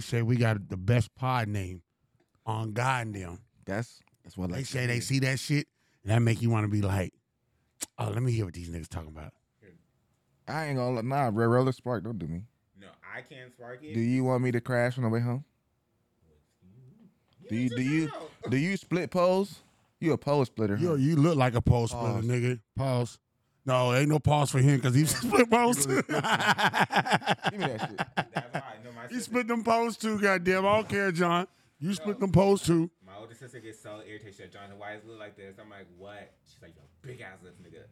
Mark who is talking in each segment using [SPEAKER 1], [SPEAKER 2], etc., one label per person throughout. [SPEAKER 1] They say we got the best pod name on God and them.
[SPEAKER 2] That's that's what I
[SPEAKER 1] They
[SPEAKER 2] like.
[SPEAKER 1] say they see that shit, and that make you want to be like, oh, let me hear what these niggas talking about.
[SPEAKER 2] I ain't gonna nah. Red roller spark. Don't do me.
[SPEAKER 3] No, I can't spark it.
[SPEAKER 2] Do you want me to crash on the way home? Do you do you do you split poles? You a pole splitter? huh?
[SPEAKER 1] Yo, you look like a pole splitter,
[SPEAKER 2] Pause.
[SPEAKER 1] nigga. Pause. No, ain't no pause for him because he split poles.
[SPEAKER 2] Give me that shit.
[SPEAKER 3] That's why I know my
[SPEAKER 1] he
[SPEAKER 3] sister,
[SPEAKER 1] split them poles too, goddamn. I don't care, John. You split them poles too.
[SPEAKER 3] my older sister gets so irritated. She's like, Jonathan, why is look like this? I'm like, what? She's like, yo, big ass lips, nigga.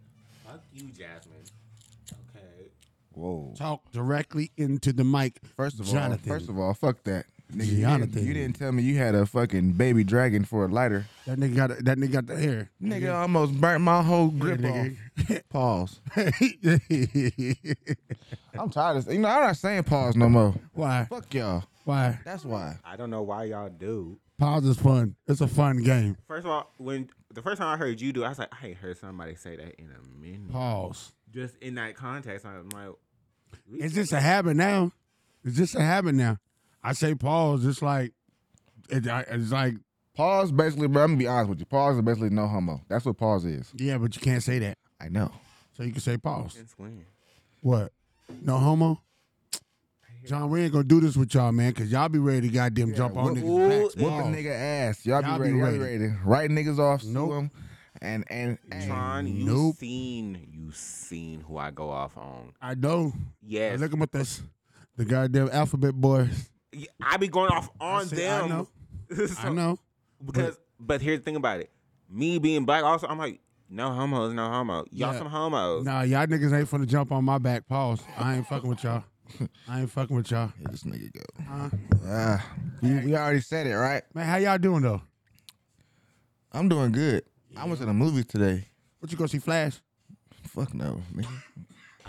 [SPEAKER 3] Fuck you, Jasmine. Okay.
[SPEAKER 2] Whoa.
[SPEAKER 1] Talk directly into the mic.
[SPEAKER 2] First of
[SPEAKER 1] Jonathan.
[SPEAKER 2] all, first of all, fuck that. Nigga, you didn't-
[SPEAKER 1] Jonathan.
[SPEAKER 2] You, didn't tell me you had a fucking baby dragon for a lighter.
[SPEAKER 1] that nigga got that nigga got the hair.
[SPEAKER 2] Nigga almost burnt my whole grip
[SPEAKER 1] nigga.
[SPEAKER 2] off. Pause.
[SPEAKER 1] Why?
[SPEAKER 2] I'm tired of you know I'm not saying pause no more. Fuck y'all.
[SPEAKER 1] Why?
[SPEAKER 2] That's why.
[SPEAKER 3] I don't know why y'all do.
[SPEAKER 1] Pause is fun. It's a fun game.
[SPEAKER 3] First of all, when the first time I heard you do, I was like, I ain't heard somebody say that in a minute.
[SPEAKER 1] Pause.
[SPEAKER 3] Just in that context, I'm like, we-
[SPEAKER 1] It's just a habit now. It's just a habit now. I say pause. It's like it, I- it's like
[SPEAKER 2] Pause basically, bro. I'm gonna be honest with you. Pause is basically no homo. That's what pause is.
[SPEAKER 1] yeah, but you can't say that.
[SPEAKER 2] I know.
[SPEAKER 1] So you can say pause.
[SPEAKER 3] since when?
[SPEAKER 1] What? No homo. John, we ain't gonna do this with y'all, man, cause y'all be ready to goddamn jump on
[SPEAKER 2] whoop-
[SPEAKER 1] niggas. back.
[SPEAKER 3] whoop
[SPEAKER 2] Whoop
[SPEAKER 1] Pause.
[SPEAKER 2] a nigga ass. Y'all,
[SPEAKER 1] Y'all be
[SPEAKER 2] be, ready, Y'all be
[SPEAKER 1] ready.
[SPEAKER 2] ready. Write niggas off, sue
[SPEAKER 1] Nope.
[SPEAKER 2] 'em, and and hey,
[SPEAKER 3] Tron, you
[SPEAKER 1] Nope.
[SPEAKER 3] seen you seen who I go off on.
[SPEAKER 1] I know. I
[SPEAKER 3] Yes.
[SPEAKER 1] Look at this. The goddamn alphabet boys.
[SPEAKER 3] I be going off on
[SPEAKER 1] see- I
[SPEAKER 3] them.
[SPEAKER 1] know. I
[SPEAKER 3] So-
[SPEAKER 1] know.
[SPEAKER 3] Because but, here's the thing about it. Me being black also I'm like, no homos, no homo. Y'all
[SPEAKER 1] Yeah.
[SPEAKER 3] some homos.
[SPEAKER 1] Nah, y'all niggas ain't finna jump on my back. Pause. I ain't fucking with y'all. I ain't fucking with y'all.
[SPEAKER 2] this nigga go.
[SPEAKER 1] Huh?
[SPEAKER 2] Ah, we, we already said it, right?
[SPEAKER 1] Man, how y'all doing though?
[SPEAKER 2] I'm doing good. I went to the movies today.
[SPEAKER 1] What you gonna see Flash?
[SPEAKER 2] Fuck no, nigga.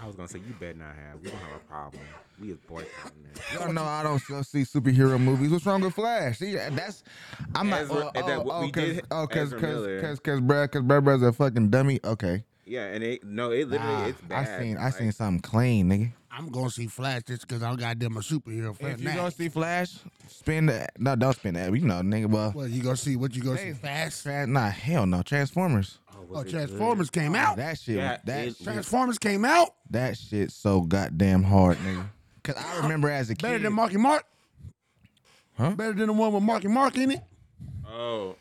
[SPEAKER 3] I was gonna say you better not have. We don't have a problem. We is boycotting that.
[SPEAKER 2] Y'all know I don't still see superhero movies. What's wrong with Flash? See, that's I'm not.
[SPEAKER 3] Ezra-
[SPEAKER 2] well,
[SPEAKER 3] and that-
[SPEAKER 2] oh, oh,
[SPEAKER 3] we
[SPEAKER 2] cause,
[SPEAKER 3] did
[SPEAKER 2] oh, cause,
[SPEAKER 3] Ezra
[SPEAKER 2] cause,
[SPEAKER 3] Miller.
[SPEAKER 2] cause, cause, bruh, cause, bruh, bruh's a fucking dummy. Okay,
[SPEAKER 3] Yeah, and it no, it literally
[SPEAKER 2] Ah,
[SPEAKER 3] it's bad.
[SPEAKER 2] I seen, I
[SPEAKER 3] Like,
[SPEAKER 2] seen something clean, nigga.
[SPEAKER 1] I'm gonna see Flash just because I'm goddamn a superhero fan.
[SPEAKER 2] If you gonna see Flash, spin that. No, don't spin that. You know, nigga, but
[SPEAKER 1] what you gonna see? What you gonna see?
[SPEAKER 2] Hey.
[SPEAKER 1] Fast.
[SPEAKER 2] nah, hell no, Transformers.
[SPEAKER 3] Oh, was
[SPEAKER 1] Oh,
[SPEAKER 3] it good?
[SPEAKER 1] Transformers came
[SPEAKER 3] Oh,
[SPEAKER 1] out.
[SPEAKER 2] That shit,
[SPEAKER 3] Yeah,
[SPEAKER 2] that
[SPEAKER 3] it-
[SPEAKER 2] shit,
[SPEAKER 1] Transformers came out
[SPEAKER 2] that shit, so goddamn hard, nigga. Cause I remember as a kid,
[SPEAKER 1] better than Marky Mark.
[SPEAKER 2] Huh?
[SPEAKER 1] Better than the one with Marky Mark in it.
[SPEAKER 3] Oh.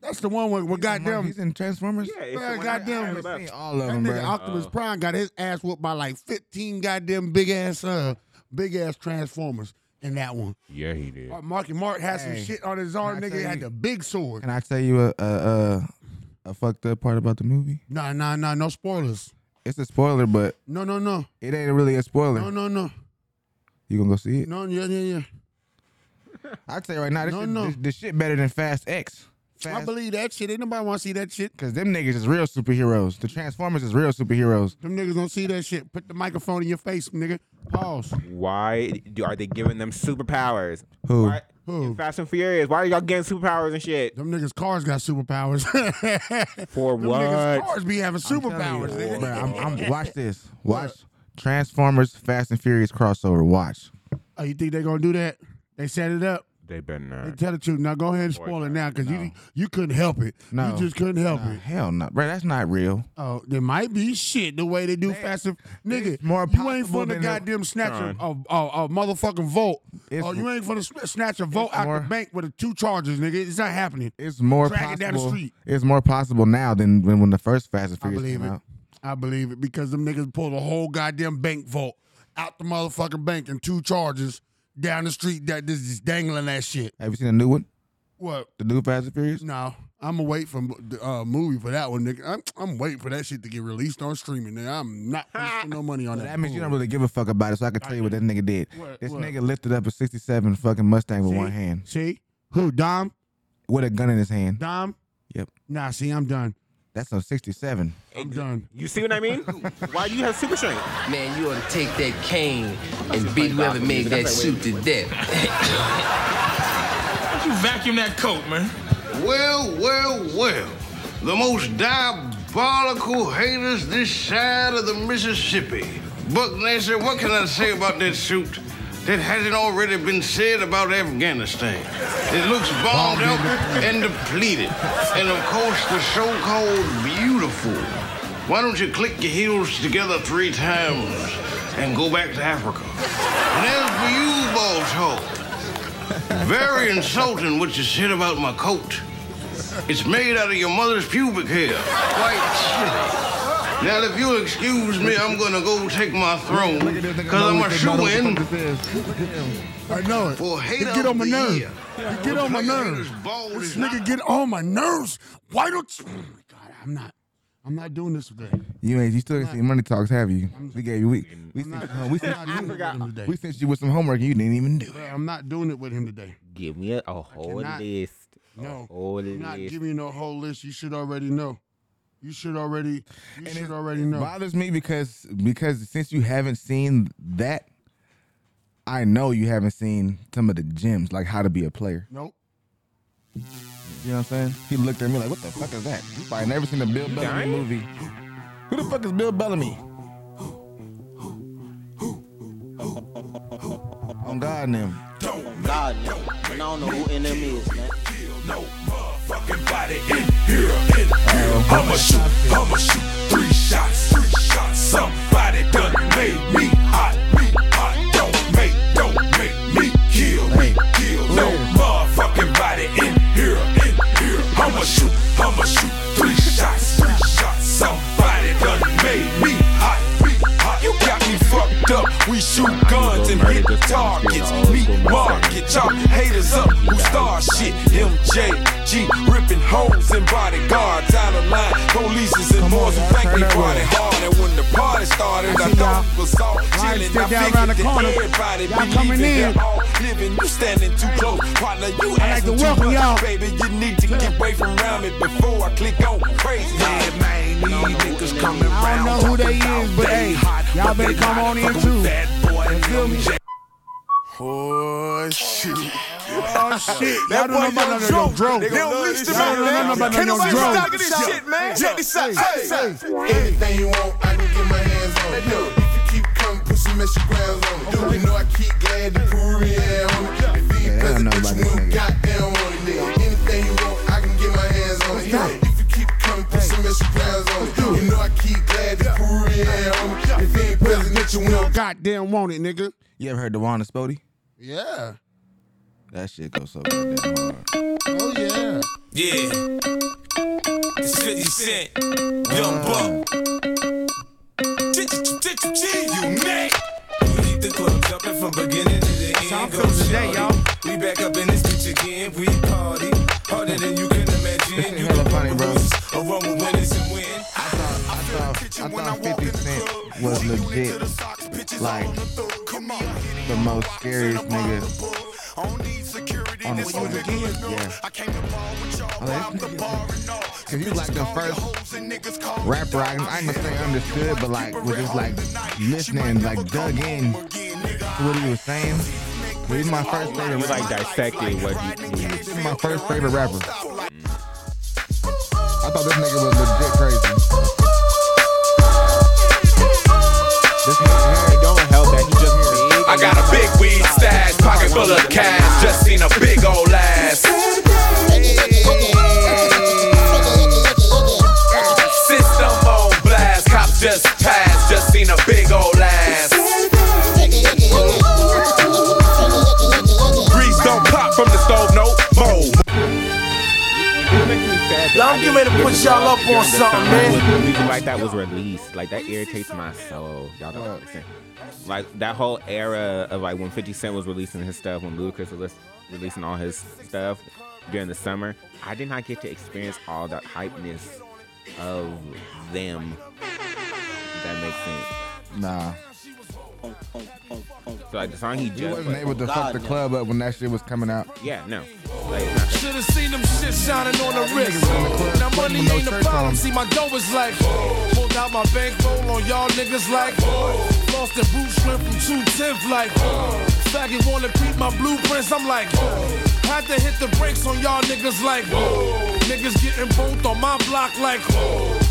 [SPEAKER 1] That's the one with, with goddamn.
[SPEAKER 2] He's in Transformers.
[SPEAKER 3] Yeah, it's
[SPEAKER 1] Man,
[SPEAKER 3] the one
[SPEAKER 1] goddamn,
[SPEAKER 3] I,
[SPEAKER 2] I
[SPEAKER 3] I
[SPEAKER 1] it's
[SPEAKER 3] remember.
[SPEAKER 2] haven't seen all of
[SPEAKER 1] That
[SPEAKER 2] them,
[SPEAKER 1] nigga
[SPEAKER 2] bro.
[SPEAKER 1] Optimus Prime got his ass whooped by like 15 goddamn big ass uh big ass Transformers in that one.
[SPEAKER 3] Yeah, he did.
[SPEAKER 1] Uh, Marky Mark had some
[SPEAKER 2] Hey,
[SPEAKER 1] shit on his
[SPEAKER 2] I
[SPEAKER 1] arm. Nigga
[SPEAKER 2] tell
[SPEAKER 1] he had
[SPEAKER 2] you-
[SPEAKER 1] the big sword.
[SPEAKER 2] Can I tell you a a, a a fucked up part about the movie?
[SPEAKER 1] Nah, nah, nah. No spoilers.
[SPEAKER 2] It's a spoiler, but
[SPEAKER 1] No, no, no,
[SPEAKER 2] it ain't really a spoiler.
[SPEAKER 1] no, no, no,
[SPEAKER 2] You gonna go see it?
[SPEAKER 1] no. Yeah, yeah, yeah.
[SPEAKER 2] I tell you right now, this,
[SPEAKER 1] No,
[SPEAKER 2] shit,
[SPEAKER 1] no.
[SPEAKER 2] This, this shit better than Fast X.
[SPEAKER 1] I
[SPEAKER 2] Fast,
[SPEAKER 1] believe that shit. Ain't nobody want to see that shit.
[SPEAKER 2] cause them niggas is real superheroes. The Transformers is real superheroes.
[SPEAKER 1] Them niggas don't see that shit. Put the microphone in your face, nigga. Pause.
[SPEAKER 3] Why do are they giving them superpowers?
[SPEAKER 2] Who?
[SPEAKER 3] Why,
[SPEAKER 1] Who?
[SPEAKER 3] in Fast and Furious. Why are y'all getting superpowers and shit?
[SPEAKER 1] Them niggas' cars got superpowers.
[SPEAKER 3] For
[SPEAKER 1] Them niggas'
[SPEAKER 3] what?
[SPEAKER 1] cars be having superpowers, nigga.
[SPEAKER 2] Bro, I'm, I'm, watch this. Watch Transformers Fast and Furious crossover. Watch.
[SPEAKER 1] Oh, you think they gonna do that? They set it up.
[SPEAKER 3] They better
[SPEAKER 1] They
[SPEAKER 3] not.
[SPEAKER 1] tell the truth. Now go ahead and spoil it now, cause you you couldn't help it.
[SPEAKER 2] No.
[SPEAKER 1] You just couldn't help it.
[SPEAKER 2] Hell no, bro. That's not real.
[SPEAKER 1] Oh, there might be shit the way they do fast and nigga.
[SPEAKER 2] it's more
[SPEAKER 1] you ain't
[SPEAKER 2] possible
[SPEAKER 1] finna
[SPEAKER 2] than
[SPEAKER 1] goddamn snatch a,
[SPEAKER 3] John.
[SPEAKER 1] a, a, a motherfucking vote.
[SPEAKER 2] It's-
[SPEAKER 1] oh, you ain't finna sn- snatch a vote out
[SPEAKER 2] more-
[SPEAKER 1] the bank with a two charges, nigga. It's not happening.
[SPEAKER 2] It's more
[SPEAKER 1] Track it
[SPEAKER 2] possible.
[SPEAKER 1] down the street.
[SPEAKER 2] It's more possible now than when, when the first Fast and
[SPEAKER 1] I
[SPEAKER 2] Furious
[SPEAKER 1] believe
[SPEAKER 2] came
[SPEAKER 1] it.
[SPEAKER 2] out.
[SPEAKER 1] I believe it because them niggas pulled a whole goddamn bank vault out the motherfucking bank and two charges down the street that this is dangling that shit.
[SPEAKER 2] Have you seen the new one?
[SPEAKER 1] What?
[SPEAKER 2] The new Fast and Furious?
[SPEAKER 1] No, I'm gonna wait for the uh, movie for that one, nigga. I'm, I'm waiting for that shit to get released on streaming. Nigga. I'm not gonna spend no money on
[SPEAKER 2] So
[SPEAKER 1] that.
[SPEAKER 2] that means you don't really give a fuck about it. So I can tell you what that nigga did.
[SPEAKER 1] What-
[SPEAKER 2] this
[SPEAKER 1] what?
[SPEAKER 2] nigga lifted up a '67 fucking Mustang with
[SPEAKER 1] See?
[SPEAKER 2] one hand,
[SPEAKER 1] See who? Dom.
[SPEAKER 2] with a gun in his hand.
[SPEAKER 1] Dom.
[SPEAKER 2] Yep,
[SPEAKER 1] Nah, see, I'm done.
[SPEAKER 2] that's a '67.
[SPEAKER 1] I'm done.
[SPEAKER 3] You see what I mean? Why do you have super strength?
[SPEAKER 4] Man, you ought to take that cane and beat whoever made that suit to death.
[SPEAKER 5] You vacuum that coat, man.
[SPEAKER 6] Well, well, well. The most diabolical haters this side of the Mississippi. Buck Nancy, what can I say about that suit? that hasn't already been said about Afghanistan. It looks bombed out and depleted. And of course, the so called beautiful. Why don't you click your heels together three times and go back to Africa? And as for you, Balto, very insulting what you said about my coat. It's made out of your mother's pubic hair. Quite shitty. Now, if you'll excuse me, I'm gonna go take my throne, because I'm a shoe in
[SPEAKER 1] I know it.
[SPEAKER 6] for
[SPEAKER 1] He
[SPEAKER 6] hater
[SPEAKER 1] get on
[SPEAKER 6] of
[SPEAKER 1] my
[SPEAKER 6] the
[SPEAKER 1] nerves.
[SPEAKER 6] year.
[SPEAKER 1] He get on my
[SPEAKER 6] Player
[SPEAKER 1] nerves.
[SPEAKER 6] haters bald
[SPEAKER 1] This
[SPEAKER 6] as
[SPEAKER 1] nigga
[SPEAKER 6] hell.
[SPEAKER 1] get on my nerves. Why don't you? Oh my God, I'm not. I'm not doing this today.
[SPEAKER 2] You ain't you still ain't seen money talks, have you? We gave you we we
[SPEAKER 7] Uh,
[SPEAKER 2] sent, you home- we, sent,
[SPEAKER 1] I'm not doing it with him today.
[SPEAKER 2] we sent you with some homework and you didn't even do it.
[SPEAKER 1] Bro, I'm not doing it with him today.
[SPEAKER 3] Give me a, a whole
[SPEAKER 1] cannot-
[SPEAKER 3] list.
[SPEAKER 7] Oh,
[SPEAKER 1] No,
[SPEAKER 3] a whole
[SPEAKER 1] I'm not
[SPEAKER 3] list.
[SPEAKER 1] giving you no whole list. You should already know. You should already. You should already know.
[SPEAKER 2] bothers me because because since you haven't seen that, I know you haven't seen some of the gems like how to be a player.
[SPEAKER 1] nope.
[SPEAKER 2] You know what I'm saying? He looked at me like, "What the fuck is that?" I never seen a Bill Bellamy
[SPEAKER 8] dying?
[SPEAKER 2] movie. Who the fuck is Bill Bellamy? On God and them.
[SPEAKER 9] God, man. And I don't know who NM is, man.
[SPEAKER 7] Everybody in here, in here. I'ma shoot, I'ma shoot three shots, three shots. Somebody done made me hot, me hot. Don't make, don't make me kill, me kill. No motherfucking body in here, in here. I'ma shoot, I'ma shoot three shots, three shots. Somebody done made me hot, me hot. You got me fucked up. We shoot guns and hit targets. Meat market, y'all haters up who star shit. MJG ripping hoes and bodyguards out of line. Police is in boys who
[SPEAKER 2] y'all,
[SPEAKER 7] think
[SPEAKER 2] turn
[SPEAKER 7] they
[SPEAKER 2] that
[SPEAKER 7] brought
[SPEAKER 2] way.
[SPEAKER 7] it hard. And when the party started, I,
[SPEAKER 1] see
[SPEAKER 7] thought
[SPEAKER 1] y'all.
[SPEAKER 7] it was all
[SPEAKER 1] Line
[SPEAKER 7] chilling.
[SPEAKER 1] still
[SPEAKER 7] I
[SPEAKER 1] down
[SPEAKER 7] figured
[SPEAKER 1] around the
[SPEAKER 7] that
[SPEAKER 1] corner.
[SPEAKER 7] everybody
[SPEAKER 1] Y'all
[SPEAKER 7] be
[SPEAKER 1] coming
[SPEAKER 7] leaving.
[SPEAKER 1] in.
[SPEAKER 7] They're all living. You standing too close. Partner, you
[SPEAKER 1] I like to
[SPEAKER 7] asking too
[SPEAKER 1] welcome
[SPEAKER 7] much.
[SPEAKER 1] y'all.
[SPEAKER 7] Baby, you need to get away from round me before I click on crazy. Yeah, man, these niggas coming
[SPEAKER 1] I don't
[SPEAKER 7] round.
[SPEAKER 1] know who they
[SPEAKER 7] talking
[SPEAKER 1] is,
[SPEAKER 7] about
[SPEAKER 1] but
[SPEAKER 7] they
[SPEAKER 1] hey,
[SPEAKER 7] hot,
[SPEAKER 1] y'all
[SPEAKER 7] but
[SPEAKER 1] better
[SPEAKER 7] they
[SPEAKER 1] come
[SPEAKER 7] not.
[SPEAKER 1] on in
[SPEAKER 7] Fuck
[SPEAKER 1] too.
[SPEAKER 7] with That boy, MJ.
[SPEAKER 1] Oh shit! Oh shit! Y'all
[SPEAKER 7] That
[SPEAKER 1] don't know
[SPEAKER 7] boy
[SPEAKER 1] about none of them
[SPEAKER 7] Young Dro.
[SPEAKER 1] drugs.
[SPEAKER 7] They
[SPEAKER 1] Y'all
[SPEAKER 7] gon'
[SPEAKER 1] don't
[SPEAKER 7] leash
[SPEAKER 1] know
[SPEAKER 7] them out,
[SPEAKER 1] about
[SPEAKER 7] man.
[SPEAKER 1] none of
[SPEAKER 7] Can't
[SPEAKER 1] them
[SPEAKER 7] nobody
[SPEAKER 1] drugs.
[SPEAKER 7] stop this shit, man. Check this out. Check this out.
[SPEAKER 10] Anything you want, I can get my hands on. Look, if you keep coming, put some extra grams on. Do you know I keep glad to prove me at home? If
[SPEAKER 2] Yeah,
[SPEAKER 10] you
[SPEAKER 2] I
[SPEAKER 10] present,
[SPEAKER 2] know
[SPEAKER 10] bitch,
[SPEAKER 2] about
[SPEAKER 10] you
[SPEAKER 2] this
[SPEAKER 10] ain't
[SPEAKER 2] nigga.
[SPEAKER 10] goddamn on it, nigga. Anything you want, I can get my hands on. Look, if you keep coming, put some extra grams on. You know I keep glad to prove me at home. If you ain't present, bitch, you won't
[SPEAKER 1] Goddamn, want it, nigga?
[SPEAKER 2] You ever heard the Juan and Spody?
[SPEAKER 1] Yeah.
[SPEAKER 2] That shit goes so goddamn hard.
[SPEAKER 1] Oh yeah.
[SPEAKER 7] Yeah. It's 50 Cent. Young
[SPEAKER 1] Uh.
[SPEAKER 7] Buck. Ch-ch-ch-ch-ch, You mad? You need the club jumping from beginning to the end.
[SPEAKER 1] how I'm
[SPEAKER 7] Go
[SPEAKER 1] feeling today,
[SPEAKER 7] shorty.
[SPEAKER 1] y'all.
[SPEAKER 7] We back up in this bitch again. We party harder than you can imagine. You
[SPEAKER 2] hella
[SPEAKER 7] can
[SPEAKER 2] funny,
[SPEAKER 7] run
[SPEAKER 2] bro.
[SPEAKER 7] with losers or run with winners and win.
[SPEAKER 2] I thought, I thought, I thought 50 Cent was legit, like, the most scariest nigga on the
[SPEAKER 1] What you
[SPEAKER 2] planet.
[SPEAKER 1] did?
[SPEAKER 2] Yeah. I like this nigga. Cause you like the first rapper I, I ain't gonna say understood, but like was just like listening, like dug in to what he was saying. But he's my first favorite.
[SPEAKER 3] You
[SPEAKER 2] rapper.
[SPEAKER 3] like dissected what you did.
[SPEAKER 2] This is my first favorite rapper. I thought this nigga was legit crazy. This nigga,
[SPEAKER 3] It don't help that he just big.
[SPEAKER 7] I got a big weed stash, pocket full of cash. Just seen a big old ass. System on blast, cops just passed. Just seen a big old ass. Grease don't pop from the stove, no mold.
[SPEAKER 3] I'm
[SPEAKER 11] getting ready to put y'all up on something, man.
[SPEAKER 3] The reason like that was released, like that irritates my soul. Y'all don't understand. Like that whole era of like when 50 Cent was releasing his stuff, when Ludacris was lis- releasing all his stuff during the summer, I did not get to experience all the hypeness of them. If that makes sense.
[SPEAKER 2] nah,
[SPEAKER 3] So like the song he
[SPEAKER 2] he
[SPEAKER 3] just
[SPEAKER 2] wasn't
[SPEAKER 3] put-
[SPEAKER 2] able to fuck
[SPEAKER 9] God,
[SPEAKER 2] the
[SPEAKER 9] no.
[SPEAKER 2] club up when that shit was coming out.
[SPEAKER 3] yeah, no. Like, it's not-
[SPEAKER 4] Should have seen them shit shining on the wrist. Now money
[SPEAKER 2] with no
[SPEAKER 4] ain't the
[SPEAKER 2] shirt on.
[SPEAKER 4] problem. See my dough is like pulled out my bankroll on y'all niggas like lost the boot shrimp from two tenth like faggot wanna peep my blueprints. I'm like had to hit the brakes on y'all niggas like niggas getting both on my block like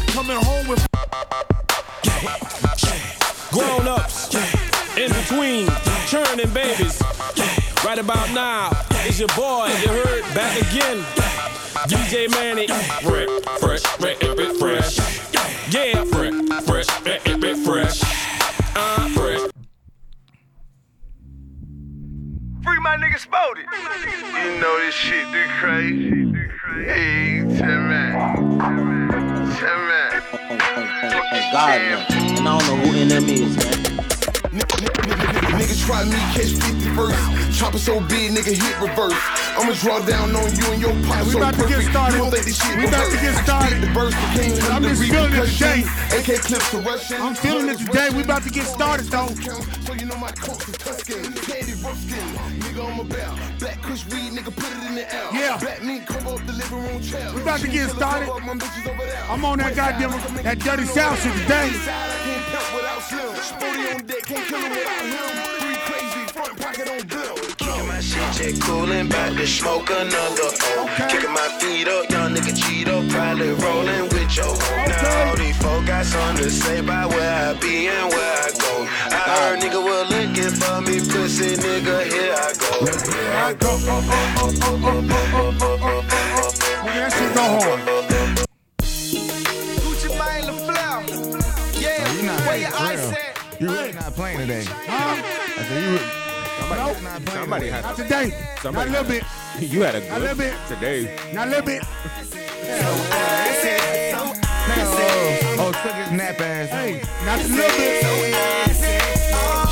[SPEAKER 4] coming home with
[SPEAKER 7] Grown ups, yeah.
[SPEAKER 12] in between, churning babies. Right about now, it's your boy, you heard, back again. DJ Manny. Fresh, fresh, fresh, fresh, fresh. Yeah, fresh, fresh, fresh, fresh, fresh. Uh, fresh.
[SPEAKER 13] Free my nigga Spody. You know this shit do crazy. Hey, tell me. Tell me.
[SPEAKER 9] God, man. And I don't know who NM is, man.
[SPEAKER 10] Niggas try me, catch 50 first. Chopper so big, nigga, hit reverse. I'ma draw down on you and your pop so
[SPEAKER 1] about to get
[SPEAKER 10] perfect.
[SPEAKER 1] started.
[SPEAKER 10] You don't think this shit
[SPEAKER 1] We about to get started.
[SPEAKER 10] The burst, the king,
[SPEAKER 1] I'm
[SPEAKER 10] the
[SPEAKER 1] just feeling it today.
[SPEAKER 10] repercussions. AK clips to Russian.
[SPEAKER 1] I'm feeling it today. We about to get started, though.
[SPEAKER 10] So you know my coats is Tuscan. Candy Ruskin. Nigga, I'm a bell. Black Kush weed, nigga, put it in the L.
[SPEAKER 1] Yeah.
[SPEAKER 10] Black meat, come up the living room chair.
[SPEAKER 1] We about to get started.
[SPEAKER 10] My bitches over there.
[SPEAKER 1] I'm on that goddamn that dirty south shit today.
[SPEAKER 10] Can't pimp without Slim. Spody on deck, can't kill him without him. Three crazy, front pocket on bill.
[SPEAKER 13] Kicking my shit, check coolin', bout to smoke another O. Kicking my feet up, young nigga cheat up, probably rollin' with yo. Now all these folk got something to say about where I be and where I go. I heard nigga was looking for me, pussy nigga, here I go. Here I go.
[SPEAKER 1] That shit go hard.
[SPEAKER 13] Gucci Mane LaFleur. Yeah,
[SPEAKER 2] You're not
[SPEAKER 13] where
[SPEAKER 2] playing
[SPEAKER 13] your
[SPEAKER 2] for
[SPEAKER 13] ice
[SPEAKER 2] real.
[SPEAKER 13] at?
[SPEAKER 2] You're really not playing today. I said you. Somebody, not playing
[SPEAKER 3] Somebody had
[SPEAKER 1] Not today.
[SPEAKER 3] Somebody
[SPEAKER 1] Not a little
[SPEAKER 3] bit. You had a
[SPEAKER 1] Not a little
[SPEAKER 3] good
[SPEAKER 1] bit.
[SPEAKER 3] today.
[SPEAKER 1] Now, a little bit.
[SPEAKER 2] Oh, took his nap ass.
[SPEAKER 1] Hey, not a little bit.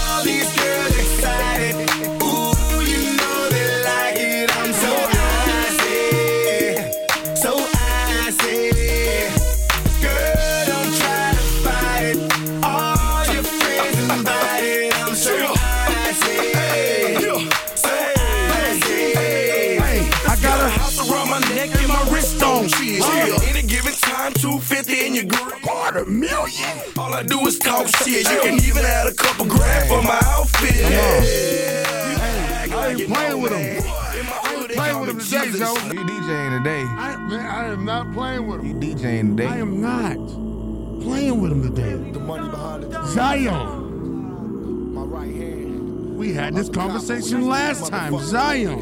[SPEAKER 13] All these girls excited. Ooh, you know they like it. I'm so icy, so icy. Girl, don't try to fight it. All your friends invited. I'm so icy, so icy.
[SPEAKER 1] I got a
[SPEAKER 7] house around my neck and my wrist on chill. Any given time, 250 in your grip. Quarter million. All I do is talk shit. You can even add a couple grand for my outfit.
[SPEAKER 1] I ain't playing with him. I ain't playing with him today, Joe.
[SPEAKER 2] You DJing today.
[SPEAKER 1] I, man, I am not playing with him.
[SPEAKER 2] You DJing
[SPEAKER 1] I
[SPEAKER 2] today.
[SPEAKER 1] am not playing with him today.
[SPEAKER 10] The money behind it.
[SPEAKER 1] Zion.
[SPEAKER 10] My right hand.
[SPEAKER 1] We had this conversation last time. Zion.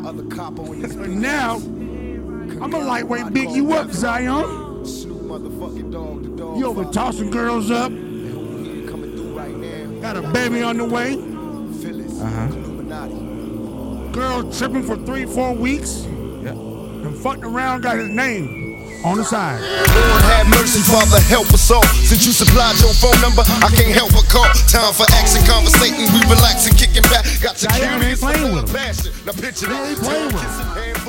[SPEAKER 10] My other cop on his
[SPEAKER 1] But now, I'm a lightweight big you up, Zion.
[SPEAKER 10] Snoop motherfucking dog, the dog.
[SPEAKER 1] You over tossing girls up.
[SPEAKER 10] coming through right now.
[SPEAKER 1] Got a baby on the way.
[SPEAKER 10] Phyllis, Illuminati.
[SPEAKER 1] Girl tripping for three, four weeks. And fucking around got his name on the side.
[SPEAKER 14] Lord have mercy, Father, help us all. Since you supplied your phone number, I can't help but call. Time for action, conversating, we relaxing, kicking back. Got your
[SPEAKER 1] Zion ain't playing with him.
[SPEAKER 14] passion. Now picture
[SPEAKER 1] He ain't
[SPEAKER 14] that.
[SPEAKER 1] playing with him.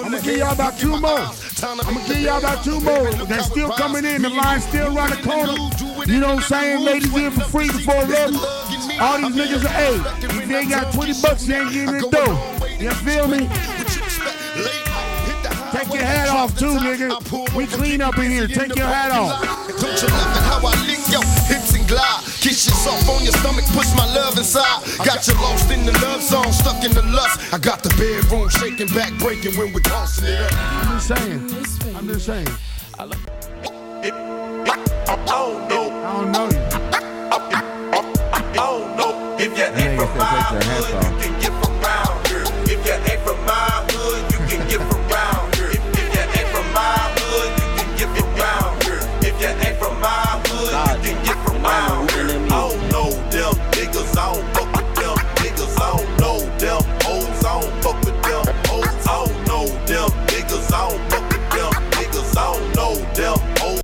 [SPEAKER 1] I'm gonna give y'all about two more. I'm gonna give y'all about two more. They're still coming in. The line still around the corner. You know what I'm saying? Ladies in for free before 11. All these niggas are, hey, if you ain't got 20 bucks, you ain't getting in the door. You feel me? Take your hat off too, nigga. We clean up in here. Take your hat off.
[SPEAKER 14] Don't you love it how I lick your hips and glide? Kiss yourself on your stomach, push my love inside. Got you lost in the love zone, stuck in the lust. I got the bedroom shaking, back breaking when we tossing it up.
[SPEAKER 1] I'm just saying. I'm just saying. I don't know you.
[SPEAKER 2] That nigga still takes their hats off.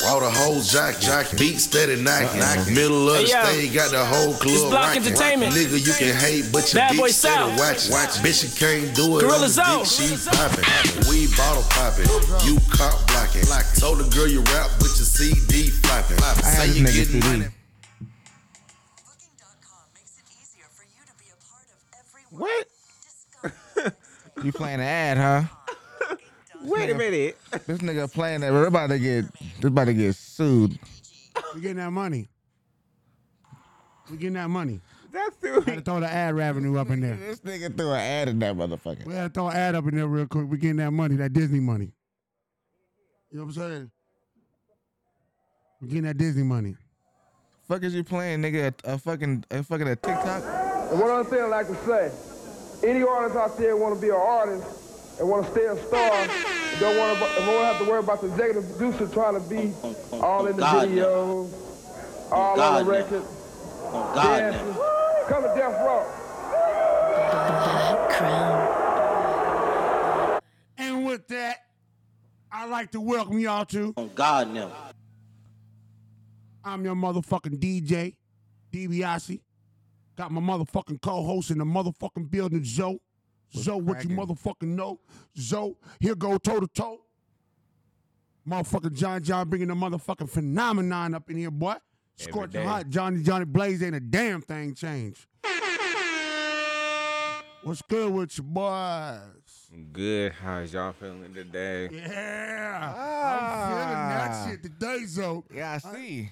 [SPEAKER 14] All the whole jack, jack beat steady knock,
[SPEAKER 2] Uh-uh.
[SPEAKER 14] knock. Middle of
[SPEAKER 12] Hey,
[SPEAKER 14] the
[SPEAKER 12] yo.
[SPEAKER 14] stage, got the whole
[SPEAKER 12] It's
[SPEAKER 14] club
[SPEAKER 12] Block
[SPEAKER 14] rocking.
[SPEAKER 12] Entertainment.
[SPEAKER 14] Nigga, you can hate, but your
[SPEAKER 12] Bad
[SPEAKER 14] dick
[SPEAKER 12] Boy
[SPEAKER 14] steady
[SPEAKER 12] South.
[SPEAKER 14] watching. Watch. Bitch, you can't do it.
[SPEAKER 12] Gorilla
[SPEAKER 14] on
[SPEAKER 12] Zone.
[SPEAKER 14] the dick, she popping. We bottle popping. You cop blocking. Told the girl you rap, but your CD flopping.
[SPEAKER 2] I had
[SPEAKER 14] Say
[SPEAKER 2] this
[SPEAKER 14] you
[SPEAKER 2] nigga
[SPEAKER 14] getting
[SPEAKER 2] CD.
[SPEAKER 14] money.
[SPEAKER 3] What?
[SPEAKER 2] You playing the ad, huh?
[SPEAKER 3] Wait a minute.
[SPEAKER 2] This nigga playing that. We're about to get. We're about to get sued.
[SPEAKER 1] We getting that money. We getting that money.
[SPEAKER 3] That's
[SPEAKER 1] Had to
[SPEAKER 3] the
[SPEAKER 1] throw the ad revenue up in there.
[SPEAKER 2] This nigga threw an ad in that motherfucker.
[SPEAKER 1] We had to throw an ad up in there real quick. We getting that money, that Disney money. You know what I'm saying? We getting that Disney money.
[SPEAKER 2] fuck is you playing, nigga? A, a fucking a fucking a TikTok?
[SPEAKER 15] And one other thing I'd like to say, any artist out there want to be an artist and want to stay a star, and don't want to and won't have to worry about the executive producer trying to be all in the
[SPEAKER 9] God, yeah.
[SPEAKER 15] videos, all on
[SPEAKER 9] God,
[SPEAKER 15] the
[SPEAKER 9] yeah.
[SPEAKER 15] record,
[SPEAKER 9] God,
[SPEAKER 15] dancing. Come to Death Row.
[SPEAKER 1] And with that, I'd like to welcome y'all to. Oh
[SPEAKER 9] God, no.
[SPEAKER 1] I'm your motherfucking DJ, DiBiase. Got my motherfucking co-host in the motherfucking building, Zoe. Zoe, what you motherfucking know? Zoe, here go toe to toe. Motherfucking John John bringing the motherfucking phenomenon up in here, boy.
[SPEAKER 16] Every
[SPEAKER 1] Scorching
[SPEAKER 16] day.
[SPEAKER 1] hot, Johnny Johnny Blaze ain't a damn thing changed. What's good with you, boys?
[SPEAKER 16] Mm.
[SPEAKER 3] Good. How is y'all feeling today?
[SPEAKER 1] Yeah.
[SPEAKER 2] Ah.
[SPEAKER 1] I'm feeling that shit today, Zoe.
[SPEAKER 2] Yeah, I see.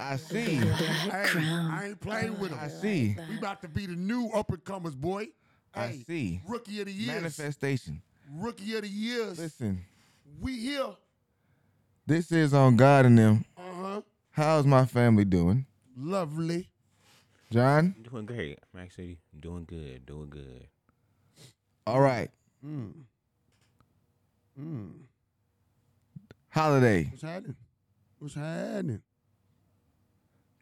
[SPEAKER 2] I see.
[SPEAKER 1] Hey, I ain't playing with him. I
[SPEAKER 2] see.
[SPEAKER 1] We about to be the new up and comers, boy.
[SPEAKER 2] I
[SPEAKER 1] Hey,
[SPEAKER 2] see.
[SPEAKER 1] Rookie of the years.
[SPEAKER 2] Manifestation.
[SPEAKER 1] Rookie of the years.
[SPEAKER 2] Listen,
[SPEAKER 1] We here.
[SPEAKER 2] this is on God and them.
[SPEAKER 1] Uh-huh.
[SPEAKER 2] How's my family doing,
[SPEAKER 1] Lovely.
[SPEAKER 2] John?
[SPEAKER 3] I'm doing great. I'm actually doing good. Doing good.
[SPEAKER 2] All right.
[SPEAKER 1] Mm. Mm.
[SPEAKER 2] Holiday.
[SPEAKER 1] What's happening? What's happening?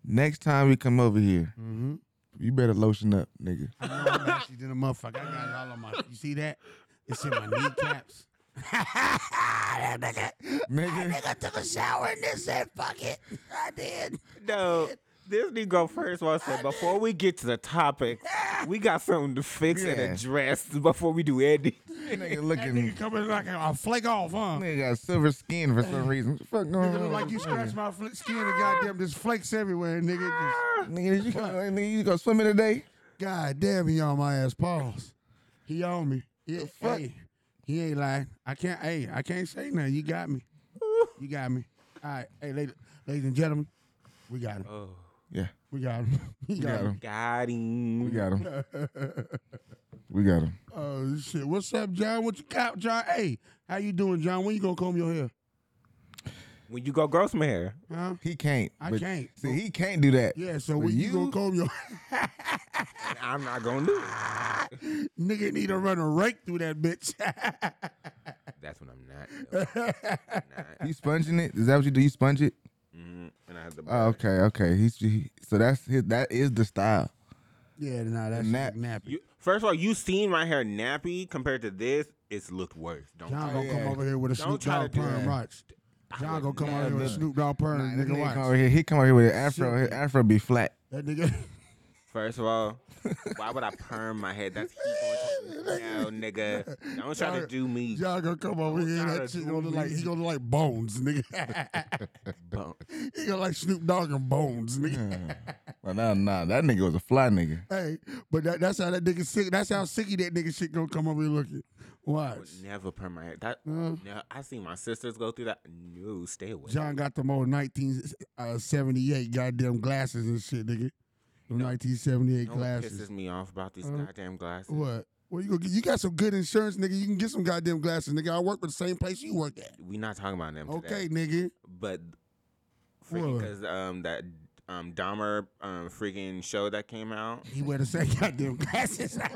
[SPEAKER 2] Next time we come over here,
[SPEAKER 1] Mhm.
[SPEAKER 2] you better lotion up, nigga.
[SPEAKER 1] I know I'm actually did a motherfucker. I got it all on my. You see that? It's in my kneecaps. that nigga,
[SPEAKER 2] nigga.
[SPEAKER 1] nigga took a shower and this said, "Fuck it, I did."
[SPEAKER 3] No, this need to go first. Well, I said before we get to the topic, we got something to fix and
[SPEAKER 2] Yeah.
[SPEAKER 3] address before we do Eddie.
[SPEAKER 2] nigga looking.
[SPEAKER 1] coming like a flake off, huh?
[SPEAKER 2] Nigga got silver skin for some reason. What the fuck going
[SPEAKER 1] Nigga,
[SPEAKER 2] on?
[SPEAKER 1] look like you
[SPEAKER 2] with
[SPEAKER 1] scratched my fl- skin and goddamn, there's flakes everywhere, nigga.
[SPEAKER 2] nigga? Nigga, did you, go- nigga, you go swimming today?
[SPEAKER 1] God damn, he on my ass. Pause. He on me. Yeah, hey, he ain't lying. I can't. Hey, I can't say nothing. You got me. You got me. All right. Hey, ladies, ladies and gentlemen, we got him.
[SPEAKER 3] Oh.
[SPEAKER 2] Yeah.
[SPEAKER 1] We got him. We
[SPEAKER 2] We got
[SPEAKER 1] got him.
[SPEAKER 3] Got him.
[SPEAKER 2] We got him. We got him.
[SPEAKER 1] oh shit! What's up, John? What you got, John? Hey, how you doing, John? When you gonna comb your hair?
[SPEAKER 3] When you go gross my hair.
[SPEAKER 1] Huh?
[SPEAKER 2] He can't.
[SPEAKER 1] I
[SPEAKER 2] but-
[SPEAKER 1] can't.
[SPEAKER 2] See, he can't do that.
[SPEAKER 1] Yeah. So
[SPEAKER 2] But
[SPEAKER 1] when you,
[SPEAKER 2] you-
[SPEAKER 1] gonna comb your
[SPEAKER 3] I'm not gonna do it.
[SPEAKER 1] nigga need to run a rake through that bitch.
[SPEAKER 3] That's when I'm not. though.
[SPEAKER 2] You sponging it? Is that what you do? You sponge it?
[SPEAKER 3] Mhm. And I have to.
[SPEAKER 2] Oh, okay, okay. He's he, so that's his, that is the style.
[SPEAKER 1] yeah, nah, that's
[SPEAKER 2] Nap.
[SPEAKER 1] nappy.
[SPEAKER 3] You, first of all, you seen my hair nappy compared to this. It's looked worse. Don't
[SPEAKER 1] John
[SPEAKER 3] try-
[SPEAKER 1] gonna come over here with a
[SPEAKER 3] Don't
[SPEAKER 1] Snoop
[SPEAKER 3] try to
[SPEAKER 1] Dogg
[SPEAKER 3] do
[SPEAKER 1] perm,
[SPEAKER 3] that.
[SPEAKER 1] watch. John gonna come over here with a
[SPEAKER 2] look.
[SPEAKER 1] Snoop Dogg perm,
[SPEAKER 2] Nah, this
[SPEAKER 1] nigga.
[SPEAKER 2] nigga
[SPEAKER 1] Watch
[SPEAKER 2] come over here. He come over here with an afro. His afro be flat.
[SPEAKER 1] that nigga.
[SPEAKER 3] First of all, why would I perm my head? That's heat going to- no, nigga. Don't try to
[SPEAKER 1] Y'all-
[SPEAKER 3] do me.
[SPEAKER 1] Y'all gonna come over here. and
[SPEAKER 3] try to
[SPEAKER 1] That shit
[SPEAKER 3] do
[SPEAKER 1] gonna look
[SPEAKER 3] me.
[SPEAKER 1] like he gonna look like bones, nigga.
[SPEAKER 3] Bone.
[SPEAKER 1] he gonna like Snoop Dogg and bones, nigga.
[SPEAKER 2] Well, nah, nah. That nigga was a fly nigga.
[SPEAKER 1] Hey, but that, that's how that nigga sick. That's how sicky that nigga shit gonna come over here looking.
[SPEAKER 3] I
[SPEAKER 1] Watch.
[SPEAKER 3] would never perm my hair. That no, I seen my sisters go through that. No, stay away.
[SPEAKER 1] John got them old 1978 goddamn glasses and shit, nigga. Them 1978
[SPEAKER 3] no
[SPEAKER 1] glasses.
[SPEAKER 3] One pisses me off about these
[SPEAKER 1] Uh,
[SPEAKER 3] goddamn glasses.
[SPEAKER 1] What? Well, you go get, you got some good insurance, nigga. You can get some goddamn glasses, nigga. I work for the same place you work at.
[SPEAKER 3] We not talking about them.
[SPEAKER 1] Okay,
[SPEAKER 3] today.
[SPEAKER 1] nigga.
[SPEAKER 3] But
[SPEAKER 1] What?
[SPEAKER 3] because um that um Dahmer um freaking show that came out.
[SPEAKER 1] He wear the same goddamn glasses.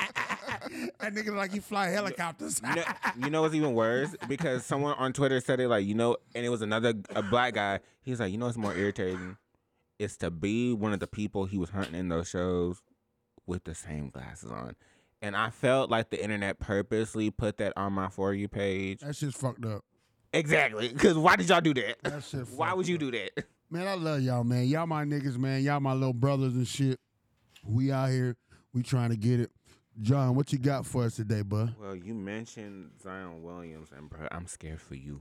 [SPEAKER 1] that nigga like he fly helicopters.
[SPEAKER 3] No, you know what's even worse? Because someone on Twitter said it like, you know, and it was another a black guy. He's like, you know what's more irritating? It's to be one of the people he was hunting in those shows with the same glasses on. And I felt like the internet purposely put that on my for you page.
[SPEAKER 1] that shit's fucked up.
[SPEAKER 3] Exactly. Because why did y'all do that?
[SPEAKER 1] That shit
[SPEAKER 3] Why
[SPEAKER 1] fucked
[SPEAKER 3] would you do that?
[SPEAKER 1] Man, I love y'all, man. Y'all my niggas, man. Y'all my little brothers and shit. We out here. We trying to get it. John, what you got for us today, bud?
[SPEAKER 3] Well, you mentioned Zion Williams, and bro, I'm scared for you.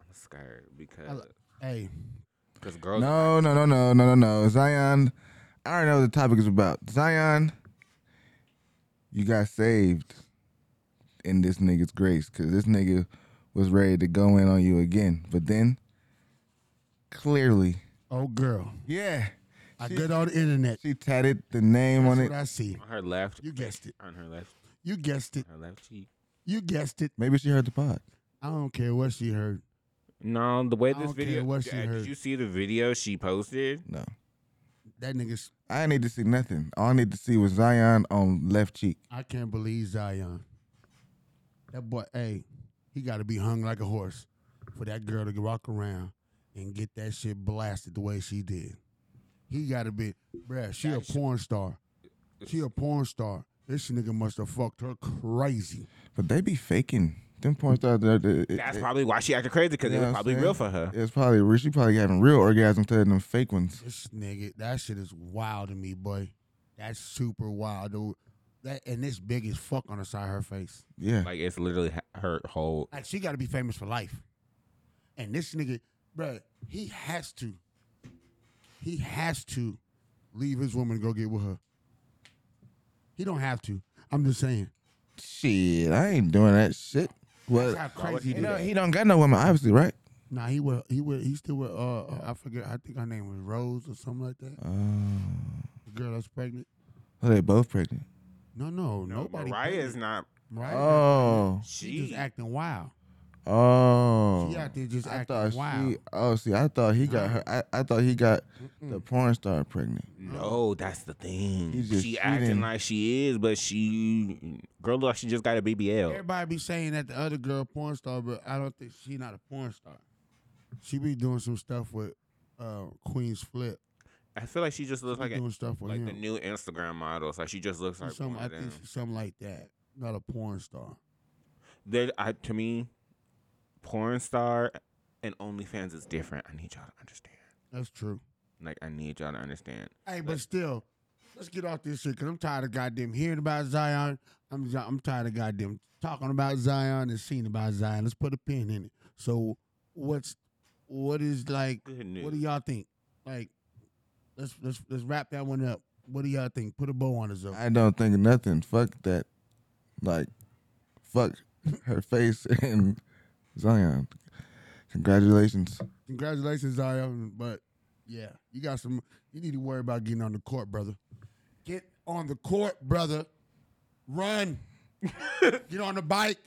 [SPEAKER 3] I'm scared because
[SPEAKER 1] Hey,
[SPEAKER 3] because girls.
[SPEAKER 2] No, no, no, no, no, no, no. Zion. I already know what the topic is about. Zion, you got saved in this nigga's grace because this nigga was ready to go in on you again. But then, clearly,
[SPEAKER 1] old oh, girl.
[SPEAKER 2] yeah,
[SPEAKER 1] I
[SPEAKER 2] She-
[SPEAKER 1] get on the internet.
[SPEAKER 2] she tatted the name
[SPEAKER 1] That's
[SPEAKER 2] on it.
[SPEAKER 1] what I see.
[SPEAKER 3] on her left.
[SPEAKER 1] You guessed it.
[SPEAKER 3] On her left.
[SPEAKER 1] You guessed it.
[SPEAKER 3] Her left cheek.
[SPEAKER 1] You guessed it.
[SPEAKER 2] Maybe she heard the pod.
[SPEAKER 1] I don't care what she heard.
[SPEAKER 3] No, the way
[SPEAKER 1] I
[SPEAKER 3] this
[SPEAKER 1] don't care
[SPEAKER 3] video.
[SPEAKER 1] what she
[SPEAKER 3] uh,
[SPEAKER 1] heard.
[SPEAKER 3] Did you see the video she posted?
[SPEAKER 2] No.
[SPEAKER 1] That nigga's.
[SPEAKER 2] I need to see nothing. All I need to see was Zion on left cheek.
[SPEAKER 1] I can't believe Zion. That boy, hey, he got to be hung like a horse for that girl to walk around and get that shit blasted the way she did. He got to be, bruh, she a porn star. She a porn star. This nigga must have fucked her crazy.
[SPEAKER 2] But they be faking. Them points out
[SPEAKER 3] That's probably why she acted crazy because it was probably real for her.
[SPEAKER 2] It's probably real. She probably having real orgasms instead of them fake ones.
[SPEAKER 1] This nigga, that shit is wild to me, boy. That's super wild, dude. That and this big as fuck on the side of her face.
[SPEAKER 2] Yeah.
[SPEAKER 3] Like it's literally h- her whole.
[SPEAKER 1] Like she got to be famous for life. And this nigga, bruh, he has to. He has to leave his woman and go get with her. He don't have to. I'm just saying.
[SPEAKER 2] Shit, I ain't doing that shit. What?
[SPEAKER 1] That's how Why would crazy he
[SPEAKER 2] he,
[SPEAKER 1] do
[SPEAKER 2] don't,
[SPEAKER 1] that?
[SPEAKER 2] he don't got no woman, obviously, right?
[SPEAKER 1] Nah, he will. He will. He still with. Uh, uh, I forget. I think her name was Rose or something like that. the girl that's pregnant.
[SPEAKER 2] Oh, they both pregnant.
[SPEAKER 1] No, no, nobody.
[SPEAKER 3] Mariah
[SPEAKER 1] pregnant.
[SPEAKER 3] is not.
[SPEAKER 1] Mariah.
[SPEAKER 2] Oh.
[SPEAKER 1] She just acting wild.
[SPEAKER 2] Oh.
[SPEAKER 1] She out there just
[SPEAKER 2] I
[SPEAKER 1] acting
[SPEAKER 2] thought
[SPEAKER 1] wild.
[SPEAKER 2] she. Oh, see, I thought he got her. I, I thought he got the porn star pregnant.
[SPEAKER 3] No, that's the thing.
[SPEAKER 2] He's just
[SPEAKER 3] she acting
[SPEAKER 2] cheating.
[SPEAKER 3] like she is, but she girl look like she just got a BBL.
[SPEAKER 1] Everybody be saying that the other girl porn star, but I don't think she not a porn star. She be doing some stuff with uh, Queen's Flip.
[SPEAKER 3] I feel like she just looks
[SPEAKER 1] She
[SPEAKER 3] like a-
[SPEAKER 1] doing stuff with
[SPEAKER 3] like
[SPEAKER 1] him.
[SPEAKER 3] the new Instagram models. Like she just looks like
[SPEAKER 1] She's something,
[SPEAKER 3] one
[SPEAKER 1] I
[SPEAKER 3] of them.
[SPEAKER 1] think she's something like that. Not a porn star.
[SPEAKER 3] There, I to me, porn star and OnlyFans is different. I need y'all to understand.
[SPEAKER 1] That's true.
[SPEAKER 3] Like I need y'all to understand.
[SPEAKER 1] Hey, but still, let's get off this shit because I'm tired of goddamn hearing about Zion. I'm zi- I'm tired of goddamn talking about Zion and seeing about Zion. Let's put a pin in it. So what's what is like? What do y'all think? Like, let's let's let's wrap that one up. What do y'all think? Put a bow on it, though.
[SPEAKER 2] I don't think nothing. Fuck that. Like, fuck her face and Zion. Congratulations.
[SPEAKER 1] Congratulations, Zion. But yeah, you got some. You need to worry about getting on the court, brother. Get on the court, brother. Run. Get on the bike.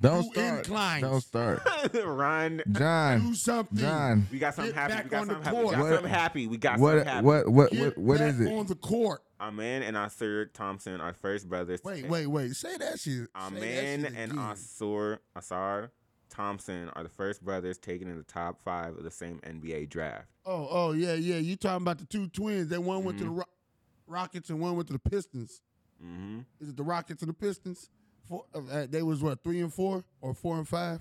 [SPEAKER 2] Don't
[SPEAKER 1] You
[SPEAKER 2] start.
[SPEAKER 1] inclined.
[SPEAKER 2] Don't start.
[SPEAKER 3] Run,
[SPEAKER 2] John.
[SPEAKER 1] Do something.
[SPEAKER 2] John.
[SPEAKER 3] We got something
[SPEAKER 1] Get
[SPEAKER 3] happy.
[SPEAKER 1] back
[SPEAKER 3] We got
[SPEAKER 1] on the
[SPEAKER 3] something happy. We got
[SPEAKER 2] court.
[SPEAKER 3] something happy. We got
[SPEAKER 2] What?
[SPEAKER 3] something happy.
[SPEAKER 2] What? What?
[SPEAKER 1] Get
[SPEAKER 2] What? What
[SPEAKER 1] back
[SPEAKER 2] is it?
[SPEAKER 1] On the court.
[SPEAKER 3] Our man and Asur Thompson, our first brothers.
[SPEAKER 1] Wait, wait, wait. Say that shit.
[SPEAKER 3] Our
[SPEAKER 1] Say that
[SPEAKER 3] man
[SPEAKER 1] shit
[SPEAKER 3] and
[SPEAKER 1] again.
[SPEAKER 3] Asur Asar Thompson are the first brothers taken in the top five of the same NBA draft.
[SPEAKER 1] Oh, oh, yeah, yeah. You talking about the two twins? That one went to the Ro- Rockets and one went to the Pistons.
[SPEAKER 3] Mm-hmm.
[SPEAKER 1] Is it the Rockets and the Pistons? Four, uh, uh, they was what three and four or four and five?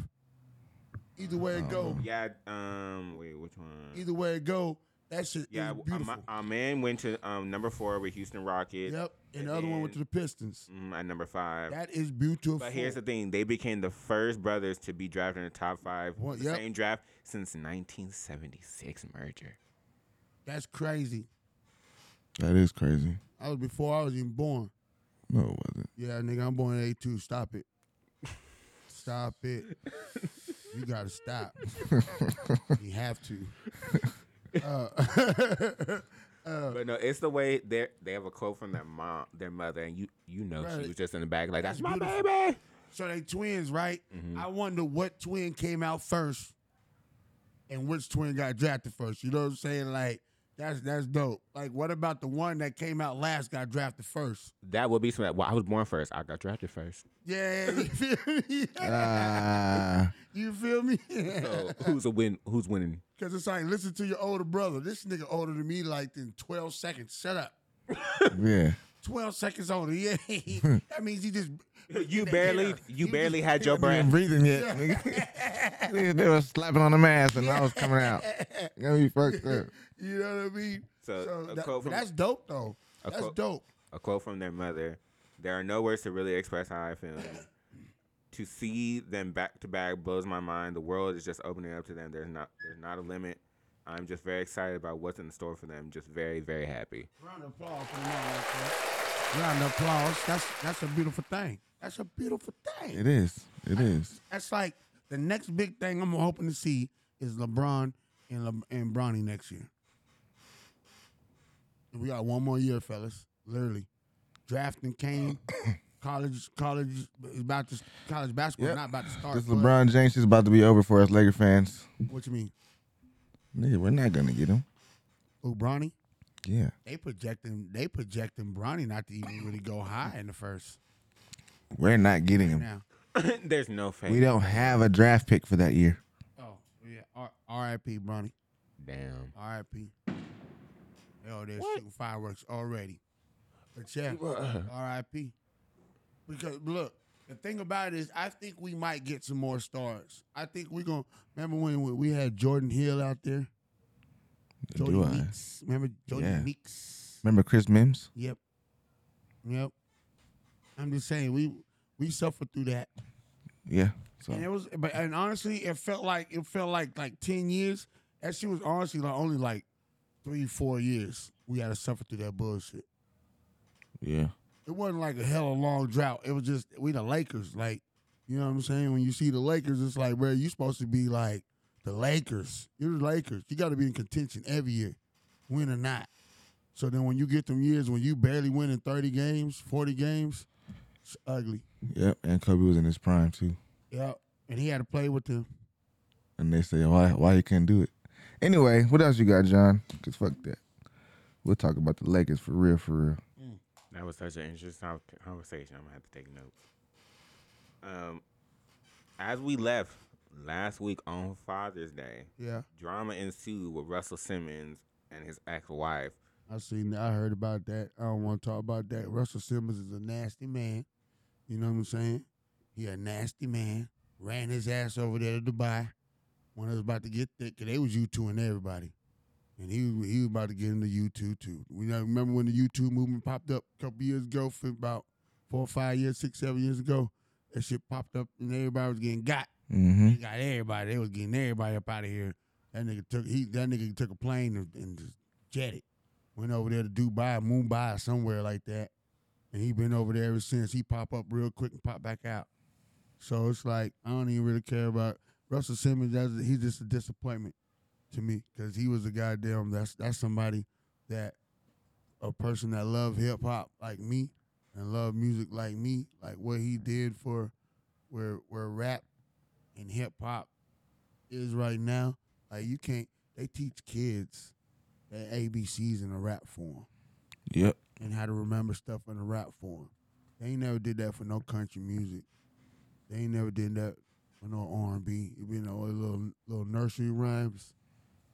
[SPEAKER 1] Either way it go,
[SPEAKER 3] Yeah. Um. Wait. Which one?
[SPEAKER 1] either way it go, that shit
[SPEAKER 3] yeah.
[SPEAKER 1] is
[SPEAKER 3] w- uh,
[SPEAKER 1] beautiful.
[SPEAKER 3] my- Our, man went to um number four with Houston Rockets.
[SPEAKER 1] yep, and the other one went to the Pistons.
[SPEAKER 3] Mm, at number five.
[SPEAKER 1] That is beautiful.
[SPEAKER 3] But here's the thing: they became the first brothers to be drafted in the top five, of
[SPEAKER 1] Well,
[SPEAKER 3] the
[SPEAKER 1] yep.
[SPEAKER 3] same draft since 1976 merger.
[SPEAKER 1] That's crazy.
[SPEAKER 2] That is crazy.
[SPEAKER 1] I was before I was even born.
[SPEAKER 2] No, it wasn't.
[SPEAKER 1] Yeah, nigga, I'm born in '82. Stop it. Stop it. you gotta stop. you have to. Uh, uh,
[SPEAKER 3] But no, it's the way they they have a quote from their mom, their mother, and you you know
[SPEAKER 1] Right.
[SPEAKER 3] she was just in the back like that's,
[SPEAKER 1] That's
[SPEAKER 3] my
[SPEAKER 1] beautiful.
[SPEAKER 3] baby.
[SPEAKER 1] So they twins, right? I wonder what twin came out first and which twin got drafted first. You know what I'm saying? Like that's that's dope. Like what about the one that came out last got drafted first?
[SPEAKER 3] That would be something. Well, I was born first. I got drafted first.
[SPEAKER 1] Yeah, you feel me?
[SPEAKER 2] Ah.
[SPEAKER 1] you feel me?
[SPEAKER 3] So who's a win? Who's winning?
[SPEAKER 1] Cause it's like listen to your older brother. This nigga older than me like in 12 seconds. Shut up.
[SPEAKER 2] yeah.
[SPEAKER 1] 12 seconds older. Yeah. that means he just
[SPEAKER 3] You barely you barely had your
[SPEAKER 2] I ain't
[SPEAKER 3] breath.
[SPEAKER 2] breathing yet. nigga. they was slapping on the mask and I was coming out. Gonna be fucked up.
[SPEAKER 1] You know what I mean?
[SPEAKER 3] So, a
[SPEAKER 1] that-
[SPEAKER 3] quote
[SPEAKER 1] but
[SPEAKER 3] from-
[SPEAKER 1] that's dope though.
[SPEAKER 3] A
[SPEAKER 1] That's
[SPEAKER 3] quote-
[SPEAKER 1] dope.
[SPEAKER 3] A quote from their mother. There are no words to really express how I feel. to see them back to back blows my mind. The world is just opening up to them. There's not there's not a limit. I'm just very excited about what's in store for them. Just very very happy.
[SPEAKER 1] Round of applause for them all right there. Round of applause. That's that's a beautiful thing. That's a beautiful thing.
[SPEAKER 2] It is. It is.
[SPEAKER 1] That's like the next big thing I'm hoping to see is LeBron and Le- and Bronny next year. We got one more year, fellas. Literally, drafting came. college, college is about to college basketball is not about to start.
[SPEAKER 2] This
[SPEAKER 1] but-
[SPEAKER 2] LeBron James is about to be over for us Laker fans.
[SPEAKER 1] What you mean?
[SPEAKER 2] Nigga, we're not gonna get him.
[SPEAKER 1] Oh, Bronny?
[SPEAKER 2] Yeah.
[SPEAKER 1] They projecting they projecting Bronny not to even really go high in the first.
[SPEAKER 2] We're not getting him.
[SPEAKER 1] Now,
[SPEAKER 3] There's no fake.
[SPEAKER 2] We don't have a draft pick for that year.
[SPEAKER 1] oh yeah, R- R.I.P. Bronny.
[SPEAKER 3] Damn.
[SPEAKER 1] R.I.P. Oh, they're shooting fireworks already. But yeah,
[SPEAKER 3] Uh.
[SPEAKER 1] R.I.P. Because look, the thing about it is, I think we might get some more stars. I think we're gonna remember when we- we had Jordan Hill out there. Jody
[SPEAKER 2] Do I?
[SPEAKER 1] Meeks. Remember Jody
[SPEAKER 2] Yeah.
[SPEAKER 1] Meeks?
[SPEAKER 2] Remember Chris Mims?
[SPEAKER 1] Yep. Yep. I'm just saying we we suffered through that.
[SPEAKER 2] Yeah. So
[SPEAKER 1] And it was, but and honestly, it felt like it felt like like ten years. That shit was honestly like only like three, four years. We had to suffer through that bullshit.
[SPEAKER 2] yeah.
[SPEAKER 1] It wasn't like a hell of a long drought. It was just we the Lakers. Like, you know what I'm saying? When you see the Lakers, it's like, bro, you supposed to be like the Lakers. You're the Lakers. You got to be in contention every year, win or not. So then when you get them years when you barely winning 30 games, 40 games, it's ugly.
[SPEAKER 2] Yep. And Kobe was in his prime too.
[SPEAKER 1] Yeah. And he had to play with them.
[SPEAKER 2] And they say why why you can't do it. Anyway, what else you got, John? Cause fuck that. We'll talk about the Lakers for real, for real.
[SPEAKER 3] That was such an interesting con- conversation. I'm gonna have to take notes. Um, as we left last week on Father's Day,
[SPEAKER 1] Yeah.
[SPEAKER 3] drama ensued with Russell Simmons and his ex-wife.
[SPEAKER 1] I seen that. I heard about that. I don't want to talk about that. Russell Simmons is a nasty man. You know what I'm saying? He a nasty man. Ran his ass over there to Dubai when it was about to get thick. 'cause they was U two and everybody, and he he was about to get into U two too. We know- remember when the U two movement popped up a couple years ago, for about four or five years, six seven years ago. That shit popped up and everybody was getting got.
[SPEAKER 2] Mhm.
[SPEAKER 1] They got everybody. They was getting everybody up out of here. That nigga took he that nigga took a plane and, and just jetted went over there to Dubai, Mumbai, or somewhere like that. And he been over there ever since. He pop up real quick and pop back out. So it's like I don't even really care about Russell Simmons. That's, he's just a disappointment to me because he was a goddamn. That's that's somebody that a person that loved hip hop like me and loved music like me, like what he did for where where rap and hip hop is right now. Like you can't. They teach kids their ABCs in a rap form
[SPEAKER 2] Yep.
[SPEAKER 1] and how to remember stuff in a rap form. They ain't never did that for no country music. They ain't never did that for no R and B. You know, little little nursery rhymes.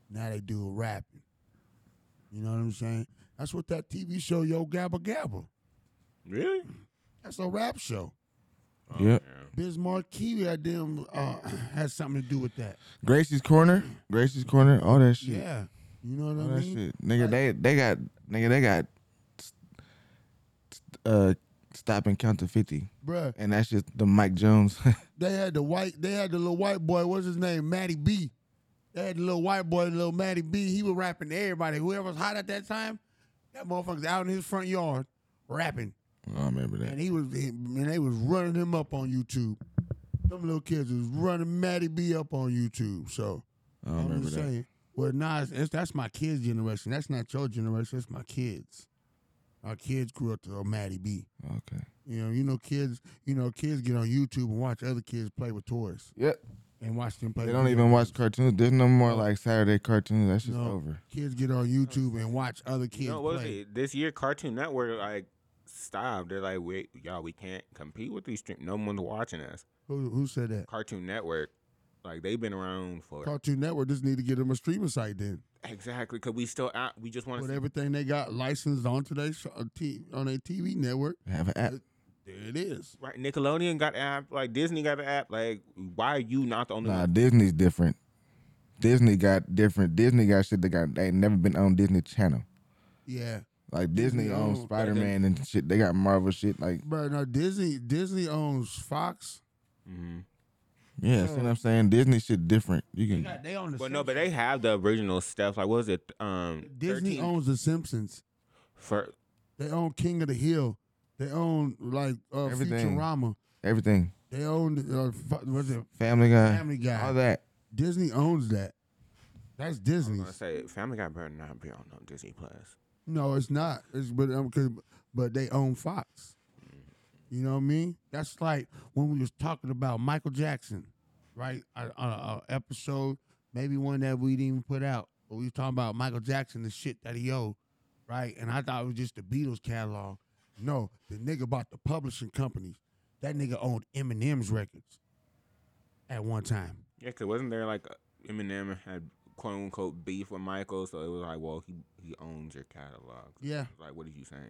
[SPEAKER 1] Now they do rapping. You know what I'm saying? That's what that TV show Yo Gabba Gabba.
[SPEAKER 3] Really?
[SPEAKER 1] That's a rap show.
[SPEAKER 2] yep.
[SPEAKER 1] Biz Markie had them uh, had something to do with that.
[SPEAKER 2] Gracie's corner. Gracie's corner. All that shit.
[SPEAKER 1] Yeah. You know
[SPEAKER 2] All
[SPEAKER 1] what I
[SPEAKER 2] that
[SPEAKER 1] mean?
[SPEAKER 2] shit. Nigga, they they got nigga, they got uh stop and count to fifty.
[SPEAKER 1] Bruh.
[SPEAKER 2] And that's just the Mike Jones.
[SPEAKER 1] They had the white. They had the little white boy. What's his name? Matty B. They had the little white boy, little Matty B. He was rapping to everybody. Whoever was hot at that time, that motherfucker's out in his front yard rapping,
[SPEAKER 2] I remember that.
[SPEAKER 1] and he was and they was running him up on YouTube. Them little kids was running Matty B up on YouTube. So
[SPEAKER 2] I don't
[SPEAKER 1] I'm
[SPEAKER 2] remember
[SPEAKER 1] just
[SPEAKER 2] that.
[SPEAKER 1] saying. Well, Nas, it's, that's my kids' generation. That's not your generation. That's my kids. Our kids grew up to a Matty B.
[SPEAKER 2] Okay.
[SPEAKER 1] You know, you know, kids. You know, kids get on YouTube and watch other kids play with toys.
[SPEAKER 2] Yep.
[SPEAKER 1] And watch them play.
[SPEAKER 2] They
[SPEAKER 1] with
[SPEAKER 2] don't
[SPEAKER 1] toys.
[SPEAKER 2] even watch cartoons. There's no more like Saturday cartoons. That's just
[SPEAKER 1] No.
[SPEAKER 2] over.
[SPEAKER 1] Kids get on YouTube and watch other kids
[SPEAKER 3] You know, what was
[SPEAKER 1] play.
[SPEAKER 3] it? This year, Cartoon Network like stopped. They're like, wait, y'all, we can't compete with these stream. No one's watching us.
[SPEAKER 1] Who, who said that?
[SPEAKER 3] Cartoon Network, like they've been around for
[SPEAKER 1] Cartoon Network just need to get them a streaming site then.
[SPEAKER 3] exactly because we still out. We just want
[SPEAKER 1] With
[SPEAKER 3] to.
[SPEAKER 1] everything they got licensed onto their sh- uh, t- on their TV network.
[SPEAKER 2] Have an app.
[SPEAKER 1] There it is.
[SPEAKER 3] Right, Nickelodeon got app, like Disney got an app. Like, why are you not the only
[SPEAKER 2] Nah,
[SPEAKER 3] one?
[SPEAKER 2] Disney's different. Disney got different. Disney got shit that got they ain't never been on Disney Channel.
[SPEAKER 1] Yeah.
[SPEAKER 2] Like Disney
[SPEAKER 1] Disney
[SPEAKER 2] owns
[SPEAKER 1] own-
[SPEAKER 2] Spider Man and shit. They got Marvel shit. Like
[SPEAKER 1] Bro, no Disney. Disney owns Fox.
[SPEAKER 2] yeah, see what I'm saying? Disney shit different. You can
[SPEAKER 1] They own the.
[SPEAKER 3] But no, but they have the original stuff. Like, what was it? Um,
[SPEAKER 1] Disney
[SPEAKER 3] 13
[SPEAKER 1] owns The Simpsons.
[SPEAKER 3] for
[SPEAKER 1] They own King of the Hill. They own like uh,
[SPEAKER 2] everything.
[SPEAKER 1] Futurama.
[SPEAKER 2] Everything.
[SPEAKER 1] They own uh, fu- was it
[SPEAKER 2] Family Guy.
[SPEAKER 1] Family Guy.
[SPEAKER 2] All that.
[SPEAKER 1] Disney owns that. That's
[SPEAKER 3] I'm
[SPEAKER 1] Disney.
[SPEAKER 3] gonna say Family Guy better not be on no Disney Plus.
[SPEAKER 1] No, it's not. It's but um, 'cause- but they own Fox. You know what I mean? That's like when we was talking about Michael Jackson, right? On a, a episode, maybe one that we didn't even put out, but we was talking about Michael Jackson, the shit that he owed right? And I thought it was just the Beatles catalog. No, the nigga bought the publishing companies. That nigga owned Eminem's records at one time.
[SPEAKER 3] Yeah, cause wasn't there like Eminem had quote unquote beef with Michael, so it was like, well, he he owns your catalog.
[SPEAKER 1] Yeah.
[SPEAKER 3] Like, what are you saying?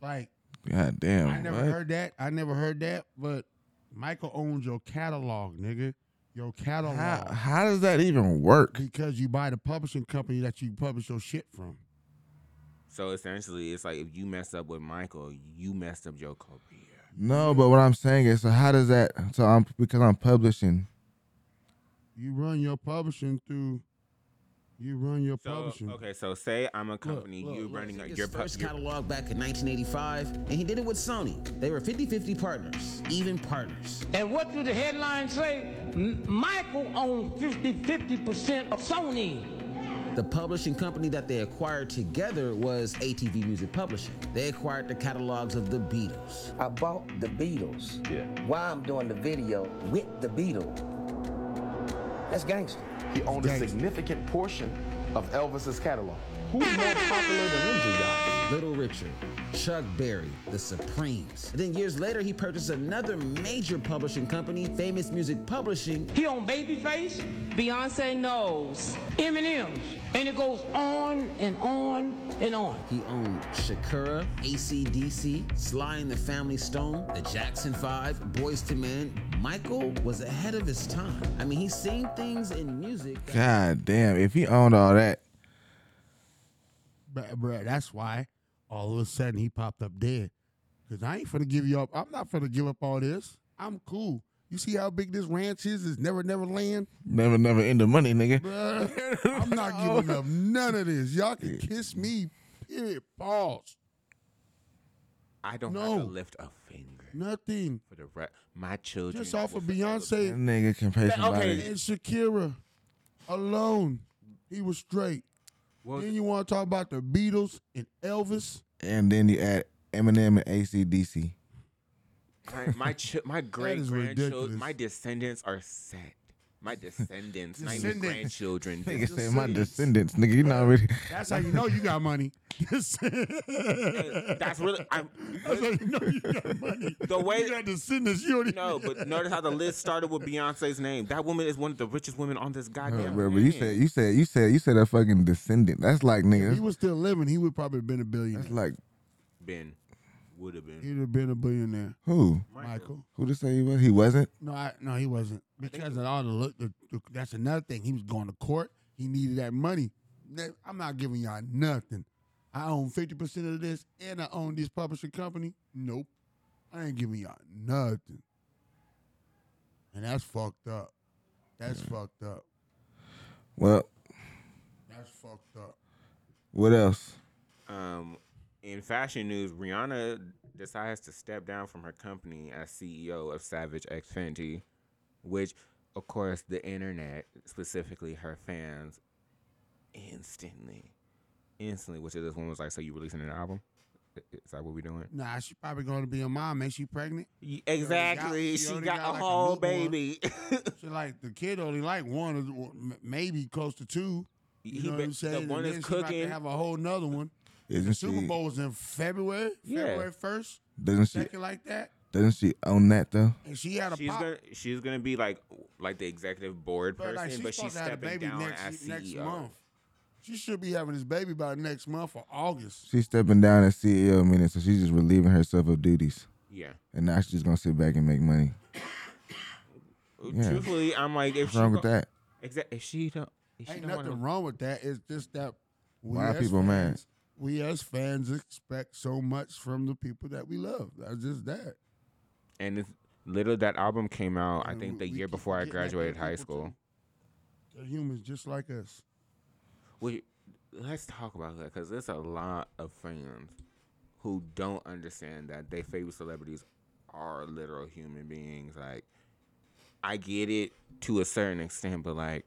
[SPEAKER 1] Like,
[SPEAKER 2] God damn.
[SPEAKER 1] I never
[SPEAKER 2] what?
[SPEAKER 1] heard that. I never heard that. But Michael owns your catalog, nigga. Your catalog.
[SPEAKER 2] How, how does that even work?
[SPEAKER 1] Because you buy the publishing company that you publish your shit from.
[SPEAKER 3] So essentially, it's like if you mess up with Michael, you messed up your career.
[SPEAKER 2] No, but what I'm saying is, so how does that? So I'm because I'm publishing.
[SPEAKER 1] You run your publishing through. You run your
[SPEAKER 3] So,
[SPEAKER 1] publishing.
[SPEAKER 3] okay, so say I'm a company, you running
[SPEAKER 1] look,
[SPEAKER 3] like
[SPEAKER 1] it's
[SPEAKER 3] your
[SPEAKER 1] the
[SPEAKER 3] pub-
[SPEAKER 1] first
[SPEAKER 3] your-
[SPEAKER 9] catalog back in 1985, and he did it with Sony. They were 50-50 partners, even partners.
[SPEAKER 16] And what do the headlines say? M- Michael owned 50 50% of Sony.
[SPEAKER 9] The publishing company that they acquired together was ATV Music Publishing. They acquired the catalogs of the Beatles. I bought the Beatles. Yeah. Why I'm doing the video with the Beatles. That's gangster.
[SPEAKER 17] He owned a significant portion of Elvis's catalog. Who's more popular than him?
[SPEAKER 9] Little Richard, Chuck Berry, The Supremes. And then years later, he purchased another major publishing company, Famous Music Publishing. He owned Babyface,
[SPEAKER 16] Beyonce knows. Eminem's. And it goes on and on and on.
[SPEAKER 9] He owned Shakira, ACDC, Sly and the Family Stone, The Jackson Five, Boys to Men. Michael was ahead of his time. I mean, he's seen things in music.
[SPEAKER 2] God damn! If he owned all that,
[SPEAKER 1] Bruh, bruh, that's why all of a sudden he popped up dead. Cause I ain't finna give you up. I'm not finna give up all this. I'm cool. You see how big this ranch is? It's never, never land.
[SPEAKER 2] never, never end the money, nigga.
[SPEAKER 1] Bruh, I'm not giving up none of this. Y'all can kiss me. Period. Pause.
[SPEAKER 3] I don't have to lift a finger
[SPEAKER 1] Nothing.
[SPEAKER 3] for the re- my children.
[SPEAKER 1] Just off
[SPEAKER 3] will
[SPEAKER 1] of
[SPEAKER 3] forever
[SPEAKER 1] Beyonce.
[SPEAKER 2] That nigga can pay somebody.
[SPEAKER 1] And Shakira alone. He was straight. then you want to talk about the Beatles and Elvis?
[SPEAKER 2] And then you add Eminem and ACDC.
[SPEAKER 3] My my, chi- my great
[SPEAKER 1] is
[SPEAKER 3] grandchildren,
[SPEAKER 1] ridiculous.
[SPEAKER 3] my descendants are set. My descendants, not even
[SPEAKER 1] Descendants.
[SPEAKER 3] grandchildren.
[SPEAKER 2] Nigga say my descendants, nigga. You know already.
[SPEAKER 1] That's how you know you got money. That's
[SPEAKER 3] That's really. I'm,
[SPEAKER 1] how you know you got money.
[SPEAKER 3] The way
[SPEAKER 1] you got descendants, you don't
[SPEAKER 3] no, but notice how the list started with Beyonce's name. That woman is one of the richest women on this goddamn.
[SPEAKER 2] Bro, but you said you said you said you said a fucking descendant. That's like nigga.
[SPEAKER 1] If he was still living, he would probably have been a billionaire.
[SPEAKER 2] That's like
[SPEAKER 3] Ben would have been.
[SPEAKER 1] He'd have been a billionaire.
[SPEAKER 2] who?
[SPEAKER 1] Michael.
[SPEAKER 2] Who to say he was? He wasn't.
[SPEAKER 1] No, I, no, he wasn't. Because of all the look, the, the- that's another thing. He was going to court. He needed that money. That- I'm not giving y'all nothing. I own 50% of this and I own this publishing company. Nope. I ain't giving y'all nothing. And that's fucked up. That's fucked up.
[SPEAKER 2] Well,
[SPEAKER 1] That's fucked up.
[SPEAKER 2] what else?
[SPEAKER 3] Um, in fashion news, Rihanna decides to step down from her company as CEO of Savage X Fenty, which, of course, the internet, specifically her fans, instantly, instantly, which is this woman was like, "So you releasing an album? I- Is that what we doing?"
[SPEAKER 1] Nah, she probably going to be a mom. Ain't she pregnant?
[SPEAKER 3] exactly. She
[SPEAKER 1] already
[SPEAKER 3] got a
[SPEAKER 1] like,
[SPEAKER 3] whole
[SPEAKER 1] newborn.
[SPEAKER 3] baby.
[SPEAKER 1] she like the kid only like one, or or m- maybe close to two. You
[SPEAKER 3] He
[SPEAKER 1] know
[SPEAKER 3] be-
[SPEAKER 1] what I'm
[SPEAKER 3] the
[SPEAKER 1] saying?
[SPEAKER 3] one
[SPEAKER 1] and
[SPEAKER 3] is
[SPEAKER 1] then she about to
[SPEAKER 3] cooking.
[SPEAKER 1] Have a whole nother one.
[SPEAKER 2] Isn't
[SPEAKER 1] the Super
[SPEAKER 2] she-
[SPEAKER 1] Bowl was in February,
[SPEAKER 3] Yeah.
[SPEAKER 1] February first,
[SPEAKER 2] Doesn't she?
[SPEAKER 1] second like that,
[SPEAKER 2] Doesn't she own that though?
[SPEAKER 1] and she had a
[SPEAKER 3] she's
[SPEAKER 1] pop.
[SPEAKER 3] gonna she's gonna be like like the executive board
[SPEAKER 1] But,
[SPEAKER 3] person,
[SPEAKER 1] like,
[SPEAKER 3] but she's
[SPEAKER 1] supposed to have a
[SPEAKER 3] stepping
[SPEAKER 1] baby
[SPEAKER 3] down as E
[SPEAKER 1] next next
[SPEAKER 3] CEO.
[SPEAKER 1] month. She should be having this baby by next month or August.
[SPEAKER 2] She's stepping down as CEO minute, so she's just relieving herself of duties.
[SPEAKER 3] Yeah.
[SPEAKER 2] And now she's just gonna sit back and make money. Yeah.
[SPEAKER 3] Truthfully, I'm like, if
[SPEAKER 2] What's
[SPEAKER 3] she
[SPEAKER 2] wrong with
[SPEAKER 3] go-
[SPEAKER 2] that?
[SPEAKER 3] Exa- if she don't, if she
[SPEAKER 1] Ain't
[SPEAKER 3] don't
[SPEAKER 1] nothing
[SPEAKER 3] wanna,
[SPEAKER 1] wrong with that. It's just that we
[SPEAKER 2] Why are
[SPEAKER 1] as
[SPEAKER 2] people mad?
[SPEAKER 1] fans- We as fans expect so much from the people that we love. That's just that.
[SPEAKER 3] and it's, little that album came out, I
[SPEAKER 1] And
[SPEAKER 3] think the
[SPEAKER 1] we
[SPEAKER 3] year
[SPEAKER 1] keep
[SPEAKER 3] before I
[SPEAKER 1] forgetting that they're
[SPEAKER 3] graduated high
[SPEAKER 1] people,
[SPEAKER 3] school.
[SPEAKER 1] They're humans just like us.
[SPEAKER 3] Wait, let's talk about that because there's a lot of fans who don't understand that their favorite celebrities are literal human beings. Like, I get it to a certain extent, but like,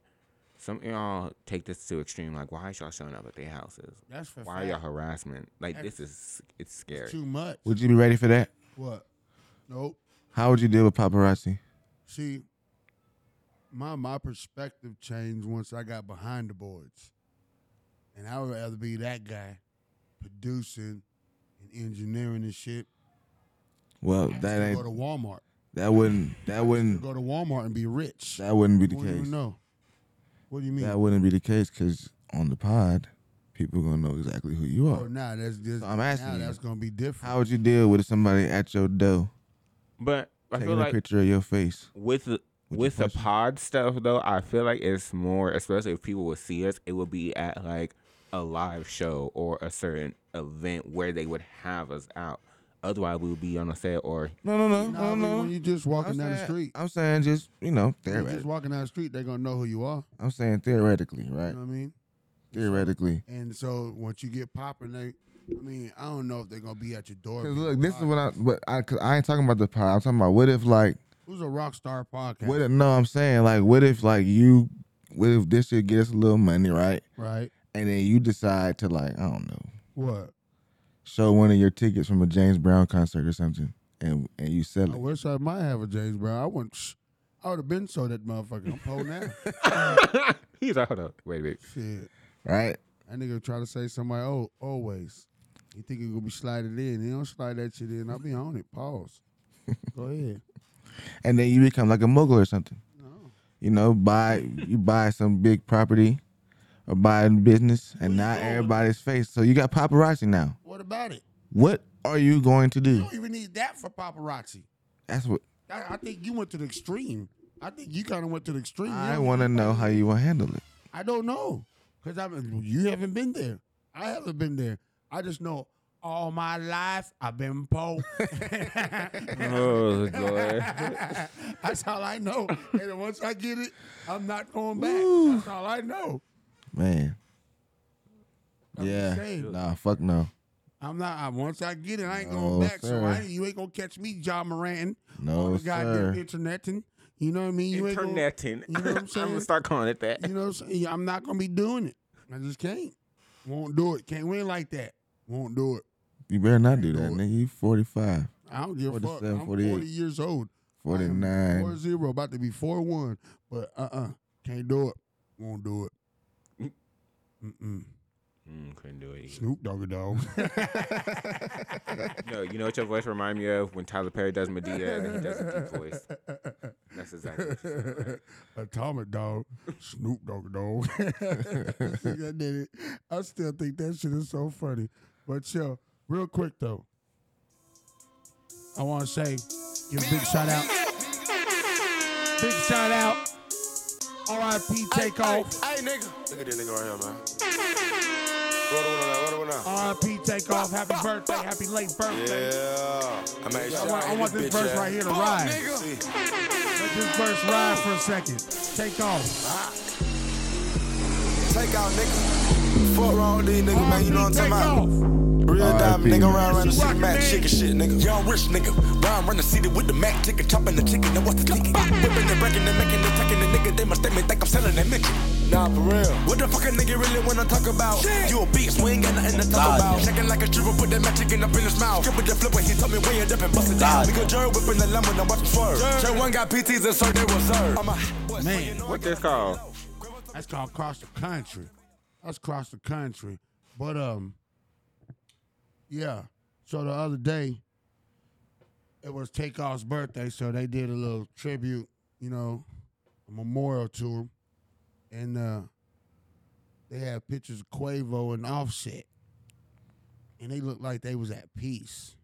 [SPEAKER 3] some of y'all take this to extreme. Like, why is y'all showing up at their houses?
[SPEAKER 1] That's for
[SPEAKER 3] why are y'all
[SPEAKER 1] fact.
[SPEAKER 3] harassment? Like,
[SPEAKER 1] That's-
[SPEAKER 3] this is it's scary.
[SPEAKER 1] Too much.
[SPEAKER 2] Would you be ready for that?
[SPEAKER 1] What? Nope.
[SPEAKER 2] How would you deal with paparazzi?
[SPEAKER 1] See, my my perspective changed once I got behind the boards, and I would rather be that guy producing and engineering and shit.
[SPEAKER 2] Well, that
[SPEAKER 1] Still go to
[SPEAKER 2] ain't.
[SPEAKER 1] Walmart.
[SPEAKER 2] That wouldn't. That wouldn't.
[SPEAKER 1] Go to Walmart and be rich.
[SPEAKER 2] That wouldn't be the
[SPEAKER 1] Won't even
[SPEAKER 2] case.
[SPEAKER 1] know. What do you mean?
[SPEAKER 2] That wouldn't be the case because on the pod, people gonna know exactly who you
[SPEAKER 1] Oh,
[SPEAKER 2] are.
[SPEAKER 1] nah, that's, that's
[SPEAKER 2] I'm asking
[SPEAKER 1] Nah,
[SPEAKER 2] you.
[SPEAKER 1] that's gonna be different.
[SPEAKER 2] How would you deal with somebody at your door
[SPEAKER 3] But I
[SPEAKER 2] taking
[SPEAKER 3] feel
[SPEAKER 2] a
[SPEAKER 3] like
[SPEAKER 2] picture of your face?
[SPEAKER 3] with the- with the pod stuff though, I feel like it's more, especially if people would see us, it would be at like a live show or a certain event where they would have us out. Otherwise, we would be on a set or
[SPEAKER 2] No, no, no,
[SPEAKER 1] Nah,
[SPEAKER 2] no, no.
[SPEAKER 1] When you just walking
[SPEAKER 2] I'm
[SPEAKER 1] down the
[SPEAKER 2] saying-
[SPEAKER 1] street,
[SPEAKER 2] I'm saying just you know
[SPEAKER 1] you just
[SPEAKER 2] theoretically.
[SPEAKER 1] walking down the street, they're gonna know who you are.
[SPEAKER 2] I'm saying theoretically, right?
[SPEAKER 1] You know what I mean?
[SPEAKER 2] Theoretically.
[SPEAKER 1] And so once you get popping, they, I mean, I don't know if they're gonna be at your door.
[SPEAKER 2] 'Cause look, this is what I but I cause I ain't talking about the pod. I'm talking about what if like
[SPEAKER 1] Who's a rock star podcast?
[SPEAKER 2] what if, no I'm saying like what if like you what if this should get us a little money right
[SPEAKER 1] Right.
[SPEAKER 2] and then you decide to like I don't know
[SPEAKER 1] What?
[SPEAKER 2] show one of your tickets from a James Brown concert or something and and you sell
[SPEAKER 1] I
[SPEAKER 2] it.
[SPEAKER 1] wish I might have a James Brown. I wouldn't. Shh, I would have been so that motherfucker. I'm pulling now.
[SPEAKER 3] He's like, hold up, wait a minute.
[SPEAKER 1] Shit.
[SPEAKER 2] Right.
[SPEAKER 1] That nigga try to say somebody. Oh, always. He think he gonna be slided in. He don't slide that shit in. I'll be on it. Pause. Go ahead.
[SPEAKER 2] And then you become like a mogul or something.
[SPEAKER 1] Oh.
[SPEAKER 2] You know, buy you buy some big property or buy a business and not everybody's face. So you got paparazzi now.
[SPEAKER 1] What about it?
[SPEAKER 2] What are you going to
[SPEAKER 1] You
[SPEAKER 2] do?
[SPEAKER 1] don't even need that for paparazzi.
[SPEAKER 2] That's what
[SPEAKER 1] I, I think you went to the extreme. I think you kind of went to the extreme. You
[SPEAKER 2] I
[SPEAKER 1] don't-
[SPEAKER 2] want to know how you will handle it.
[SPEAKER 1] I don't know because I you haven't been there. I haven't been there. I just know all my life I've been poor.
[SPEAKER 3] Oh, Lord.
[SPEAKER 1] That's all I know. And once I get it, I'm not going back. That's all I know.
[SPEAKER 2] Man. yeah.
[SPEAKER 1] saying.
[SPEAKER 2] Nah, fuck no.
[SPEAKER 1] I'm not. I, once I get it, I ain't
[SPEAKER 2] No,
[SPEAKER 1] going back. So I,
[SPEAKER 2] sir.
[SPEAKER 1] ain't- you ain't gonna catch me, John Moran.
[SPEAKER 2] No,
[SPEAKER 1] on the goddamn
[SPEAKER 2] sir.
[SPEAKER 1] internet and you know what I mean. You ain't gonna-
[SPEAKER 3] Interneting.
[SPEAKER 1] You know what I'm
[SPEAKER 3] I'm
[SPEAKER 1] saying?
[SPEAKER 3] gonna start calling it that.
[SPEAKER 1] You know what I'm saying? I'm not gonna be doing it. I just can't. Won't do it. Can't win like that. Won't do it.
[SPEAKER 2] You better not do that, nigga. You 45,
[SPEAKER 1] I don't give a fuck.
[SPEAKER 2] 47,
[SPEAKER 1] I'm
[SPEAKER 2] 48.
[SPEAKER 1] 40 years old. Four
[SPEAKER 2] 49.
[SPEAKER 1] zero, about to be four one. But uh uh-uh, uh, can not do it. Won't do it. Mm-mm.
[SPEAKER 3] Mm, couldn't do it.
[SPEAKER 1] Snoop Doggy Dog.
[SPEAKER 3] no, you know what your voice remind me of when Tyler Perry does Medea and he does a deep voice. That's exactly. What you
[SPEAKER 1] Atomic Dog. Snoop Doggy Dog. I did it. I still think that shit is so funny. But yo, real quick though, I want to say, give a big shout out. Big shout out. R.I.P. Takeoff.
[SPEAKER 13] Hey, nigga. Look at this nigga right here, man. Roll the window now, roll the window now.
[SPEAKER 1] R.I.P. Takeoff. Happy birthday. Happy late birthday.
[SPEAKER 13] Yeah. I made
[SPEAKER 1] I
[SPEAKER 13] sure
[SPEAKER 1] want- I
[SPEAKER 13] hit
[SPEAKER 1] want this verse
[SPEAKER 13] bitch
[SPEAKER 1] right here to
[SPEAKER 13] ass.
[SPEAKER 1] ride.
[SPEAKER 13] See.
[SPEAKER 1] Let this verse ride for a second. Take off.
[SPEAKER 13] Take out, nigga. Fuck wrong with these niggas, man. You know what I'm talking about. Real diamond
[SPEAKER 2] R.I.P.
[SPEAKER 13] nigga around around the city, Mac chicken shit, nigga. Young rich nigga, round around the city with the Mac chicken, chopping the chicken. Now what's the ticket? Whipping and breaking and making and taking the nigga. They must think me think I'm selling that mention. Nah, for real. What the fuck a nigga really wanna talk about? You a bitch, we ain't got nothing to talk about. Shaking like a trooper, put that Mac chicken up in his mouth. Strip with the flipper, he told me way it up and bust it down. We go jerry whipping the lemon and watch him swerve. Jerry one got PTs and so they were served. I'm a
[SPEAKER 1] Man,
[SPEAKER 3] What this called?
[SPEAKER 1] that's called cross the country. That's cross the country. But um, yeah. So the other day, it was Takeoff's birthday, so they did a little tribute, you know, a memorial to him, and uh, they had pictures of Quavo and Offset, and they looked like they was at peace,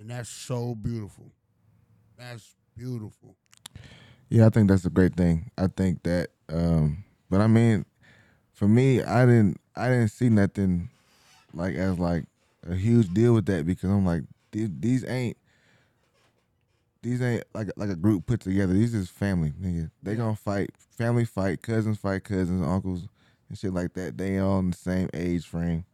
[SPEAKER 1] and that's so beautiful. That's beautiful.
[SPEAKER 2] Yeah, I think that's a great thing. I think that um but I mean for me, I didn't I didn't see nothing like as like a huge deal with that because I'm like these, these ain't these ain't like like a group put together. These is family, nigga. They gonna fight, family fight, cousins fight, cousins, uncles, and shit like that. They all in the same age frame.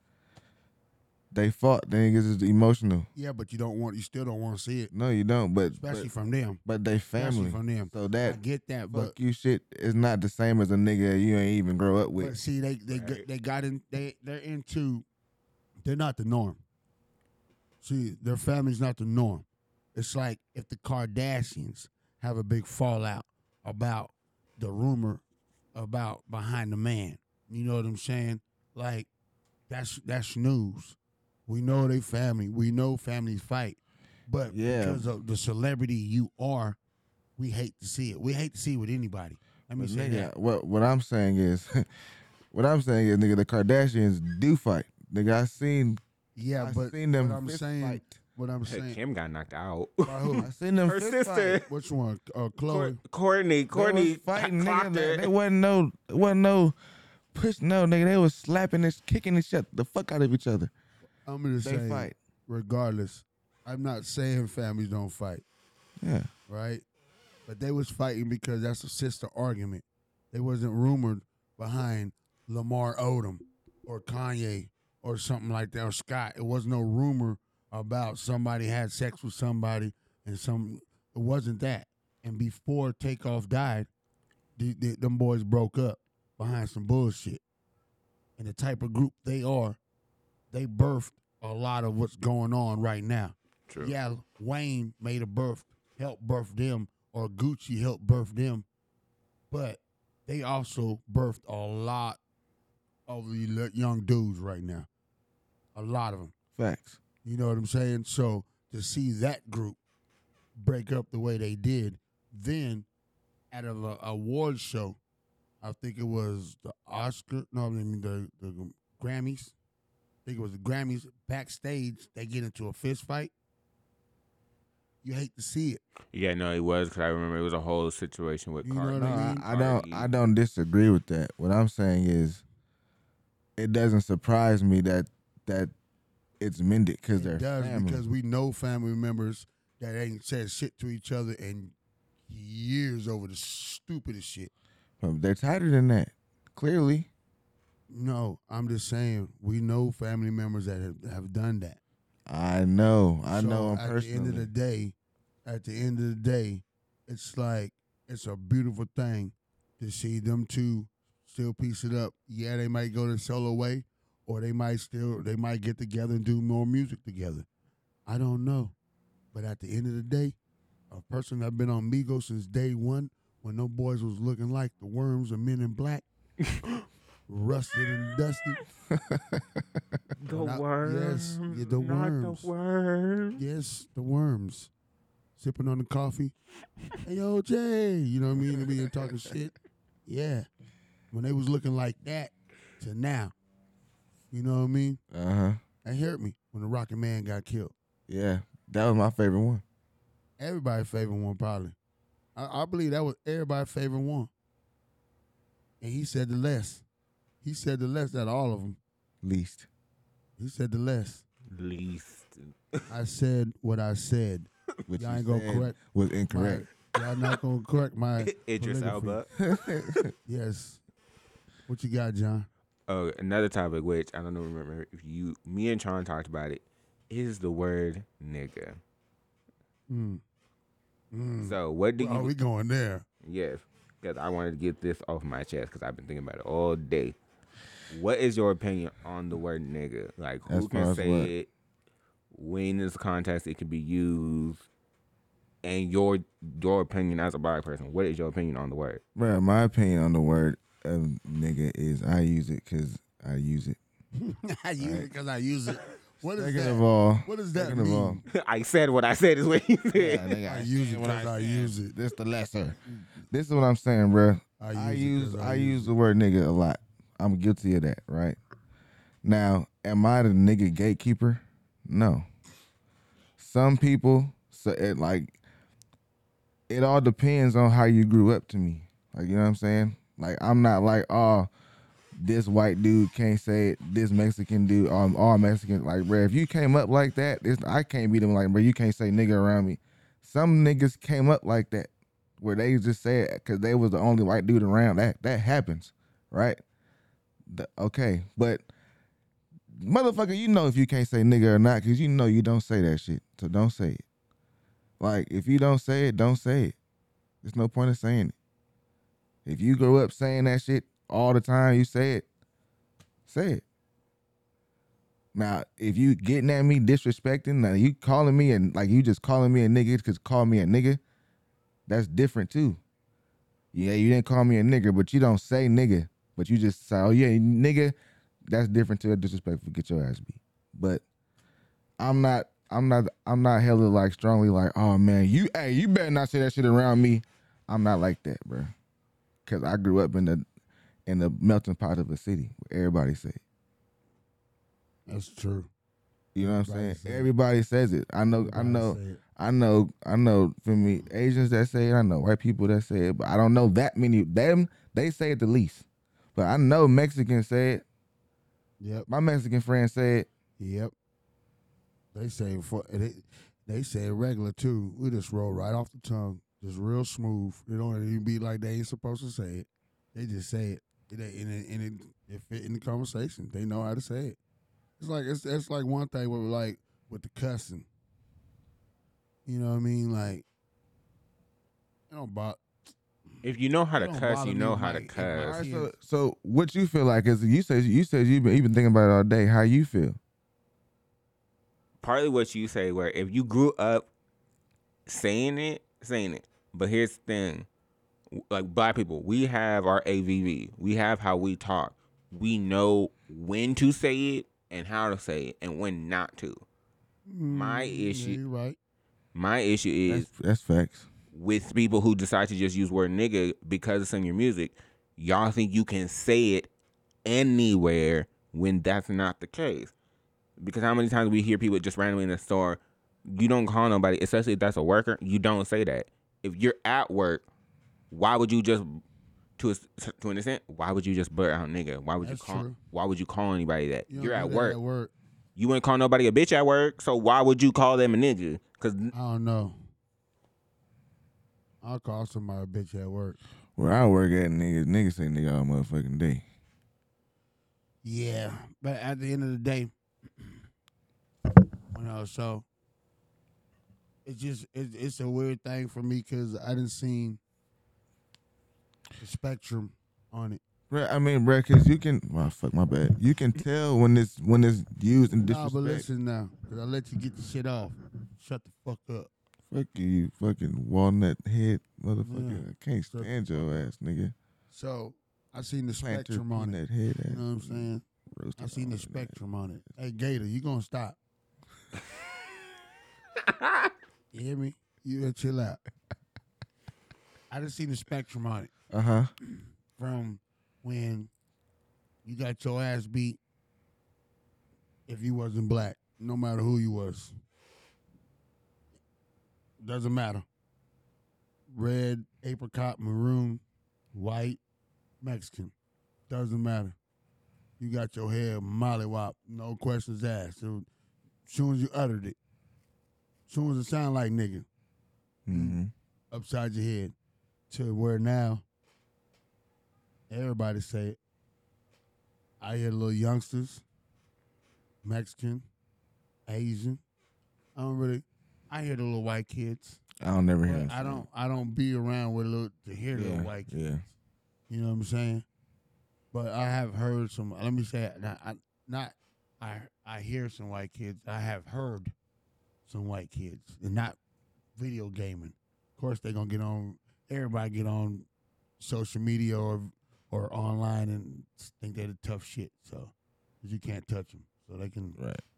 [SPEAKER 2] They fought. They niggas is emotional.
[SPEAKER 1] Yeah, but you don't want, you still don't want to see it,
[SPEAKER 2] No, you don't. But but-
[SPEAKER 1] especially from them.
[SPEAKER 2] But they
[SPEAKER 1] Especially
[SPEAKER 2] family.
[SPEAKER 1] from them.
[SPEAKER 2] So that
[SPEAKER 1] I get that, but
[SPEAKER 2] fuck you shit is not the same as a nigga you ain't even grow up
[SPEAKER 1] But
[SPEAKER 2] with.
[SPEAKER 1] see, they they got- they got in they they're into they're not the norm. See, their family's not the norm. It's like if the Kardashians have a big fallout about the rumor about behind the man. You know what I'm saying? Like that's that's news. We know they family. We know families fight. But
[SPEAKER 2] Yeah.
[SPEAKER 1] because of the celebrity you are, we hate to see it. We hate to see it with anybody. Let me
[SPEAKER 2] But
[SPEAKER 1] say
[SPEAKER 2] nigga,
[SPEAKER 1] that.
[SPEAKER 2] What what I'm saying is, what I'm saying is, nigga, the Kardashians do fight. Nigga, I seen.
[SPEAKER 1] Yeah,
[SPEAKER 2] I
[SPEAKER 1] but
[SPEAKER 2] seen them
[SPEAKER 1] what I'm
[SPEAKER 2] fist
[SPEAKER 1] saying, what I'm
[SPEAKER 3] Hey,
[SPEAKER 1] saying,
[SPEAKER 3] Kim got knocked out.
[SPEAKER 1] who?
[SPEAKER 2] I seen them
[SPEAKER 3] Her
[SPEAKER 2] fist
[SPEAKER 3] sister.
[SPEAKER 2] fight.
[SPEAKER 1] Which one? Uh, Chloe.
[SPEAKER 3] Courtney.
[SPEAKER 2] They
[SPEAKER 3] Courtney
[SPEAKER 2] was fighting, nigga.
[SPEAKER 3] ca- clocked her.
[SPEAKER 2] There. They wasn't no, wasn't no push. No, nigga, they was slapping and kicking and shut the fuck out of each other.
[SPEAKER 1] I'm gonna
[SPEAKER 2] They
[SPEAKER 1] say,
[SPEAKER 2] fight.
[SPEAKER 1] regardless, I'm not saying families don't fight.
[SPEAKER 2] Yeah.
[SPEAKER 1] Right. But they was fighting because that's a sister argument. They wasn't rumored behind Lamar Odom or Kanye or something like that or Scott. It was no rumor about somebody had sex with somebody and some. It wasn't that. And before Takeoff died, the, the, them boys broke up behind some bullshit. And the type of group they are, they birthed a lot of what's going on right now.
[SPEAKER 18] True.
[SPEAKER 1] Yeah, Wayne made a birth, helped birth them, or Gucci helped birth them, but they also birthed a lot of the le- young dudes right now. A lot of them.
[SPEAKER 2] Facts.
[SPEAKER 1] You know what I'm saying? So to see that group break up the way they did, then at an award show, I think it was the Oscar, no, I mean the, the Grammys. I think it was the Grammys. Backstage, they get into a fist fight. You hate to see it.
[SPEAKER 3] Yeah, no, it was because I remember it was a whole situation with
[SPEAKER 1] You know
[SPEAKER 3] Cardi.
[SPEAKER 1] what I
[SPEAKER 2] I, I don't I don't disagree with that. What I'm saying is it doesn't surprise me that that it's mended because they're
[SPEAKER 1] It does
[SPEAKER 2] family.
[SPEAKER 1] because we know family members that ain't said shit to each other in years over the stupidest shit.
[SPEAKER 2] But they're tighter than that. Clearly.
[SPEAKER 1] No, I'm just saying we know family members that have, have done that.
[SPEAKER 2] I know. I
[SPEAKER 1] So
[SPEAKER 2] know 'em
[SPEAKER 1] At the end
[SPEAKER 2] personally.
[SPEAKER 1] of the day, at the end of the day, it's like it's a beautiful thing to see them two still piece it up. Yeah, they might go their solo way, or they might still they might get together and do more music together. I don't know, but at the end of the day, a person that's been on Migos since day one, when no boys was looking like the worms of Men in Black, rusted and dusted.
[SPEAKER 3] The
[SPEAKER 1] Not- Yes,
[SPEAKER 3] worm,
[SPEAKER 1] yeah, the
[SPEAKER 3] not the
[SPEAKER 1] worms. Yes, the worms. Sipping on the coffee. hey, yo, Jay. You know what I mean? They be here talking shit. Yeah. When they was looking like that to now. You know what I mean?
[SPEAKER 2] uh huh.
[SPEAKER 1] That hurt me when the Rocket Man got killed.
[SPEAKER 2] Yeah. That was my favorite one.
[SPEAKER 1] Everybody favorite one probably. I, I believe that was everybody's favorite one. And he said the less. He said the less out of all of them.
[SPEAKER 2] Least.
[SPEAKER 1] He said the less.
[SPEAKER 3] Least.
[SPEAKER 1] I said what I said.
[SPEAKER 2] What
[SPEAKER 1] y'all
[SPEAKER 2] you
[SPEAKER 1] ain't gonna
[SPEAKER 2] said
[SPEAKER 1] correct.
[SPEAKER 2] was
[SPEAKER 1] my-
[SPEAKER 2] incorrect.
[SPEAKER 1] y'all not gonna correct my.
[SPEAKER 3] Idris
[SPEAKER 1] calligraphy. yes. What you got, John?
[SPEAKER 3] Oh, another topic which I don't know remember if you me and Sean talked about it is the word nigga.
[SPEAKER 1] Mm. Mm.
[SPEAKER 3] So what do you?
[SPEAKER 1] Oh, we going there.
[SPEAKER 3] Yes, because I wanted to get this off my chest because I've been thinking about it all day. What is your opinion on the word nigga? Like who
[SPEAKER 2] As far
[SPEAKER 3] can
[SPEAKER 2] as
[SPEAKER 3] say
[SPEAKER 2] what?
[SPEAKER 3] it? When is the context it can be used? And your your opinion as a black person, what is your opinion on the word?
[SPEAKER 2] Bruh, my opinion on the word of nigga is I use it because I use it.
[SPEAKER 1] I use it because I use it. What is
[SPEAKER 2] Second
[SPEAKER 1] that?
[SPEAKER 2] of all,
[SPEAKER 1] what does that
[SPEAKER 2] second of all,
[SPEAKER 1] mean?
[SPEAKER 3] I said what I said is what you said.
[SPEAKER 2] Yeah, nigga, I, use it when I, use it. This the lesser. This is what I'm saying, bro. I use I use,
[SPEAKER 1] 'cause I
[SPEAKER 2] I use the word nigga a lot. I'm guilty of that, right? Now, am I the nigga gatekeeper? No. Some people, so it like, it all depends on how you grew up to me. Like, you know what I'm saying? Like, I'm not like, oh, this white dude can't say it. This Mexican dude, um, all Mexican. Like, bro, if you came up like that, it's, I can't be them. Like, bro, you can't say nigga around me. Some niggas came up like that, where they just said because they was the only white dude around. That that happens, right? The- okay, but motherfucker, you know if you can't say nigga or not because you know you don't say that shit. So don't say it. Like, if you don't say it, don't say it. There's no point in saying it. If you grow up saying that shit all the time, you say it, say it. Now, if you getting at me, disrespecting, now you calling me and like you just calling me a nigga because call me a nigga, that's different too. Yeah, you didn't call me a nigga, but you don't say nigga, but you just say, oh yeah, nigga, that's different to a disrespectful. Get your ass beat. But I'm not I'm not I'm not hella like strongly like, oh man, you hey, you better not say that shit around me. I'm not like that, bro. Cause I grew up in the in the melting pot of a city where everybody say it.
[SPEAKER 1] That's true.
[SPEAKER 2] You know what I'm saying?
[SPEAKER 1] Everybody say it.
[SPEAKER 2] Everybody says it. I know I know
[SPEAKER 1] say it.
[SPEAKER 2] I know I know for me, Asians that say it, I know white people that say it, but I don't know that many them they say it the least. But I know Mexicans say it.
[SPEAKER 1] Yep.
[SPEAKER 2] My Mexican friend say it.
[SPEAKER 1] Yep. They say it for they they say it regular too. We just roll right off the tongue, just real smooth. It don't even be like they ain't supposed to say it. They just say it. It ain't- and it, and it, it fit in the conversation. They know how to say it. It's like it's that's like one thing with like with the cussing. You know what I mean? Like it don't bother.
[SPEAKER 3] If you know how to
[SPEAKER 1] It don't
[SPEAKER 3] cuss,
[SPEAKER 1] bother
[SPEAKER 3] you
[SPEAKER 1] me,
[SPEAKER 3] know how to
[SPEAKER 1] like, if my
[SPEAKER 3] cuss.
[SPEAKER 1] kids-
[SPEAKER 2] So what you feel like is you said you said you've been, you've been thinking about it all day. How you feel?
[SPEAKER 3] Partly what you say, where if you grew up saying it, saying it. But here's the thing w- like black people, we have our AVV, we have how we talk, we know when to say it and how to say it and when not to. My
[SPEAKER 1] Mm, yeah,
[SPEAKER 3] issue-
[SPEAKER 1] you right.
[SPEAKER 3] My issue is
[SPEAKER 2] That's facts.
[SPEAKER 3] with people who decide to just use word nigga because it's in your music, y'all think you can say it anywhere when that's not the case. Because how many times we hear people just randomly in the store, you don't call nobody, especially if that's a worker, you don't say that. If you're at work, why would you just to a, to an extent, why would you just blurt out nigga? Why would
[SPEAKER 1] That's
[SPEAKER 3] you call
[SPEAKER 1] true.
[SPEAKER 3] why would you call anybody that?
[SPEAKER 1] You don't
[SPEAKER 3] you're
[SPEAKER 1] do
[SPEAKER 3] at
[SPEAKER 1] that
[SPEAKER 3] work.
[SPEAKER 1] At work.
[SPEAKER 3] You wouldn't call nobody a bitch at work, so why would you call them a nigga? Cause
[SPEAKER 1] I don't know. I'll call somebody a bitch at work.
[SPEAKER 2] Where I work at, niggas niggas say nigga all motherfucking day.
[SPEAKER 1] Yeah, but at the end of the day, you know, so it's just it's, it's a weird thing for me because I didn't seen the spectrum on it.
[SPEAKER 2] Bruh, I mean, bruh, cause you can. Well, fuck my bad. You can tell when it's when it's used in
[SPEAKER 1] Nah,
[SPEAKER 2] disrespect.
[SPEAKER 1] but listen now, because I let you get the shit off. Shut the fuck up.
[SPEAKER 2] Fuck you, you fucking walnut head motherfucker.
[SPEAKER 1] Yeah.
[SPEAKER 2] I can't stand your ass, nigga.
[SPEAKER 1] So I seen the
[SPEAKER 2] Plant your
[SPEAKER 1] spectrum on it.
[SPEAKER 2] peanut head
[SPEAKER 1] you
[SPEAKER 2] ass.
[SPEAKER 1] know what I'm saying?
[SPEAKER 2] Roasted
[SPEAKER 1] I seen the spectrum on it. Hey Gator, you gonna stop? you hear me? You gotta chill out. I just seen the spectrum on it.
[SPEAKER 2] Uh huh.
[SPEAKER 1] from when you got your ass beat if you wasn't black, no matter who you was. Doesn't matter. Red, apricot, maroon, white, Mexican. Doesn't matter. You got your head mollywop, no questions asked. So, soon as you uttered it, soon as it sounded like nigga,
[SPEAKER 2] Mm-hmm.
[SPEAKER 1] upside your head to where now everybody say it. I hear little youngsters, Mexican, Asian. I don't really. I hear the little white kids.
[SPEAKER 2] I don't never hear.
[SPEAKER 1] but
[SPEAKER 2] him
[SPEAKER 1] I
[SPEAKER 2] say
[SPEAKER 1] don't. I don't be around with little to hear
[SPEAKER 2] Yeah,
[SPEAKER 1] little white kids.
[SPEAKER 2] yeah.
[SPEAKER 1] You know what I'm saying? But I have heard some. Let me say, it, not I, not I. I hear some white kids. I have heard some white kids, and not video gaming. Of course, they gonna get on. Everybody get on social media or or online and think they're the tough shit. So 'cause you can't touch them, so they can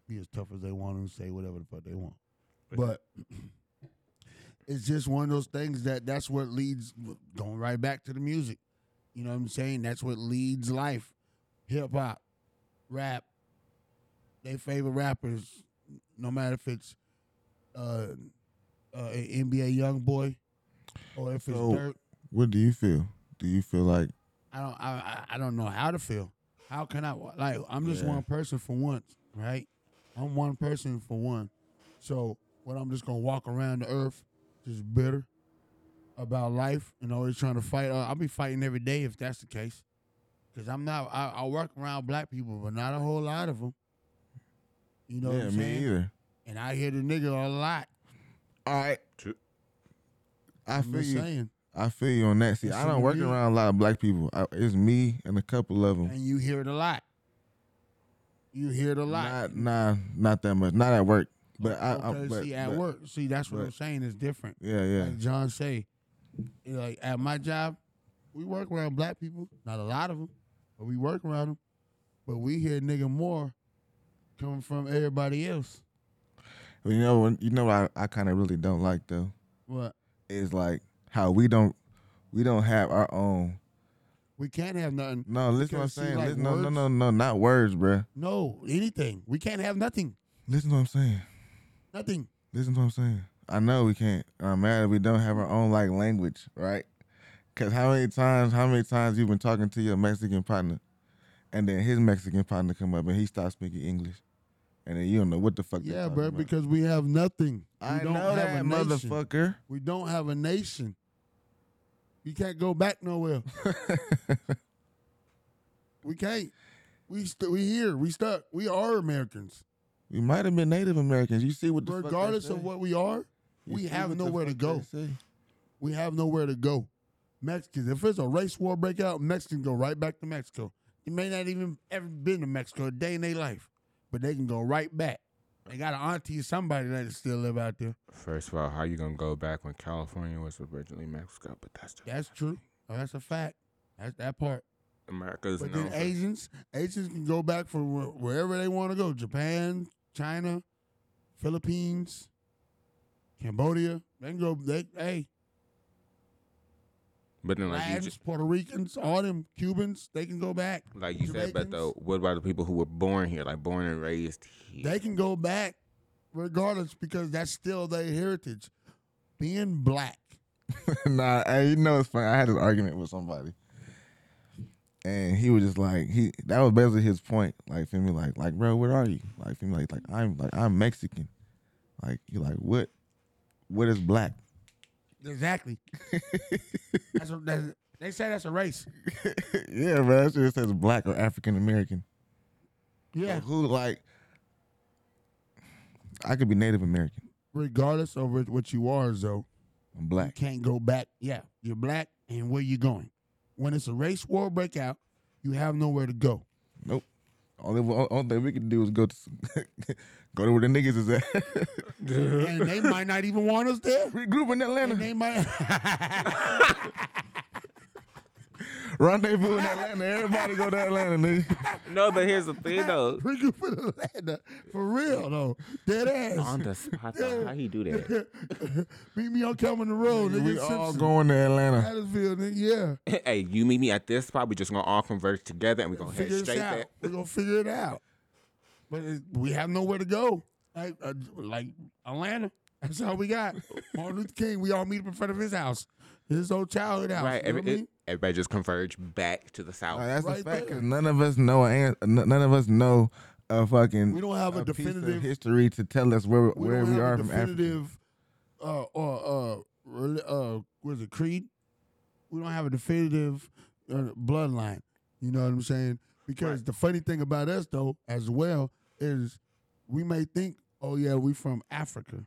[SPEAKER 1] be as tough as they want and say whatever the fuck they want. But it's just one of those things that that's what leads going right back to the music. You know what I'm saying? That's what leads life. Hip hop, rap, they favorite rappers, no matter if it's uh, uh NBA young boy or if it's
[SPEAKER 2] So-
[SPEAKER 1] dirt.
[SPEAKER 2] What do you feel? Do you feel like
[SPEAKER 1] I don't I, I I don't know how to feel. How can I like I'm just
[SPEAKER 2] Yeah.
[SPEAKER 1] one person for once, right? I'm one person for one. So what I'm just gonna walk around the earth just bitter about life and always trying to fight. Uh, I'll be fighting every day if that's the case. Cause I'm not I, I work around black people, but not a whole lot of them. You know
[SPEAKER 2] Yeah,
[SPEAKER 1] what I'm
[SPEAKER 2] me
[SPEAKER 1] saying?
[SPEAKER 2] either.
[SPEAKER 1] And I hear the nigga a lot.
[SPEAKER 2] All right. I
[SPEAKER 1] I'm
[SPEAKER 2] feel
[SPEAKER 1] just
[SPEAKER 2] you.
[SPEAKER 1] saying.
[SPEAKER 2] I feel you on that. See,
[SPEAKER 1] It's
[SPEAKER 2] I
[SPEAKER 1] in
[SPEAKER 2] don't
[SPEAKER 1] the
[SPEAKER 2] work
[SPEAKER 1] music.
[SPEAKER 2] around a lot of black people. I, it's me and a couple of them.
[SPEAKER 1] And you hear it a lot. You hear it a lot. Oh,
[SPEAKER 2] Nah, not that much. Not at work. But I, I
[SPEAKER 1] Okay,
[SPEAKER 2] but,
[SPEAKER 1] see, at
[SPEAKER 2] but-
[SPEAKER 1] work, see, that's what I'm
[SPEAKER 2] but-
[SPEAKER 1] saying is different.
[SPEAKER 2] Yeah, yeah.
[SPEAKER 1] Like John say, you know, like at my job, we work around black people. Not a lot of them, but we work around them. But we hear nigga more coming from everybody else.
[SPEAKER 2] Well, you know, when- you know, what I, I kind of really don't like though.
[SPEAKER 1] What?
[SPEAKER 2] is like how we don't we don't have our own.
[SPEAKER 1] We can't have nothing.
[SPEAKER 2] No, listen what I'm
[SPEAKER 1] Because, see,
[SPEAKER 2] saying.
[SPEAKER 1] like,
[SPEAKER 2] listen, no, no,
[SPEAKER 1] words-
[SPEAKER 2] no, no, not words, bruh.
[SPEAKER 1] No, anything. We can't have nothing.
[SPEAKER 2] Listen what I'm saying.
[SPEAKER 1] Nothing.
[SPEAKER 2] Listen to what I'm saying. I know we can't. I'm mad if we don't have our own like language, right? Cause how many times, how many times you've been talking to your Mexican partner, and then his Mexican partner come up and he starts speaking English, and then you don't know what the fuck. they
[SPEAKER 1] Yeah,
[SPEAKER 2] talking
[SPEAKER 1] bro,
[SPEAKER 2] about.
[SPEAKER 1] because we have nothing. We
[SPEAKER 2] I
[SPEAKER 1] don't
[SPEAKER 2] know
[SPEAKER 1] have
[SPEAKER 2] that
[SPEAKER 1] a nation.
[SPEAKER 2] motherfucker.
[SPEAKER 1] We don't have a nation. You can't go back nowhere. we can't. We st- we here. We stuck. We are Americans.
[SPEAKER 2] We might have been Native Americans. You see what the fuck they
[SPEAKER 1] Regardless
[SPEAKER 2] say?
[SPEAKER 1] of what we are,
[SPEAKER 2] You
[SPEAKER 1] we
[SPEAKER 2] see
[SPEAKER 1] have
[SPEAKER 2] what the
[SPEAKER 1] nowhere to
[SPEAKER 2] fuck
[SPEAKER 1] go.
[SPEAKER 2] they say?
[SPEAKER 1] We have nowhere to go. Mexicans. If it's a race war break out, Mexicans go right back to Mexico. They may not even ever been to Mexico a day in their life, but they can go right back. They got an auntie or somebody that still live out there.
[SPEAKER 3] First of all, how you gonna go back when California was originally Mexico? But that's just
[SPEAKER 1] That's true. Oh, that's a fact. That's that part.
[SPEAKER 3] America's
[SPEAKER 1] But
[SPEAKER 3] known
[SPEAKER 1] then
[SPEAKER 3] for-
[SPEAKER 1] Asians, Asians can go back for wh- wherever they want to go. Japan, China, Philippines, Cambodia. They can go. They hey,
[SPEAKER 3] But then, like you,
[SPEAKER 1] Latins,
[SPEAKER 3] ju-
[SPEAKER 1] Puerto Ricans, all them Cubans. They can go back.
[SPEAKER 3] like you said, but though, what about the people who were born here, like born and raised here?
[SPEAKER 1] They can go back, regardless, because that's still their heritage. Being black.
[SPEAKER 2] nah, hey, you know it's funny. I had an argument with somebody, and he was just like, he that was basically his point. Like, feel me, like, like, bro, what are you? Like, feel me, like, like I'm like I'm Mexican. Like, you like what? What is black?
[SPEAKER 1] Exactly. that's a, that's, they say that's a race.
[SPEAKER 2] yeah, bro, that shit says black or African American.
[SPEAKER 1] Yeah.
[SPEAKER 2] who like? I could be Native American.
[SPEAKER 1] Regardless of what- what you are, though.
[SPEAKER 2] I'm black.
[SPEAKER 1] You can't go back. Yeah, you're black, and where you going? When it's a race war breakout, you have nowhere to go.
[SPEAKER 2] Nope. Only all, all thing we could do is go to go to where the niggas is at.
[SPEAKER 1] and they might not even want us there.
[SPEAKER 2] Regroup in Atlanta.
[SPEAKER 1] they might.
[SPEAKER 2] Rendezvous in Atlanta. Everybody go to Atlanta, nigga.
[SPEAKER 3] no, but here's the thing though.
[SPEAKER 1] Regroup in Atlanta. For real, though. Dead ass.
[SPEAKER 3] On the spot, though. how you do that?
[SPEAKER 1] Meet me on Calvin the Road, nigga.
[SPEAKER 2] We all
[SPEAKER 1] Simpson.
[SPEAKER 2] going to Atlanta.
[SPEAKER 1] Battlefield, nigga. Yeah.
[SPEAKER 3] hey, you meet me at this spot. We just gonna all converge together, and we gonna head
[SPEAKER 1] figure
[SPEAKER 3] straight
[SPEAKER 1] this out.
[SPEAKER 3] there.
[SPEAKER 1] We're gonna figure it out. But it, we have nowhere to go. Like, uh, like Atlanta. That's all we got. Martin Luther King. We all meet up in front of his house, his old childhood house.
[SPEAKER 3] Right,
[SPEAKER 1] you know
[SPEAKER 3] every,
[SPEAKER 1] what I mean?
[SPEAKER 3] it- everybody just converge back to the south.
[SPEAKER 2] Nah, that's
[SPEAKER 1] Right
[SPEAKER 2] a fact.
[SPEAKER 1] there.
[SPEAKER 2] 'cause None of us know. An, none of us know a fucking.
[SPEAKER 1] We don't have a
[SPEAKER 2] piece of
[SPEAKER 1] definitive-
[SPEAKER 2] history to tell us where
[SPEAKER 1] we
[SPEAKER 2] where
[SPEAKER 1] don't
[SPEAKER 2] we
[SPEAKER 1] have
[SPEAKER 2] are
[SPEAKER 1] a
[SPEAKER 2] from Africa.
[SPEAKER 1] definitive, uh, or uh, reli- uh, was it creed? We don't have a definitive uh, bloodline. You know what I'm saying? Because the funny thing about us though, as well, is we may think, oh yeah, we from Africa,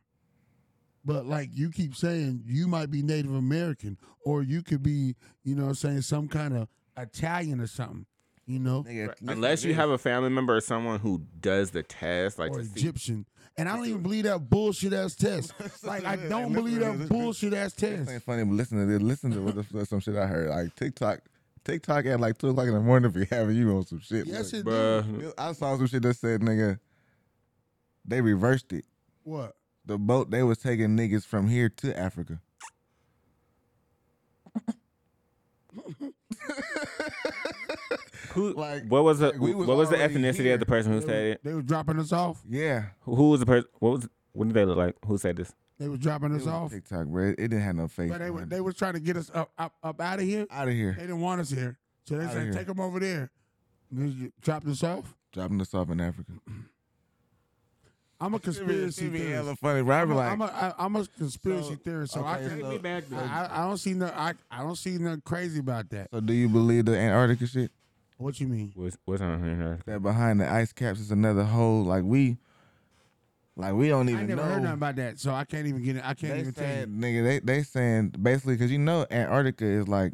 [SPEAKER 1] but like you keep saying, you might be Native American, or you could be, you know, what I'm saying some kind of Italian or something. You know,
[SPEAKER 3] Unless you have a family member or someone who does the test, like
[SPEAKER 1] or
[SPEAKER 3] to see,
[SPEAKER 1] Egyptian. And I don't even believe that bullshit ass test. Like I don't believe that bullshit ass
[SPEAKER 2] This
[SPEAKER 1] test.
[SPEAKER 2] ain't funny, but listen to this. Listen to what the, some shit I heard. Like TikTok, TikTok at like two o'clock in the morning. If you having you on some shit.
[SPEAKER 1] Yes,
[SPEAKER 2] like,
[SPEAKER 1] it Bruh.
[SPEAKER 3] do.
[SPEAKER 2] I saw some shit that said, nigga, they reversed it.
[SPEAKER 1] What?
[SPEAKER 2] The boat they was taking niggas from here to Africa.
[SPEAKER 3] who,
[SPEAKER 2] like
[SPEAKER 3] what was the
[SPEAKER 2] like, we was
[SPEAKER 3] what was the
[SPEAKER 2] already
[SPEAKER 3] ethnicity
[SPEAKER 2] here.
[SPEAKER 3] of the person who said it?
[SPEAKER 1] They was dropping us off.
[SPEAKER 2] Yeah,
[SPEAKER 3] Who, who was the person? What was what did they look like? Who said this?
[SPEAKER 1] They was dropping us
[SPEAKER 2] It was
[SPEAKER 1] off.
[SPEAKER 2] TikTok, bro. It, it didn't have no face.
[SPEAKER 1] But they were they was trying to get us up up, up out of here.
[SPEAKER 2] Out of here.
[SPEAKER 1] They didn't want us here, so they
[SPEAKER 2] Outta
[SPEAKER 1] said
[SPEAKER 2] here.
[SPEAKER 1] take them over there. And they just dropped us off.
[SPEAKER 2] Dropping us off in Africa.
[SPEAKER 1] I'm a conspiracy
[SPEAKER 2] it'd be
[SPEAKER 1] theorist.
[SPEAKER 2] hella funny, bro. I'd
[SPEAKER 1] I'm,
[SPEAKER 2] be
[SPEAKER 1] a-
[SPEAKER 2] like-
[SPEAKER 1] I'm a, I- I'm a conspiracy
[SPEAKER 2] So,
[SPEAKER 1] theorist, so I
[SPEAKER 2] okay,
[SPEAKER 1] can
[SPEAKER 2] Take me back,
[SPEAKER 1] I, I, I don't see no I, I don't see nothing crazy about that.
[SPEAKER 2] So do you believe the Antarctica shit?
[SPEAKER 1] What you mean?
[SPEAKER 3] What's what's on here?
[SPEAKER 2] That behind the ice caps is another hole. Like we, like we don't even
[SPEAKER 1] I never
[SPEAKER 2] know.
[SPEAKER 1] heard nothing about that, so I can't even get it. I can't
[SPEAKER 2] they
[SPEAKER 1] even tell you.
[SPEAKER 2] saying, nigga, they they saying basically because you know Antarctica is like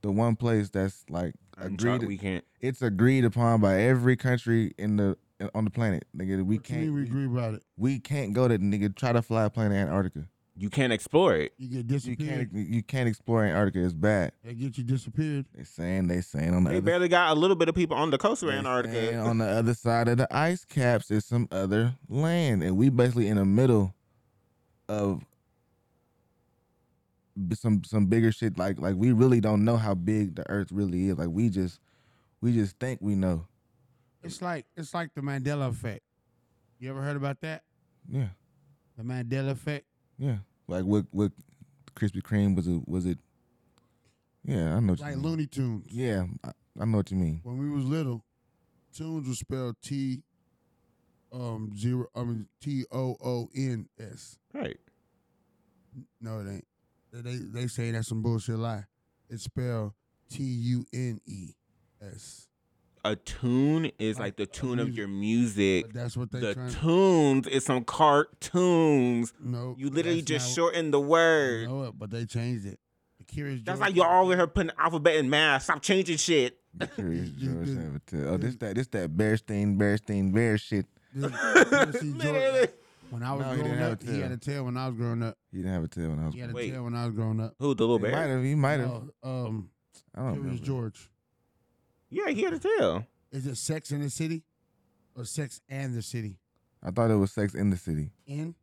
[SPEAKER 2] the one place that's like
[SPEAKER 3] Uncharted
[SPEAKER 2] agreed.
[SPEAKER 3] weekend.
[SPEAKER 2] It's agreed upon by every country in the on the planet, nigga. We
[SPEAKER 1] Can
[SPEAKER 2] can't
[SPEAKER 1] we agree about it?
[SPEAKER 2] we can't go to nigga try to fly a plane to Antarctica.
[SPEAKER 3] you can't explore it.
[SPEAKER 1] You get
[SPEAKER 2] You
[SPEAKER 1] disappeared.
[SPEAKER 2] can't you can't explore Antarctica. It's bad.
[SPEAKER 1] They get you disappeared.
[SPEAKER 2] They saying they saying on the
[SPEAKER 3] They
[SPEAKER 2] other,
[SPEAKER 3] barely got a little bit of people on the coast of
[SPEAKER 2] saying
[SPEAKER 3] Antarctica.
[SPEAKER 2] on the other side of the ice caps is some other land, and we basically in the middle of b- some some bigger shit. Like like we really don't know how big the Earth really is. Like we just we just think we know.
[SPEAKER 1] It's like it's like the Mandela effect. You ever heard about that?
[SPEAKER 2] Yeah.
[SPEAKER 1] The Mandela effect.
[SPEAKER 2] Yeah. Like what what Krispy Kreme was it was it? Yeah, I know. What
[SPEAKER 1] Like
[SPEAKER 2] you mean.
[SPEAKER 1] Looney Tunes.
[SPEAKER 2] Yeah, I, I know what you mean.
[SPEAKER 1] When we was little, tunes was spelled T um zero I mean T O O N S.
[SPEAKER 3] Right.
[SPEAKER 1] No, it ain't. They they, they say that's some bullshit lie. It's spelled T U N E S.
[SPEAKER 3] A tune is like the tune of your music.
[SPEAKER 1] That's what they
[SPEAKER 3] The
[SPEAKER 1] trying-
[SPEAKER 3] tunes is some cartoons.
[SPEAKER 1] No,
[SPEAKER 3] you literally
[SPEAKER 1] that's
[SPEAKER 3] just
[SPEAKER 1] not-
[SPEAKER 3] shorten the word.
[SPEAKER 1] know it, but they changed it. The Curious
[SPEAKER 3] That's
[SPEAKER 1] George-
[SPEAKER 3] like y'all over here putting alphabet in math. Stop changing shit.
[SPEAKER 2] Curious George Sabatel. Oh, this that this that Bearstein, Bearstein, Bear shit.
[SPEAKER 1] See, George, when I was
[SPEAKER 2] No,
[SPEAKER 1] growing
[SPEAKER 2] he didn't have
[SPEAKER 1] up,
[SPEAKER 2] a
[SPEAKER 1] he
[SPEAKER 2] tail.
[SPEAKER 1] had a tail. When I was growing up,
[SPEAKER 2] He didn't have a tail when I was.
[SPEAKER 1] he had a
[SPEAKER 2] growing up.
[SPEAKER 1] tail. When I was growing up,
[SPEAKER 3] Who the little bear?
[SPEAKER 2] He might have. He might have.
[SPEAKER 1] No, um,
[SPEAKER 2] I don't
[SPEAKER 1] Curious
[SPEAKER 2] remember.
[SPEAKER 1] George.
[SPEAKER 3] Yeah, he had a tail.
[SPEAKER 1] Is it Sex in the City, or Sex and the City?
[SPEAKER 2] I thought it was Sex in the City.
[SPEAKER 1] In,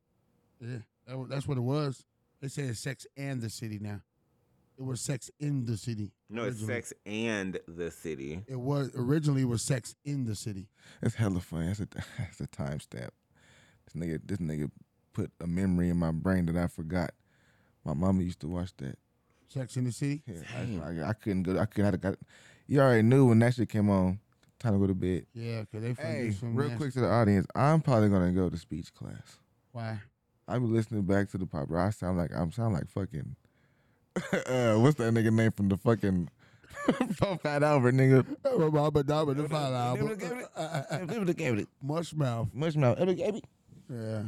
[SPEAKER 1] yeah, that wa- that's what it was. They say it's Sex and the City now. It was Sex in the City.
[SPEAKER 3] No, it's
[SPEAKER 1] originally.
[SPEAKER 3] sex and the city.
[SPEAKER 1] It was originally it was Sex in the City.
[SPEAKER 2] That's hella funny. That's a that's a timestamp. This nigga this nigga put a memory in my brain that I forgot. My mama used to watch that.
[SPEAKER 1] Sex in the City.
[SPEAKER 2] Yeah, I, I- I couldn't go. I couldn't. I got. You already knew when that shit came on. Time to go to bed.
[SPEAKER 1] Yeah, cause they finna
[SPEAKER 2] Hey,
[SPEAKER 1] do some
[SPEAKER 2] real
[SPEAKER 1] nasty-
[SPEAKER 2] quick to the audience. I'm probably gonna go to speech class.
[SPEAKER 1] Why?
[SPEAKER 2] I be listening back to the pop. I sound like I'm sound like fucking. uh, what's that nigga name from the fucking from Fat Albert nigga?
[SPEAKER 1] Mushmouth.
[SPEAKER 2] Mushmouth.
[SPEAKER 1] Yeah.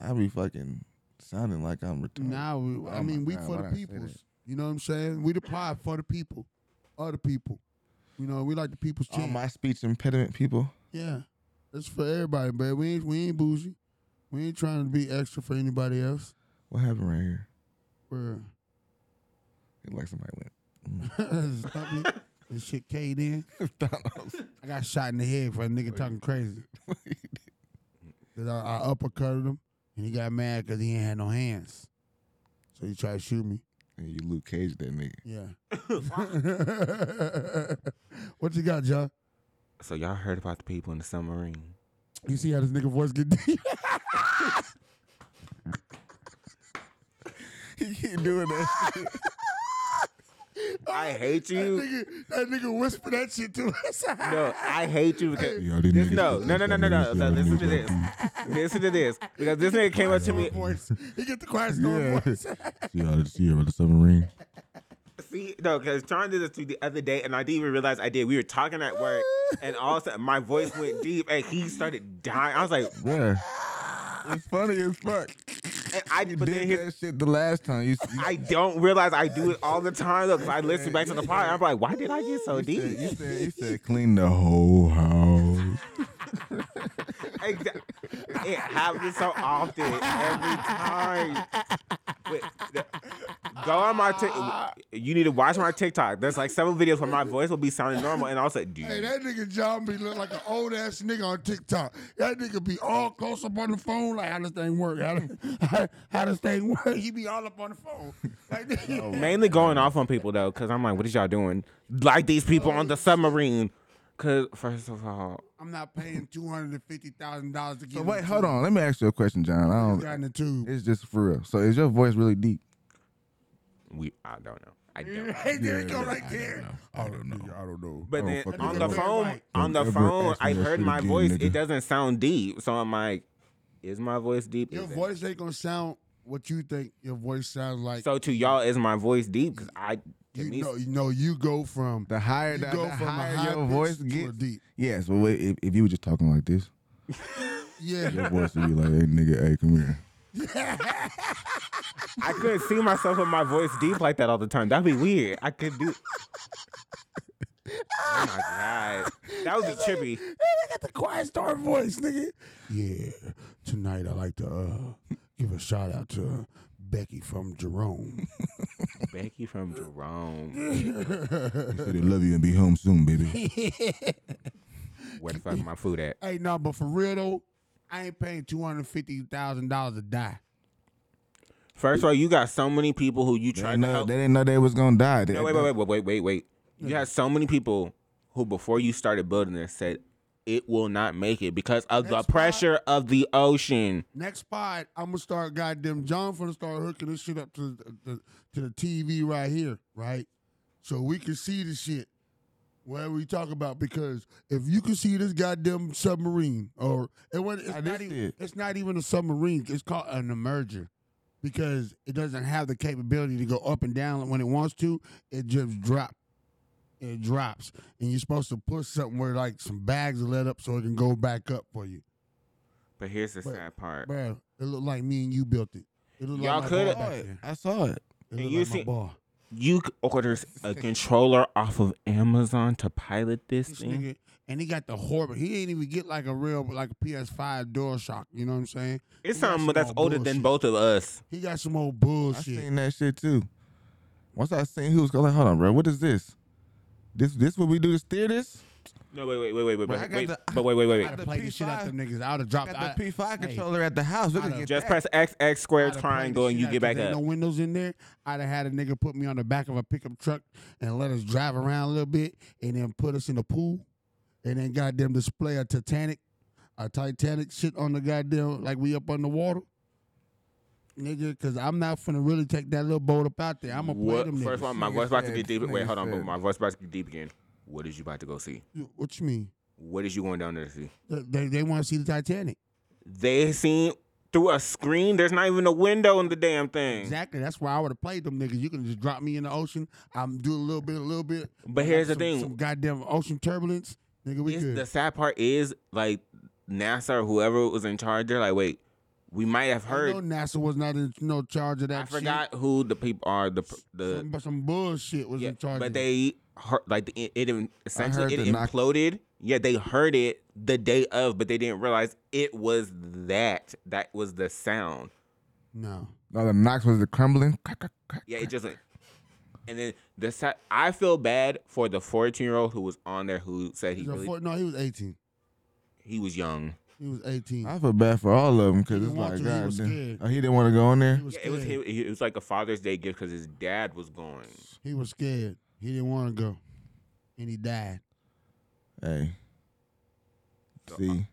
[SPEAKER 2] I be fucking sounding like I'm retarded.
[SPEAKER 1] Now, we,
[SPEAKER 2] Oh
[SPEAKER 1] I
[SPEAKER 2] my
[SPEAKER 1] mean, we
[SPEAKER 2] God,
[SPEAKER 1] for
[SPEAKER 2] why
[SPEAKER 1] the
[SPEAKER 2] did I say
[SPEAKER 1] peoples. You know what I'm saying? We the pod for the people, other people. You know, we like the people's
[SPEAKER 2] All
[SPEAKER 1] champ.
[SPEAKER 2] Oh my speech impediment people.
[SPEAKER 1] yeah, it's for everybody, man. We ain't we ain't bougie. We ain't trying to be extra for anybody else.
[SPEAKER 2] What happened right here?
[SPEAKER 1] We're
[SPEAKER 2] It like somebody went.
[SPEAKER 1] Stop me. This shit caved in. I got shot in the head for a
[SPEAKER 2] Oh,
[SPEAKER 1] nigga talking crazy. Cause I, I uppercutted him, and he got mad because he ain't had no hands. So he tried to shoot me.
[SPEAKER 2] And you Luke Cage that nigga.
[SPEAKER 1] Yeah. what you got, John?
[SPEAKER 3] So y'all heard about the people in the submarine.
[SPEAKER 1] You see how this nigga voice get deep?
[SPEAKER 2] he keep doing that. shit.
[SPEAKER 3] I hate you.
[SPEAKER 1] nigga, that nigga whisper that shit to us.
[SPEAKER 3] No, I hate you because
[SPEAKER 2] Yo, these
[SPEAKER 3] this,
[SPEAKER 2] niggas-
[SPEAKER 3] no, no, no, no, no, no. no, Listen to this. Listen to this because this nigga came up to me.
[SPEAKER 1] He get the quiet storm voice.
[SPEAKER 2] See how see about the submarine.
[SPEAKER 3] See, no, because John did this to the other day, and I didn't even realize I did. We were talking at work, and all of a sudden my voice went deep, and he started dying. I was like,
[SPEAKER 2] Yeah. It's funny as fuck.
[SPEAKER 3] and I but then
[SPEAKER 2] Did that
[SPEAKER 3] his
[SPEAKER 2] shit the last time. You, you,
[SPEAKER 3] I don't realize I do it all the time though, 'cause I listen back to the pod. I'm like, why did I get so deep?
[SPEAKER 2] you said you said clean the whole house.
[SPEAKER 3] Exa- it happens so often every time. Wait, the- go on my TikTok. You need to watch my TikTok. There's like several videos where my voice will be sounding normal, and I'll say,
[SPEAKER 1] Hey,
[SPEAKER 3] dude.
[SPEAKER 1] that nigga John be look like an old ass nigga on TikTok. That nigga be all close up on the phone, like how this thing work? How, this- how, how this thing work? He be all up on the phone. Like, nigga,
[SPEAKER 3] Mainly going off on people though, because I'm like, what is y'all doing? Like these people on the submarine. Because first of all,
[SPEAKER 1] I'm not paying two hundred and fifty thousand dollars to get.
[SPEAKER 2] So wait, hold on. Let me ask you a question, John. I
[SPEAKER 1] Got
[SPEAKER 2] don't.
[SPEAKER 1] in the tube.
[SPEAKER 2] It's just for real. So is your voice really deep?
[SPEAKER 3] we I don't know. I don't. know.
[SPEAKER 1] Hey, there you go, right there.
[SPEAKER 2] I don't know.
[SPEAKER 1] I don't know.
[SPEAKER 3] But then
[SPEAKER 2] fucking
[SPEAKER 3] on
[SPEAKER 2] know.
[SPEAKER 3] the phone,
[SPEAKER 1] Right.
[SPEAKER 3] on the
[SPEAKER 2] Don't ever
[SPEAKER 3] phone,
[SPEAKER 2] ask me
[SPEAKER 3] I
[SPEAKER 2] that
[SPEAKER 3] heard
[SPEAKER 2] shit
[SPEAKER 3] my
[SPEAKER 2] again,
[SPEAKER 3] voice.
[SPEAKER 2] nigga.
[SPEAKER 3] It doesn't sound deep, so I'm like, is my voice deep?
[SPEAKER 1] Your
[SPEAKER 3] Is it?
[SPEAKER 1] voice ain't gonna sound what you think your voice sounds like.
[SPEAKER 3] So to y'all, is my voice deep? Because I, to me,
[SPEAKER 1] you know, you know, you go from
[SPEAKER 2] The higher,
[SPEAKER 1] you
[SPEAKER 2] the,
[SPEAKER 1] go
[SPEAKER 2] the
[SPEAKER 1] from a
[SPEAKER 2] higher
[SPEAKER 1] high
[SPEAKER 2] your
[SPEAKER 1] pitch
[SPEAKER 2] voice
[SPEAKER 1] to a
[SPEAKER 2] gets.
[SPEAKER 1] deep.
[SPEAKER 2] Yes, but wait, if, if you were just talking like this, your
[SPEAKER 1] Yeah.
[SPEAKER 2] voice would be like, "Hey, nigga, hey, come here."
[SPEAKER 3] I couldn't see myself with my voice deep like that all the time. That'd be weird. I could do. Oh my god, that would be trippy.
[SPEAKER 1] I got the quiet storm voice, nigga. Yeah. Tonight I like to uh, give a shout out to Becky from Jerome.
[SPEAKER 3] Becky from Jerome.
[SPEAKER 1] Said
[SPEAKER 2] they love you and be home soon, baby.
[SPEAKER 3] Where the fuck my food at?
[SPEAKER 1] hey, no, but for real though, I ain't paying two hundred fifty thousand dollars to die.
[SPEAKER 3] First of all, you got so many people who you trying to
[SPEAKER 2] No,
[SPEAKER 3] help.
[SPEAKER 2] they didn't know they was gonna die. They-
[SPEAKER 3] No, wait, wait, wait, wait, wait, wait. You had so many people who, before you started building this, said it will not make it because of the pressure of the ocean.
[SPEAKER 1] Next spot, I'm gonna start goddamn John gonna start hooking this shit up to the, the to the TV right here, right? So we can see the shit. Whatever we talk about, because if you can see this goddamn submarine, or it wa- it's, not even, it's not even a submarine, it's called an emerger, because it doesn't have the capability to go up and down when it wants to. It just drop, it drops, and you're supposed to push something where like some bags are let up so it can go back up for you.
[SPEAKER 3] But here's the
[SPEAKER 1] But-
[SPEAKER 3] sad part.
[SPEAKER 1] Bro, it looked like me and you built it. it looked
[SPEAKER 3] Y'all
[SPEAKER 1] like
[SPEAKER 3] could-
[SPEAKER 1] have. I saw it. It
[SPEAKER 3] And
[SPEAKER 1] looked
[SPEAKER 3] you
[SPEAKER 1] like my
[SPEAKER 3] see-
[SPEAKER 1] ball.
[SPEAKER 3] You c- orders a controller off of Amazon to pilot this
[SPEAKER 1] This
[SPEAKER 3] thing.
[SPEAKER 1] nigga, and he got the horrible. He didn't even get like a real like a PS5 DualShock. You know what I'm saying?
[SPEAKER 3] It's
[SPEAKER 1] He got
[SPEAKER 3] something
[SPEAKER 1] some
[SPEAKER 3] that's
[SPEAKER 1] old
[SPEAKER 3] older
[SPEAKER 1] bullshit.
[SPEAKER 3] than both of us.
[SPEAKER 1] He got some old bullshit.
[SPEAKER 2] I seen that shit too. Once I seen who was going, like, hold on, bro, what is this? This this what we do to steer this?
[SPEAKER 3] No, wait, wait, wait, wait, wait,
[SPEAKER 2] Bro, I
[SPEAKER 3] wait,
[SPEAKER 2] got
[SPEAKER 3] wait,
[SPEAKER 2] the-
[SPEAKER 3] but wait, wait, wait,
[SPEAKER 1] I
[SPEAKER 3] wait.
[SPEAKER 1] would have played the shit out them niggas. I would have dropped
[SPEAKER 2] got the
[SPEAKER 1] I-
[SPEAKER 2] P5
[SPEAKER 1] hey,
[SPEAKER 2] controller at the house. Look
[SPEAKER 1] I'da-
[SPEAKER 2] at get
[SPEAKER 3] Just
[SPEAKER 2] that.
[SPEAKER 3] press X X square
[SPEAKER 1] I'da played the
[SPEAKER 3] triangle and
[SPEAKER 1] shit
[SPEAKER 3] you
[SPEAKER 1] out
[SPEAKER 3] get
[SPEAKER 1] 'cause
[SPEAKER 3] back
[SPEAKER 1] ain't No
[SPEAKER 3] up.
[SPEAKER 1] windows in there. I'd have had a nigga put me on the back of a pickup truck and let us drive around a little bit, and then put us in the pool, and then goddamn display a Titanic, a Titanic shit on the goddamn like we up on the water. Nigga, cause I'm not finna really take that little boat up out there. I'm gonna play
[SPEAKER 3] What?
[SPEAKER 1] them
[SPEAKER 3] First of
[SPEAKER 1] niggas.
[SPEAKER 3] all, my voice about to get deep. Wait, hold on. but My voice about to get deep again. What is you about to go see?
[SPEAKER 1] What you mean?
[SPEAKER 3] What is you going down there to see?
[SPEAKER 1] They, they want to see the Titanic.
[SPEAKER 3] Mm. They seen through a screen. There's not even a window in the damn thing.
[SPEAKER 1] Exactly. That's why I would have played them niggas. You can just drop me in the ocean. I'm doing a little bit, a little bit.
[SPEAKER 3] But
[SPEAKER 1] Got
[SPEAKER 3] here's the
[SPEAKER 1] some-
[SPEAKER 3] thing.
[SPEAKER 1] Some goddamn ocean turbulence, nigga. We
[SPEAKER 3] It's-
[SPEAKER 1] good.
[SPEAKER 3] the sad part is like NASA or whoever was in charge. They're like, wait, we might have
[SPEAKER 1] I know
[SPEAKER 3] heard.
[SPEAKER 1] NASA was not in no charge of that.
[SPEAKER 3] I forgot who the people are. The the
[SPEAKER 1] Shit. But some bullshit was in charge.
[SPEAKER 3] but
[SPEAKER 1] of it.
[SPEAKER 3] they heard, like the- it, it essentially
[SPEAKER 1] heard
[SPEAKER 3] it
[SPEAKER 1] the knock-
[SPEAKER 3] imploded. Yeah, they heard it the day of, but they didn't realize it was that. That was the sound.
[SPEAKER 1] No.
[SPEAKER 2] No, the Knox was the crumbling.
[SPEAKER 3] Yeah, it just went. And then the sa- I feel bad for the 14 year old who was on there who said he
[SPEAKER 1] He's a
[SPEAKER 3] really,
[SPEAKER 1] four- no, he was 18.
[SPEAKER 3] he was young.
[SPEAKER 1] He was 18.
[SPEAKER 2] I feel bad for all of them because it's
[SPEAKER 1] didn't want
[SPEAKER 2] like,
[SPEAKER 1] to, he
[SPEAKER 2] God,
[SPEAKER 1] was
[SPEAKER 2] damn.
[SPEAKER 1] scared.
[SPEAKER 2] Oh, he didn't want to go in there.
[SPEAKER 3] Yeah, it was him, it was like a Father's Day gift because his dad was going.
[SPEAKER 1] He was scared. He didn't want to go, and he died.
[SPEAKER 2] Hey.
[SPEAKER 1] uh,
[SPEAKER 2] See.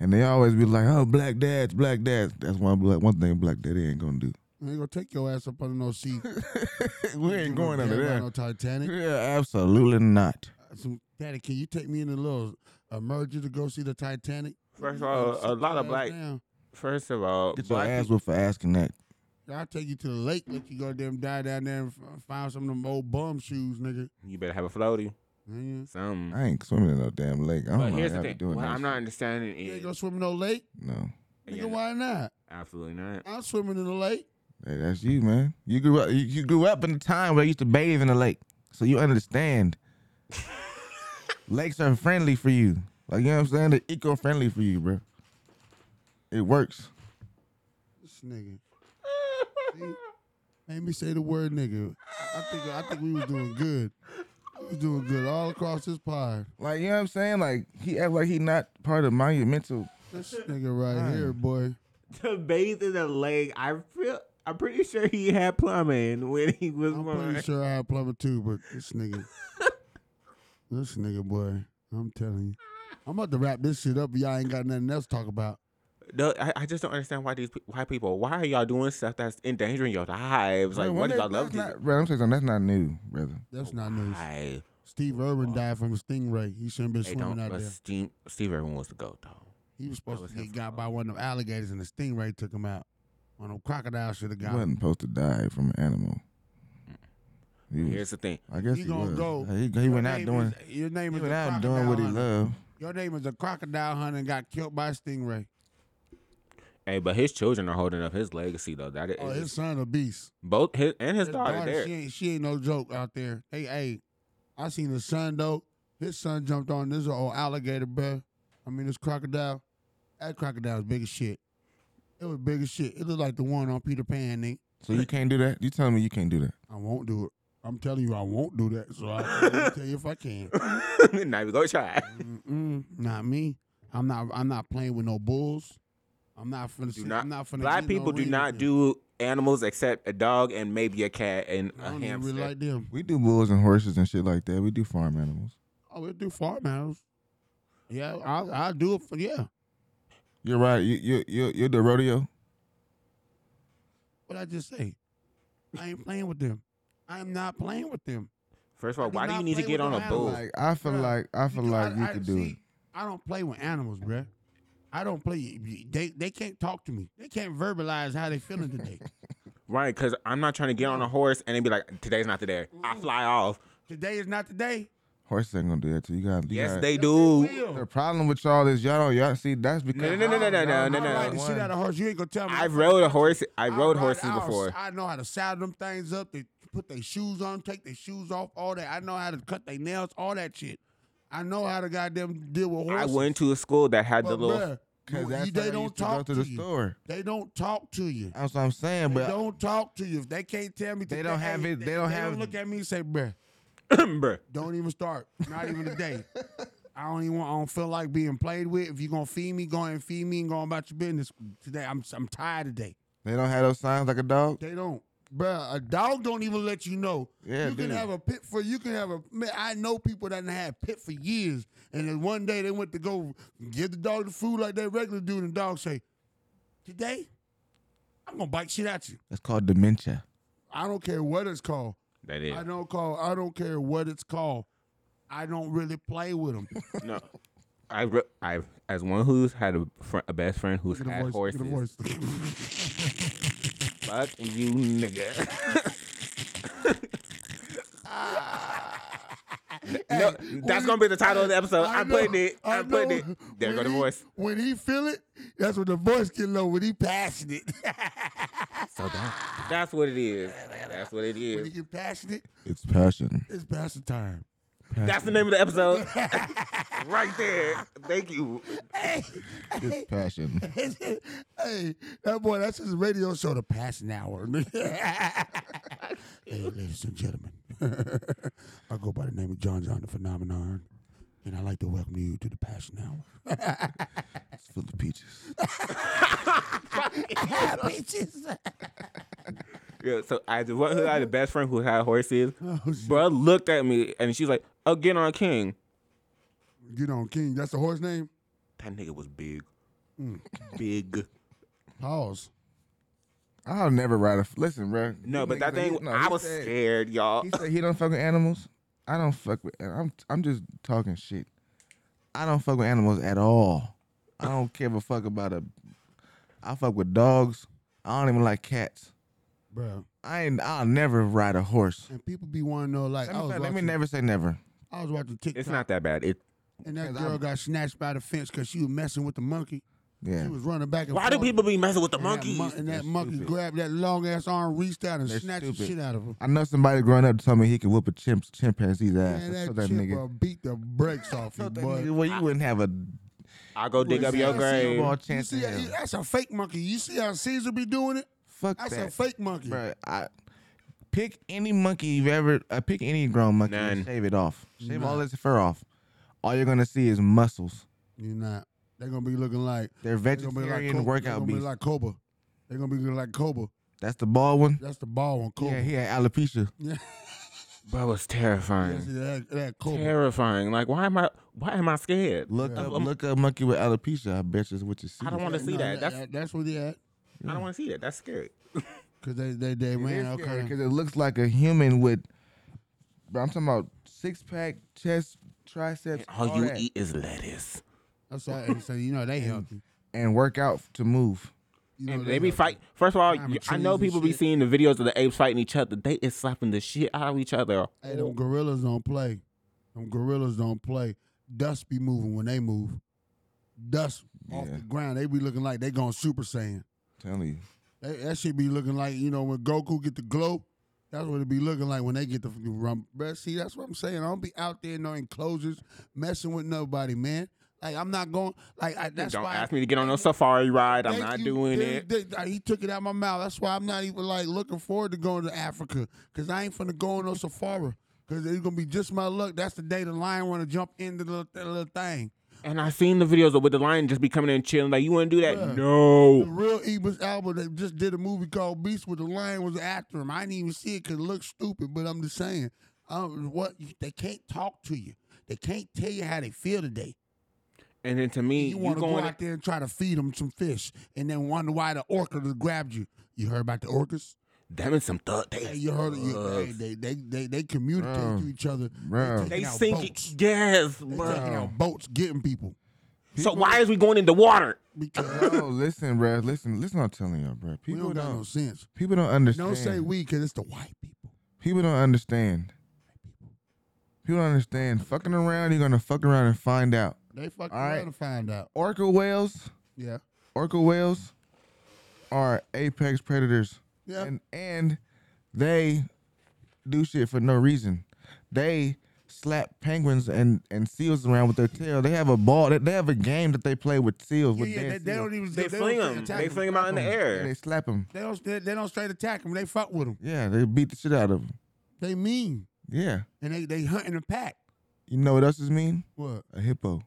[SPEAKER 2] And they always be like, oh, black dads, black dads. That's one black one thing black daddy ain't gonna do.
[SPEAKER 1] They gonna take your ass up under no sea.
[SPEAKER 2] we ain't going under there.
[SPEAKER 1] No Titanic.
[SPEAKER 2] Yeah, absolutely not.
[SPEAKER 1] Some, Daddy, can you take me in a little emerger to go see the Titanic?
[SPEAKER 3] First of all, a lot of black. First of all,
[SPEAKER 2] Get your
[SPEAKER 3] black
[SPEAKER 2] ass
[SPEAKER 3] people-
[SPEAKER 2] whooped for asking that.
[SPEAKER 1] I'll take you to the lake, let you go damn die down there and f- find some of them old bum shoes, nigga.
[SPEAKER 3] you better have a floaty. Something.
[SPEAKER 2] I ain't swimming in no damn lake. I don't
[SPEAKER 3] But
[SPEAKER 2] know
[SPEAKER 3] here's
[SPEAKER 2] how
[SPEAKER 3] the
[SPEAKER 2] to
[SPEAKER 3] thing.
[SPEAKER 2] do it.
[SPEAKER 3] What I'm not understanding
[SPEAKER 1] You ain't
[SPEAKER 3] is
[SPEAKER 1] gonna swim in no lake?
[SPEAKER 2] No.
[SPEAKER 1] Nigga, why not?
[SPEAKER 3] absolutely not.
[SPEAKER 1] I'm swimming in the lake.
[SPEAKER 2] Hey, that's you, man. You grew up you, you grew up in a time where I used to bathe in the lake. So you understand. Lakes are friendly for you. Like you know what I'm saying? They're eco friendly for you, bro. It works.
[SPEAKER 1] This nigga. See? Made me say the word nigga. I think I think we was doing good. We was doing good all across this pod.
[SPEAKER 2] Like you know what I'm saying? Like he act like he not part of monumental.
[SPEAKER 1] This nigga right here, boy.
[SPEAKER 3] To bathe in the lake, I feel. I'm pretty sure he had plumbing when he was
[SPEAKER 1] I'm pretty sure I had plumber too, but this nigga, this nigga boy, I'm telling you, I'm about to wrap this shit up. Y'all ain't got nothing else to talk about.
[SPEAKER 3] No, I, I just don't understand why these pe- why people why are y'all doing stuff that's endangering your lives? Like,
[SPEAKER 2] Bro,
[SPEAKER 3] what
[SPEAKER 2] one
[SPEAKER 3] do
[SPEAKER 2] day-
[SPEAKER 3] y'all
[SPEAKER 2] that's
[SPEAKER 3] love? to do?
[SPEAKER 2] not, bro, I'm saying something that's not new, brother.
[SPEAKER 1] That's not news.
[SPEAKER 3] Why?
[SPEAKER 1] Steve Irwin died from a stingray. He shouldn't been
[SPEAKER 3] They
[SPEAKER 1] swimming
[SPEAKER 3] don't.
[SPEAKER 1] out
[SPEAKER 3] but
[SPEAKER 1] there.
[SPEAKER 3] Steve, Steve Irwin was the goat though.
[SPEAKER 1] He was supposed to get got by one of them alligators, and the stingray took him out. One of them crocodiles should have
[SPEAKER 2] He
[SPEAKER 1] got
[SPEAKER 2] wasn't
[SPEAKER 1] him.
[SPEAKER 2] supposed to die from an animal. He was-
[SPEAKER 3] Here's the thing.
[SPEAKER 2] I guess
[SPEAKER 1] You
[SPEAKER 2] he
[SPEAKER 1] gonna
[SPEAKER 2] was.
[SPEAKER 1] go-
[SPEAKER 2] He, he
[SPEAKER 1] your
[SPEAKER 2] went out
[SPEAKER 1] name
[SPEAKER 2] doing.
[SPEAKER 1] is- your name
[SPEAKER 2] he
[SPEAKER 1] is
[SPEAKER 2] went
[SPEAKER 1] a
[SPEAKER 2] out doing what he
[SPEAKER 1] crocodile
[SPEAKER 2] loved.
[SPEAKER 1] Your name is a crocodile hunter and got killed by a stingray.
[SPEAKER 3] Hey, but his children are holding up his legacy though. That is
[SPEAKER 1] Oh, his son a beast.
[SPEAKER 3] both his and his, daughter, there.
[SPEAKER 1] She ain't, she ain't no joke out there. Hey, hey, I seen his son though. His son jumped on this old alligator, bruh. I mean, this crocodile. That crocodile's big as shit. It was big as shit. It looked like the one on Peter Pan, nigga.
[SPEAKER 2] So you can't do that? You telling me you can't do that?
[SPEAKER 1] I won't do it. I'm telling you, I won't do that. So I can tell you if I can.
[SPEAKER 3] Now we go try.
[SPEAKER 1] Mm-mm, not me. I'm not. I'm not playing with no bulls. I'm not finna. see-
[SPEAKER 3] Do not.
[SPEAKER 1] I'm not finna.
[SPEAKER 3] black
[SPEAKER 1] get no
[SPEAKER 3] people do
[SPEAKER 1] ring.
[SPEAKER 3] not do animals except a dog and maybe a cat and a
[SPEAKER 1] don't even
[SPEAKER 3] hamster.
[SPEAKER 1] really like them.
[SPEAKER 2] We do bulls and horses and shit like that. We do farm animals.
[SPEAKER 1] Oh, we do farm animals. Yeah, I I do it for yeah.
[SPEAKER 2] You're right. You you you you the rodeo.
[SPEAKER 1] What I just say? I ain't playing with them. I am not playing with them.
[SPEAKER 3] First of all,
[SPEAKER 1] do
[SPEAKER 3] why do
[SPEAKER 1] not
[SPEAKER 3] you need to
[SPEAKER 1] play
[SPEAKER 3] get
[SPEAKER 1] with
[SPEAKER 3] on
[SPEAKER 1] no
[SPEAKER 3] a bull?
[SPEAKER 1] animals.
[SPEAKER 2] Like I feel like I feel like you
[SPEAKER 1] I-
[SPEAKER 2] could do
[SPEAKER 1] see, I don't play with animals, bruh. I don't play. They they can't talk to me. They can't verbalize how they feeling today.
[SPEAKER 3] Right, because I'm not trying to get
[SPEAKER 1] Mm.
[SPEAKER 3] on a horse and then be like, today's not the day. I fly off.
[SPEAKER 1] today is not the day.
[SPEAKER 2] it. Horses ain't gonna do that to you. You got.
[SPEAKER 3] Yes,
[SPEAKER 2] got,
[SPEAKER 3] they do.
[SPEAKER 2] The problem with y'all is y'all don't y'all see that's because
[SPEAKER 3] No, no, no, no, no, no, no,
[SPEAKER 1] I ride the
[SPEAKER 3] no.
[SPEAKER 1] shit out of horse. You ain't gonna tell me.
[SPEAKER 3] I've rode a horse. I rode
[SPEAKER 1] ride-
[SPEAKER 3] horses
[SPEAKER 1] I'll-
[SPEAKER 3] before.
[SPEAKER 1] I know how to saddle them things up. They put their shoes on, take their shoes off, all that. I know how to cut their nails, all that shit. I know how to goddamn deal with
[SPEAKER 3] I
[SPEAKER 1] horses.
[SPEAKER 3] went to a school that had the
[SPEAKER 1] But,
[SPEAKER 3] little.
[SPEAKER 1] bruh, you- you- they don't talk to, you. They don't talk to you.
[SPEAKER 2] That's what I'm saying,
[SPEAKER 1] They
[SPEAKER 2] but
[SPEAKER 1] don't talk to you. If they can't tell me,
[SPEAKER 2] They don't have it- they don't have-
[SPEAKER 1] look at me and say, "Bruh,
[SPEAKER 3] bruh,
[SPEAKER 1] don't even start. Not even a day. I don't even. Want, I don't feel like being played with. If you gonna feed me, go ahead and feed me and go on about your business today. I'm I'm tired today.
[SPEAKER 2] they don't have those signs like a dog.
[SPEAKER 1] They don't, bruh. A dog don't even let you know.
[SPEAKER 2] Yeah,
[SPEAKER 1] you can
[SPEAKER 2] dude.
[SPEAKER 1] have a pit for. You can have a. Man, I know people that done had pit for years, and then one day they went to go give the dog the food like that regular dude, and the dog say, "Today, I'm gonna bite shit at you.
[SPEAKER 2] That's called dementia.
[SPEAKER 1] I don't care what it's called.
[SPEAKER 3] That is.
[SPEAKER 1] I don't call. I don't care what it's called. I don't really play with them.
[SPEAKER 3] No. I, re- I, as one who's had a, fr- a best friend who's
[SPEAKER 1] Get a
[SPEAKER 3] had
[SPEAKER 1] voice,
[SPEAKER 3] horses.
[SPEAKER 1] get a
[SPEAKER 3] Fuck you, nigga. no, that's gonna be the title of the episode. I'm putting it. I'm putting it. There go the voice.
[SPEAKER 1] When he feel it, that's when the voice get low. When he passionate,
[SPEAKER 3] So that, that's what it is. That's what it
[SPEAKER 1] when he
[SPEAKER 3] is.
[SPEAKER 1] get passionate,
[SPEAKER 2] It's passion.
[SPEAKER 1] it's passion time.
[SPEAKER 3] That's the name of the episode. right there. Thank you.
[SPEAKER 2] It's passion.
[SPEAKER 1] hey, that boy, that's his radio show, The Passion Hour. hey, ladies and gentlemen, I go by the name of John John the Phenomenon, and I'd like to welcome you to The Passion Hour.
[SPEAKER 2] It's full of peaches.
[SPEAKER 1] Bitches.
[SPEAKER 3] Yeah, so I the one who had the best friend who had horses, bro looked at me and she's like, "Oh, get on King."
[SPEAKER 1] Get on King. That's the horse name?
[SPEAKER 3] That nigga was big, big.
[SPEAKER 1] Pause.
[SPEAKER 2] I'll never ride a. Listen, bro.
[SPEAKER 3] No, but that
[SPEAKER 2] Nigga said
[SPEAKER 3] thing,
[SPEAKER 2] he- no,
[SPEAKER 3] I
[SPEAKER 2] he
[SPEAKER 3] was
[SPEAKER 2] said-
[SPEAKER 3] scared, y'all.
[SPEAKER 2] He said he don't fuck with animals. I don't fuck with. I'm I'm just talking shit. I don't fuck with animals at all. I don't give a fuck about a. I fuck with dogs. I don't even like cats.
[SPEAKER 1] Bro.
[SPEAKER 2] I ain't, I'll never ride a horse.
[SPEAKER 1] And people be wanting to know, like,
[SPEAKER 2] Let
[SPEAKER 1] I
[SPEAKER 2] me,
[SPEAKER 1] was,
[SPEAKER 2] say- let me
[SPEAKER 1] watching,
[SPEAKER 2] never say never.
[SPEAKER 1] I was watching TikTok.
[SPEAKER 3] It's not that bad. It.
[SPEAKER 1] And that
[SPEAKER 2] 'Cause
[SPEAKER 1] girl
[SPEAKER 2] I'm-
[SPEAKER 1] got snatched by the fence because she was messing with the monkey.
[SPEAKER 2] Yeah.
[SPEAKER 1] She was running back and
[SPEAKER 3] Why
[SPEAKER 1] forth.
[SPEAKER 3] do people be messing with the
[SPEAKER 1] and that
[SPEAKER 3] monkeys?
[SPEAKER 1] mon- and that monkey grabbed that long ass arm, reached out, and snatched the shit out of her.
[SPEAKER 2] I know somebody growing up told me he could whoop a chimp chimpanzee's ass.
[SPEAKER 1] Man,
[SPEAKER 2] I
[SPEAKER 1] that,
[SPEAKER 2] told that
[SPEAKER 1] chimp
[SPEAKER 2] nigga,
[SPEAKER 1] uh, beat the brakes off you, boy.
[SPEAKER 2] "Nigga, well, you wouldn't have a
[SPEAKER 3] I'll go dig up your
[SPEAKER 2] I see
[SPEAKER 3] grave.
[SPEAKER 2] no more
[SPEAKER 1] You
[SPEAKER 2] chance
[SPEAKER 1] see,
[SPEAKER 2] in
[SPEAKER 1] how-
[SPEAKER 2] hell.
[SPEAKER 1] that's a fake monkey. You see how Caesar be doing it?
[SPEAKER 2] Fuck
[SPEAKER 1] That's a
[SPEAKER 2] that.
[SPEAKER 1] fake monkey.
[SPEAKER 2] Bruh, I pick any monkey you've ever uh, pick any grown monkey and shave it off. Shave all
[SPEAKER 1] None.
[SPEAKER 2] its fur off. All you're gonna see is muscles.
[SPEAKER 1] You're not. They're gonna be looking like
[SPEAKER 2] They're
[SPEAKER 1] gonna be like
[SPEAKER 2] vegetarian
[SPEAKER 1] Cobra-
[SPEAKER 2] workout
[SPEAKER 1] they're gonna be
[SPEAKER 2] beasts.
[SPEAKER 1] like Cobra. They're gonna be looking like Cobra.
[SPEAKER 2] That's the bald one.
[SPEAKER 1] That's the ball one, Cobra.
[SPEAKER 2] Yeah, he had alopecia.
[SPEAKER 1] Yeah.
[SPEAKER 3] Bro, it's terrifying.
[SPEAKER 1] See, that, that Cobra.
[SPEAKER 3] Terrifying. Like, why am I? Why am I scared?
[SPEAKER 2] Look
[SPEAKER 3] I'm-
[SPEAKER 2] up,
[SPEAKER 3] I'm-
[SPEAKER 2] look up monkey with alopecia. I bet you is what you see.
[SPEAKER 3] I don't want to see
[SPEAKER 1] No,
[SPEAKER 3] that. That's.
[SPEAKER 1] that's where they at.
[SPEAKER 3] I don't want to see that. That's scary.
[SPEAKER 1] Cause they they they ran all kind
[SPEAKER 2] because it looks like a human with. But I'm talking about six pack, chest, triceps.
[SPEAKER 3] All, Oh, you
[SPEAKER 2] that.
[SPEAKER 3] eat is lettuce.
[SPEAKER 1] That's why. and So you know they healthy.
[SPEAKER 2] and work out to move.
[SPEAKER 3] and they be fight. First of all,
[SPEAKER 1] I'm
[SPEAKER 3] you- I
[SPEAKER 1] trees
[SPEAKER 3] know
[SPEAKER 1] and
[SPEAKER 3] people be
[SPEAKER 1] shit.
[SPEAKER 3] seeing the videos of the apes fighting each other. They is slapping the shit out of each other.
[SPEAKER 1] Hey, them gorillas don't play. Them gorillas don't play. Dust be moving when they move. Dust off the ground. They be looking like they gone Super Saiyan.
[SPEAKER 2] Telling you,
[SPEAKER 1] That, that shit be looking like you know when Goku get the globe. That's what it be looking like when they get the rum. But see, that's what I'm saying. I don't be out there in no enclosures messing with nobody, man. Like I'm not going. Like I, that's
[SPEAKER 3] Don't
[SPEAKER 1] why.
[SPEAKER 3] ask me to get on no safari ride. I'm
[SPEAKER 1] Thank
[SPEAKER 3] not
[SPEAKER 1] you.
[SPEAKER 3] doing
[SPEAKER 1] They-
[SPEAKER 3] it.
[SPEAKER 1] they- uh, he took it out my mouth. That's why I'm not even like looking forward to going to Africa because I ain't finna go on no safari because it's gonna be just my luck. That's the day the lion wanna jump into the, the little thing.
[SPEAKER 3] And I seen the videos of with the lion just be coming in and chilling. Like you want to do that? No.
[SPEAKER 1] The real Ebus Albert that just did a movie called Beast where the lion was after him. I didn't even see it because it looked stupid, but I'm just saying. Um, what you- they can't talk to you. They can't tell you how they feel today.
[SPEAKER 3] And then to me,
[SPEAKER 1] You
[SPEAKER 3] you,
[SPEAKER 1] want to go
[SPEAKER 3] going
[SPEAKER 1] out there and try to feed them some fish, and then wonder why the orca just grabbed you. You heard about the orcas?
[SPEAKER 3] Them and some thug. They
[SPEAKER 1] Hey, you heard it. You, hey,
[SPEAKER 3] thugs.
[SPEAKER 1] they, they they they communicate
[SPEAKER 3] Bruh.
[SPEAKER 1] to each other.
[SPEAKER 3] Bruh.
[SPEAKER 1] They
[SPEAKER 3] They
[SPEAKER 1] sink
[SPEAKER 3] sink it.
[SPEAKER 1] boats.
[SPEAKER 3] Yes,
[SPEAKER 1] they
[SPEAKER 3] bruh.
[SPEAKER 1] taking out boats, getting people.
[SPEAKER 3] So why is we going in the water?
[SPEAKER 2] Yo, Oh, listen, bro. Listen, listen. What I'm telling y'all, bro. People
[SPEAKER 1] don't got no sense.
[SPEAKER 2] People don't understand.
[SPEAKER 1] Don't say we, cause it's the white people.
[SPEAKER 2] People don't understand. People don't understand. Fucking around, you're gonna fuck around and find out.
[SPEAKER 1] They fucking
[SPEAKER 2] All right.
[SPEAKER 1] around to find out.
[SPEAKER 2] Orca whales,
[SPEAKER 1] Yeah,
[SPEAKER 2] orca whales, are apex predators.
[SPEAKER 1] Yeah.
[SPEAKER 2] And and they do shit for no reason. They slap penguins and, and seals around with their tail. They have a ball. They, they have a game that they play with seals. with
[SPEAKER 1] yeah,
[SPEAKER 2] dead
[SPEAKER 1] they, they
[SPEAKER 2] seals.
[SPEAKER 1] don't even
[SPEAKER 3] They
[SPEAKER 1] they
[SPEAKER 3] fling
[SPEAKER 1] don't
[SPEAKER 3] 'em.
[SPEAKER 1] attack
[SPEAKER 3] They fling 'em out in the air.
[SPEAKER 2] Yeah, they slap them.
[SPEAKER 1] They don't they, they don't straight attack them. They fuck with them.
[SPEAKER 2] Yeah, they beat the shit out of them.
[SPEAKER 1] They mean
[SPEAKER 2] Yeah.
[SPEAKER 1] and they they hunt in a pack.
[SPEAKER 2] You know what else is mean?
[SPEAKER 1] What?
[SPEAKER 2] A hippo.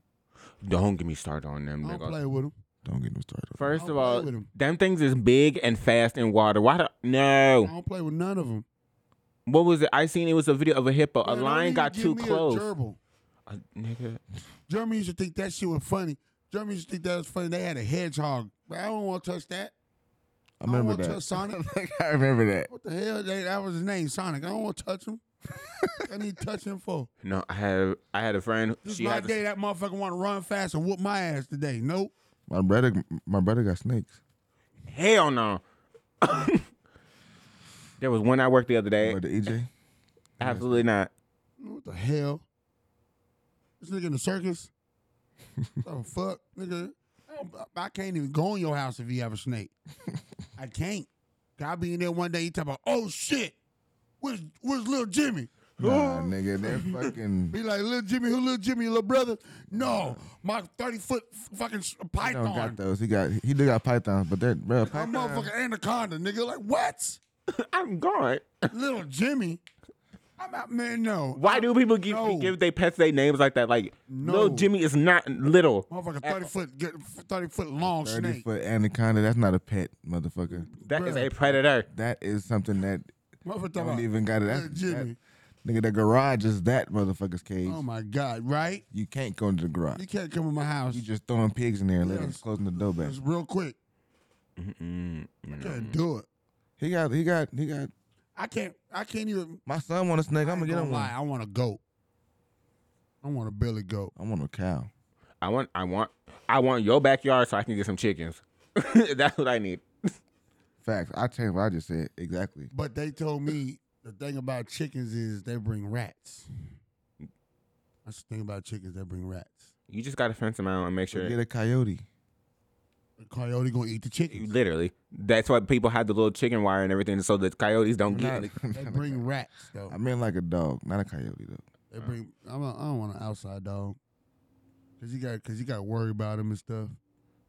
[SPEAKER 3] Don't get me started on them.
[SPEAKER 1] Don't
[SPEAKER 3] nigga.
[SPEAKER 1] play with them.
[SPEAKER 2] Don't get me started.
[SPEAKER 3] First of
[SPEAKER 1] play
[SPEAKER 3] all,
[SPEAKER 1] with 'em.
[SPEAKER 3] them things is big and fast in water. Why? The, no.
[SPEAKER 1] I don't play with none of them.
[SPEAKER 3] What was it? I seen it was a video of a hippo. a
[SPEAKER 1] Man, don't
[SPEAKER 3] lion
[SPEAKER 1] even
[SPEAKER 3] got
[SPEAKER 1] give
[SPEAKER 3] too
[SPEAKER 1] me a
[SPEAKER 3] close.
[SPEAKER 1] gerbil.
[SPEAKER 3] A nigga.
[SPEAKER 1] Germany used to think that shit was funny. Germany used to think that was funny. They had a hedgehog. But I don't want to touch that.
[SPEAKER 2] I
[SPEAKER 1] I don't
[SPEAKER 2] remember
[SPEAKER 1] want to touch
[SPEAKER 2] that.
[SPEAKER 1] Sonic.
[SPEAKER 2] I remember that.
[SPEAKER 1] What the hell? They, that was his name, Sonic. I don't want to touch him. I need to touch him for.
[SPEAKER 3] No, I had I had a friend.
[SPEAKER 1] This
[SPEAKER 3] She
[SPEAKER 1] my
[SPEAKER 3] had
[SPEAKER 1] day.
[SPEAKER 3] a,
[SPEAKER 1] That motherfucker want to run fast and whoop my ass today. Nope.
[SPEAKER 2] My brother, my brother got snakes.
[SPEAKER 3] hell no. there was one I worked the other
[SPEAKER 1] Eh.
[SPEAKER 3] day.
[SPEAKER 2] What, the E EJ?
[SPEAKER 3] Absolutely not.
[SPEAKER 1] What the hell? This nigga in the circus? oh fuck, nigga. I don't- I can't even go in your house if you have a snake. I can't. I'll be in there one day. You talk about, oh shit, where's where's little Jimmy?
[SPEAKER 2] Nah, nigga, they're fucking.
[SPEAKER 1] Be like, little Jimmy, who little Jimmy, your little brother? No, my 30 foot fucking s-
[SPEAKER 2] He don't got
[SPEAKER 1] python.
[SPEAKER 2] those. He got he do got pythons, but they're bro.
[SPEAKER 1] My
[SPEAKER 2] Python,
[SPEAKER 1] motherfucking anaconda, nigga. Like, what?
[SPEAKER 3] I'm gone.
[SPEAKER 1] little Jimmy? I'm out, man, no.
[SPEAKER 3] Why do people give
[SPEAKER 1] No.
[SPEAKER 3] give their pets their names like that? Like little Jimmy is not little.
[SPEAKER 1] Motherfucking 30 foot, get- 30 foot long
[SPEAKER 2] thirty
[SPEAKER 1] snake.
[SPEAKER 2] foot anaconda. That's not a pet, motherfucker.
[SPEAKER 3] That is
[SPEAKER 1] Bruh.
[SPEAKER 3] a predator.
[SPEAKER 2] That is something that
[SPEAKER 1] Motherfucker talking
[SPEAKER 2] don't
[SPEAKER 1] about,
[SPEAKER 2] even got it.
[SPEAKER 1] little
[SPEAKER 2] That's,
[SPEAKER 1] Jimmy.
[SPEAKER 2] that- nigga, the garage is that motherfucker's cage.
[SPEAKER 1] Oh my God, right?
[SPEAKER 2] You can't go into the garage.
[SPEAKER 1] You can't come in my house.
[SPEAKER 2] You just throwing pigs in there and letting
[SPEAKER 1] Yes.
[SPEAKER 2] closing the door back.
[SPEAKER 1] It's real quick. I can't do it.
[SPEAKER 2] He got he got he got.
[SPEAKER 1] I can't. I can't even.
[SPEAKER 2] My son want a snake.
[SPEAKER 1] I
[SPEAKER 2] I'm gonna get
[SPEAKER 1] ain't
[SPEAKER 2] him
[SPEAKER 1] gonna lie.
[SPEAKER 2] one.
[SPEAKER 1] I want a goat. I want a billy goat.
[SPEAKER 2] I want a cow.
[SPEAKER 3] I want I want I want your backyard so I can get some chickens. That's what I need.
[SPEAKER 2] Facts. I changed what I just said exactly.
[SPEAKER 1] But they told me the thing about chickens is they bring rats. That's the thing about chickens. They bring rats.
[SPEAKER 3] You just gotta fence them out and make sure.
[SPEAKER 2] Get a coyote.
[SPEAKER 1] The coyote gonna eat the chicken.
[SPEAKER 3] Literally, that's why people have the little chicken wire and everything, so the coyotes don't get.
[SPEAKER 2] Not-
[SPEAKER 3] in
[SPEAKER 1] They bring rats though.
[SPEAKER 2] I mean, like a dog, not a coyote though.
[SPEAKER 1] They bring. I'm a, I don't want an outside dog. Cause you got. Cause you got to worry about him and stuff.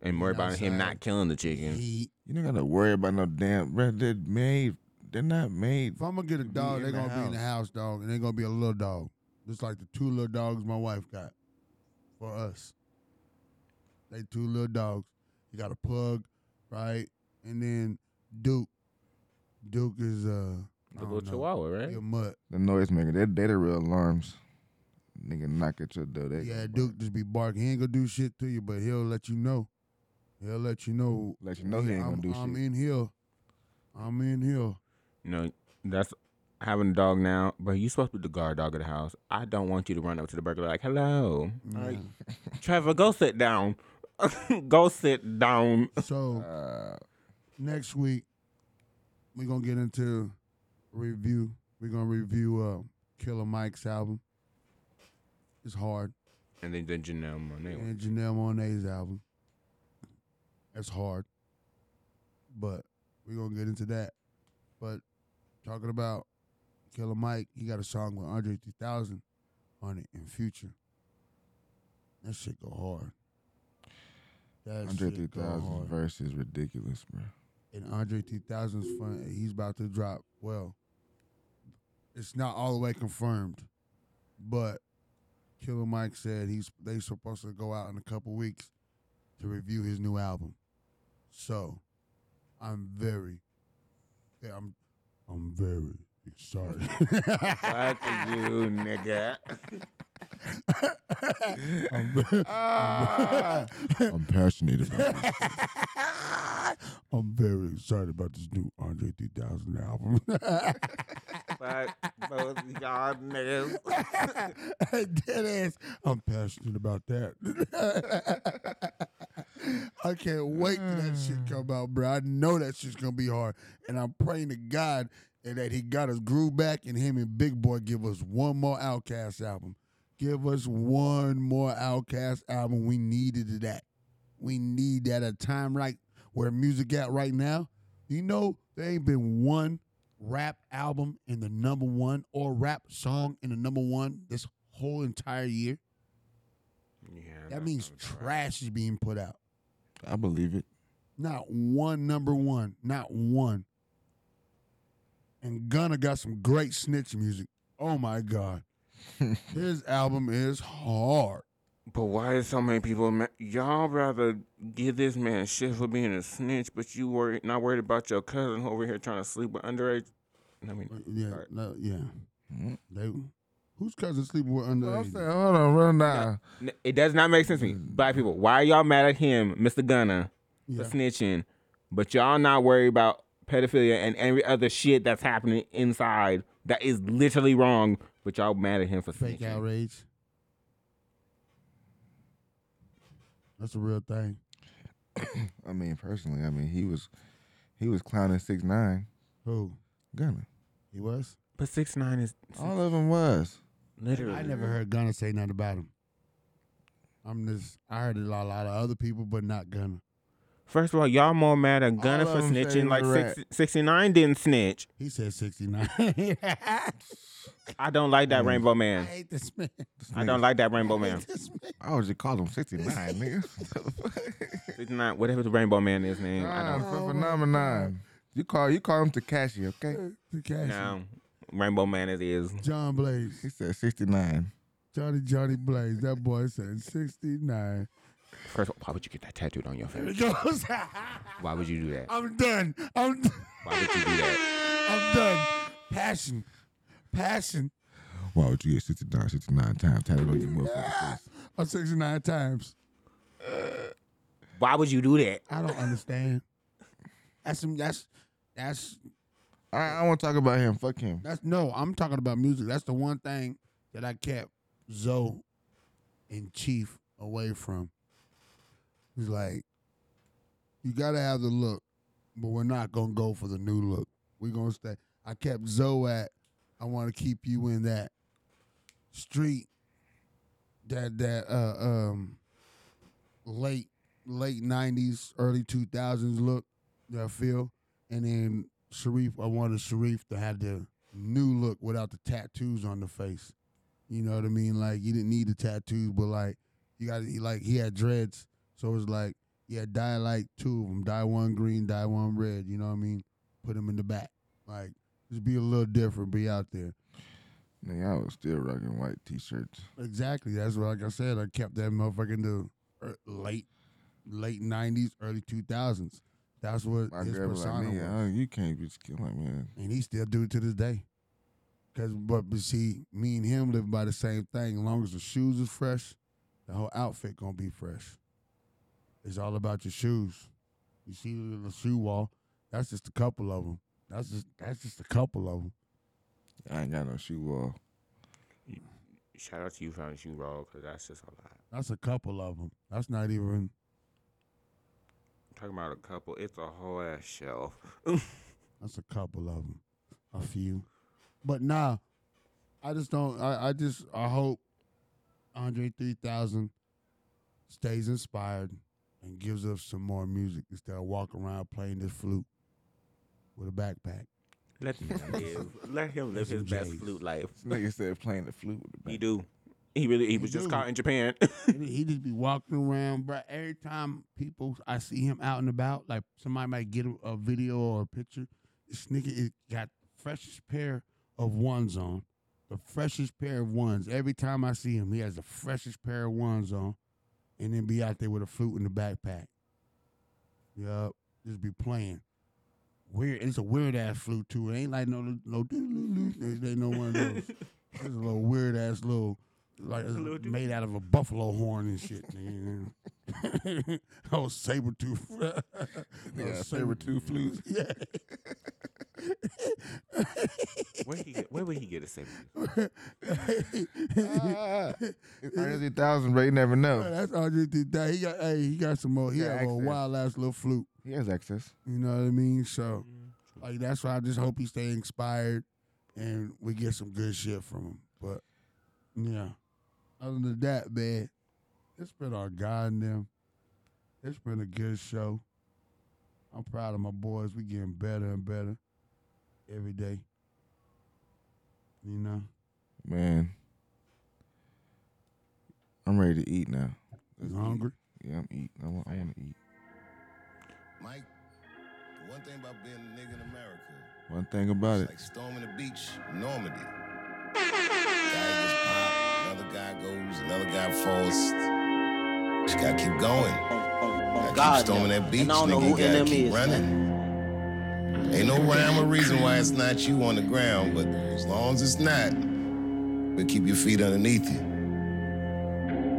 [SPEAKER 3] the, and worry about him
[SPEAKER 1] Outside.
[SPEAKER 3] not killing the chicken.
[SPEAKER 1] He.
[SPEAKER 2] You don't gotta worry about no damn. Bro, they're made. They're not made.
[SPEAKER 1] If I'm gonna get a dog,
[SPEAKER 2] in
[SPEAKER 1] they're
[SPEAKER 2] the
[SPEAKER 1] gonna be in the house, dog, and they're gonna be a little dog, just like the two little dogs my wife got for us. They two little dogs. You got a pug, right? And then Duke. Duke is uh I
[SPEAKER 3] The little
[SPEAKER 1] don't know.
[SPEAKER 3] chihuahua, eh?
[SPEAKER 1] He
[SPEAKER 3] right?
[SPEAKER 1] A mutt.
[SPEAKER 2] The noisemaker. They're, they're the real alarms. Nigga, knock at your door. They
[SPEAKER 1] Yeah, Duke just be barking. He ain't gonna do shit to you, but he'll let you know. He'll let you know.
[SPEAKER 2] Let you know he ain't
[SPEAKER 1] I'm,
[SPEAKER 2] gonna do
[SPEAKER 1] I'm
[SPEAKER 2] shit.
[SPEAKER 1] in here. I'm in here.
[SPEAKER 3] No, that's having a dog now, but you supposed to be the guard dog of the house. I don't want you to run up to the burglar like, "Hello,
[SPEAKER 1] Yeah.
[SPEAKER 3] Trevor, go sit down, go sit down."
[SPEAKER 1] So next week we're gonna get into review. We're gonna review uh, Killer Mike's album. It's hard.
[SPEAKER 3] And then then Janelle Monae.
[SPEAKER 1] And Janelle Monae's album. That's hard. But we're gonna get into that. But talking about Killer Mike, he got a song with Andre 3000 on it in Future. That shit go hard. That
[SPEAKER 2] Andre
[SPEAKER 1] shit go hard.
[SPEAKER 2] 3000 verse is ridiculous, bro.
[SPEAKER 1] and Andre 3000's fun. He's about to drop. Well, it's not all the way confirmed, but Killer Mike said he's they supposed to go out in a couple weeks to review his new album. So, I'm very, yeah, I'm, I'm very excited.
[SPEAKER 3] Fuck you, nigga.
[SPEAKER 1] I'm, ve- I'm ve-
[SPEAKER 2] I'm passionate about it.
[SPEAKER 1] I'm very excited about this new Andre 3000 album.
[SPEAKER 3] Fuck both y'all niggas.
[SPEAKER 1] Dead ass. I'm passionate about that. I can't wait till that shit come out, bro. I know that shit's gonna be hard, and I'm praying to God and that He got us groove back, and Him and Big Boy give us one more Outcast album. Give us one more Outcast album. We needed that. We need that at a time right where music at right now. You know, there ain't been one rap album in the number one or rap song in the number one this whole entire year.
[SPEAKER 3] Yeah,
[SPEAKER 1] that means trash is being put out.
[SPEAKER 2] I believe it.
[SPEAKER 1] Not one number one. Not one. And Gunna got some great snitch music. Oh my God. His album is hard.
[SPEAKER 3] But why is so many people? Ma- y'all rather give this man shit for being a snitch, but you worry not worried about your cousin who over here trying to sleep with underage. I mean,
[SPEAKER 1] Uh, yeah, no, yeah. They, whose cousin sleeping with underage?
[SPEAKER 2] hold on, run now.
[SPEAKER 3] N- It does not make sense to me.
[SPEAKER 1] Mm.
[SPEAKER 3] Black people, why are y'all mad at him, Mr. Gunner,
[SPEAKER 1] Yeah.
[SPEAKER 3] for snitching, but y'all not worried about pedophilia and every other shit that's happening inside that is literally wrong, but y'all mad at him for
[SPEAKER 1] Fake
[SPEAKER 3] snitching.
[SPEAKER 1] outrage. That's a real thing.
[SPEAKER 2] I mean, personally, I mean, he was he was clowning six nine.
[SPEAKER 1] Who?
[SPEAKER 2] Gunna.
[SPEAKER 1] He was.
[SPEAKER 3] But six nine is
[SPEAKER 2] All of them was.
[SPEAKER 3] literally.
[SPEAKER 1] I never heard Gunna say nothing about him. I'm just I heard it a lot, lot of other people, but not Gunna.
[SPEAKER 3] First of all, y'all more mad at Gunner
[SPEAKER 1] of
[SPEAKER 3] for
[SPEAKER 1] them say he was
[SPEAKER 3] snitching. Like
[SPEAKER 1] a
[SPEAKER 3] six,
[SPEAKER 1] rat.
[SPEAKER 3] 69 didn't snitch.
[SPEAKER 1] He said 69.
[SPEAKER 3] I don't like
[SPEAKER 1] Mm.
[SPEAKER 3] that Rainbow Man.
[SPEAKER 1] I hate this man.
[SPEAKER 3] I don't like that Rainbow Man.
[SPEAKER 2] I was just called him sixty nine, nigga.
[SPEAKER 3] 69, whatever the Rainbow Man is name. I
[SPEAKER 2] Ah,
[SPEAKER 3] don't
[SPEAKER 2] for phenomenon. You call you call him Takashi, okay?
[SPEAKER 1] Takashi.
[SPEAKER 3] know. Rainbow Man it is.
[SPEAKER 1] John Blaze.
[SPEAKER 2] He said sixty nine.
[SPEAKER 1] Johnny Johnny Blaze. That boy said 69.
[SPEAKER 3] First of all, why would you get that tattooed on your
[SPEAKER 1] Here it
[SPEAKER 3] face?
[SPEAKER 1] goes.
[SPEAKER 3] Why would you do that?
[SPEAKER 1] I'm done. I'm
[SPEAKER 3] Why would you do that?
[SPEAKER 1] I'm done. Passion. Passion.
[SPEAKER 2] Why would you get 69, 69 times tattooed on your motherfucking face?
[SPEAKER 1] I'm 69 Ah, times.
[SPEAKER 3] Why would you do that?
[SPEAKER 1] I don't understand. That's some that's that's
[SPEAKER 2] All right, I don't want to talk about him. Fuck him.
[SPEAKER 1] That's no, I'm talking about music. That's the one thing that I kept Zoe and Chief away from. He's like, you gotta have the look, but we're not gonna go for the new look. We're gonna stay. I kept Zoe at I wanna keep you in that street that that uh um late late nineties, early two thousands look that I feel. And then Sharif, I wanted Sharif to have the new look without the tattoos on the face. You know what I mean? Like you didn't need the tattoos, but like you got to like he had dreads, so it was like yeah, dye like two of them, dye one green, dye one red. You know what I mean? Put them in the back, like just be a little different, be out there.
[SPEAKER 2] Nigga, I was still rocking white t-shirts.
[SPEAKER 1] Exactly. That's what, like I said, I kept that motherfucker in the er, late, late '90s, early 2000s. That's what
[SPEAKER 2] My
[SPEAKER 1] his
[SPEAKER 2] girl was like,
[SPEAKER 1] persona was.
[SPEAKER 2] nigga, oh, you can't be skin like man.
[SPEAKER 1] and he still do it to this day. Cause, but, but see, me and him live by the same thing. As long as the shoes is fresh, the whole outfit gonna be fresh. It's all about your shoes. You see the little shoe wall? That's just a couple of them. That's just that's just a couple of them.
[SPEAKER 2] I ain't got no shoe wall.
[SPEAKER 3] Shout out to you, found you raw, because that's just a lot.
[SPEAKER 1] That's a couple of them. That's not even.
[SPEAKER 3] talking about a couple, it's a whole ass shelf.
[SPEAKER 1] That's a couple of them, a few, but nah. I just don't. I, I just I hope Andre three thousand stays inspired and gives us some more music instead of walking around playing this flute with a backpack.
[SPEAKER 3] Let him live. Let him live his best flute life.
[SPEAKER 2] This nigga said playing the flute with the back.
[SPEAKER 3] He do. He really he was just
[SPEAKER 1] do.
[SPEAKER 3] caught in Japan.
[SPEAKER 1] And he just be walking around, bro. Every time people I see him out and about, like somebody might get a, a video or a picture. This nigga is got freshest pair of ones on, the freshest pair of ones. Every time I see him, he has the freshest pair of ones on, and then be out there with a flute in the backpack. Yup, just be playing. Weird. It's a weird ass flute too. It ain't like no no. It ain't no one of those. It's a little weird ass little like it's made out of a buffalo horn and shit. nigga. oh, saber tooth.
[SPEAKER 2] Yeah, saber-tooth flute.
[SPEAKER 1] Yeah.
[SPEAKER 3] where he get- where would he get a saber?
[SPEAKER 2] Thirty thousand, bro. You never
[SPEAKER 1] Bro,
[SPEAKER 2] know.
[SPEAKER 1] that's RJ did that. He got hey, he got some more. He
[SPEAKER 2] Got
[SPEAKER 1] have a
[SPEAKER 2] access.
[SPEAKER 1] wild ass little flute.
[SPEAKER 2] He has access.
[SPEAKER 1] You know what I mean? So,
[SPEAKER 2] Mm-hmm.
[SPEAKER 1] like that's why I just hope he stay inspired, and we get some good shit from him. But yeah, other than that, man, it's been our goddamn. It's been a good show. I'm proud of my boys. We getting better and better every day. You know.
[SPEAKER 2] Man, I'm ready to eat now.
[SPEAKER 1] You hungry?
[SPEAKER 2] Yeah, I'm eating. I want, I want to eat.
[SPEAKER 10] Mike, the one thing about being a nigga in America,
[SPEAKER 2] One thing about it,
[SPEAKER 10] like storming the beach, Normandy. Guy gets popped, another guy goes, another guy falls. Just gotta keep going. Gotta
[SPEAKER 9] God,
[SPEAKER 10] keep storming
[SPEAKER 9] yeah.
[SPEAKER 10] that beach,
[SPEAKER 9] And I don't know
[SPEAKER 10] nigga.
[SPEAKER 9] who
[SPEAKER 10] You gotta
[SPEAKER 9] NM
[SPEAKER 10] keep
[SPEAKER 9] is,
[SPEAKER 10] running. Ain't no rhyme or reason why it's not you on the ground, but as long as it's not, but keep your feet underneath you.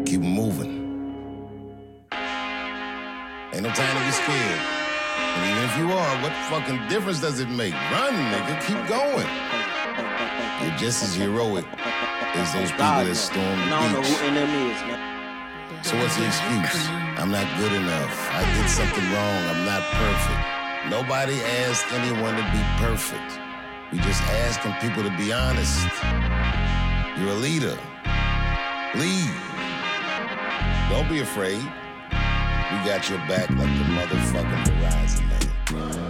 [SPEAKER 10] Keep 'em moving. Ain't no time to be scared. And even if you are, what fucking difference does it make? Run, nigga. Keep going. You're just as heroic as those people that stormed
[SPEAKER 9] And I don't know
[SPEAKER 10] the beach.
[SPEAKER 9] who NM is, man.
[SPEAKER 10] So what's the excuse? I'm not good enough. I did something wrong. I'm not perfect. Nobody asked anyone to be perfect. We just asking people to be honest. You're a leader. Lead. Don't be afraid. We got your back like the motherfucking Verizon man.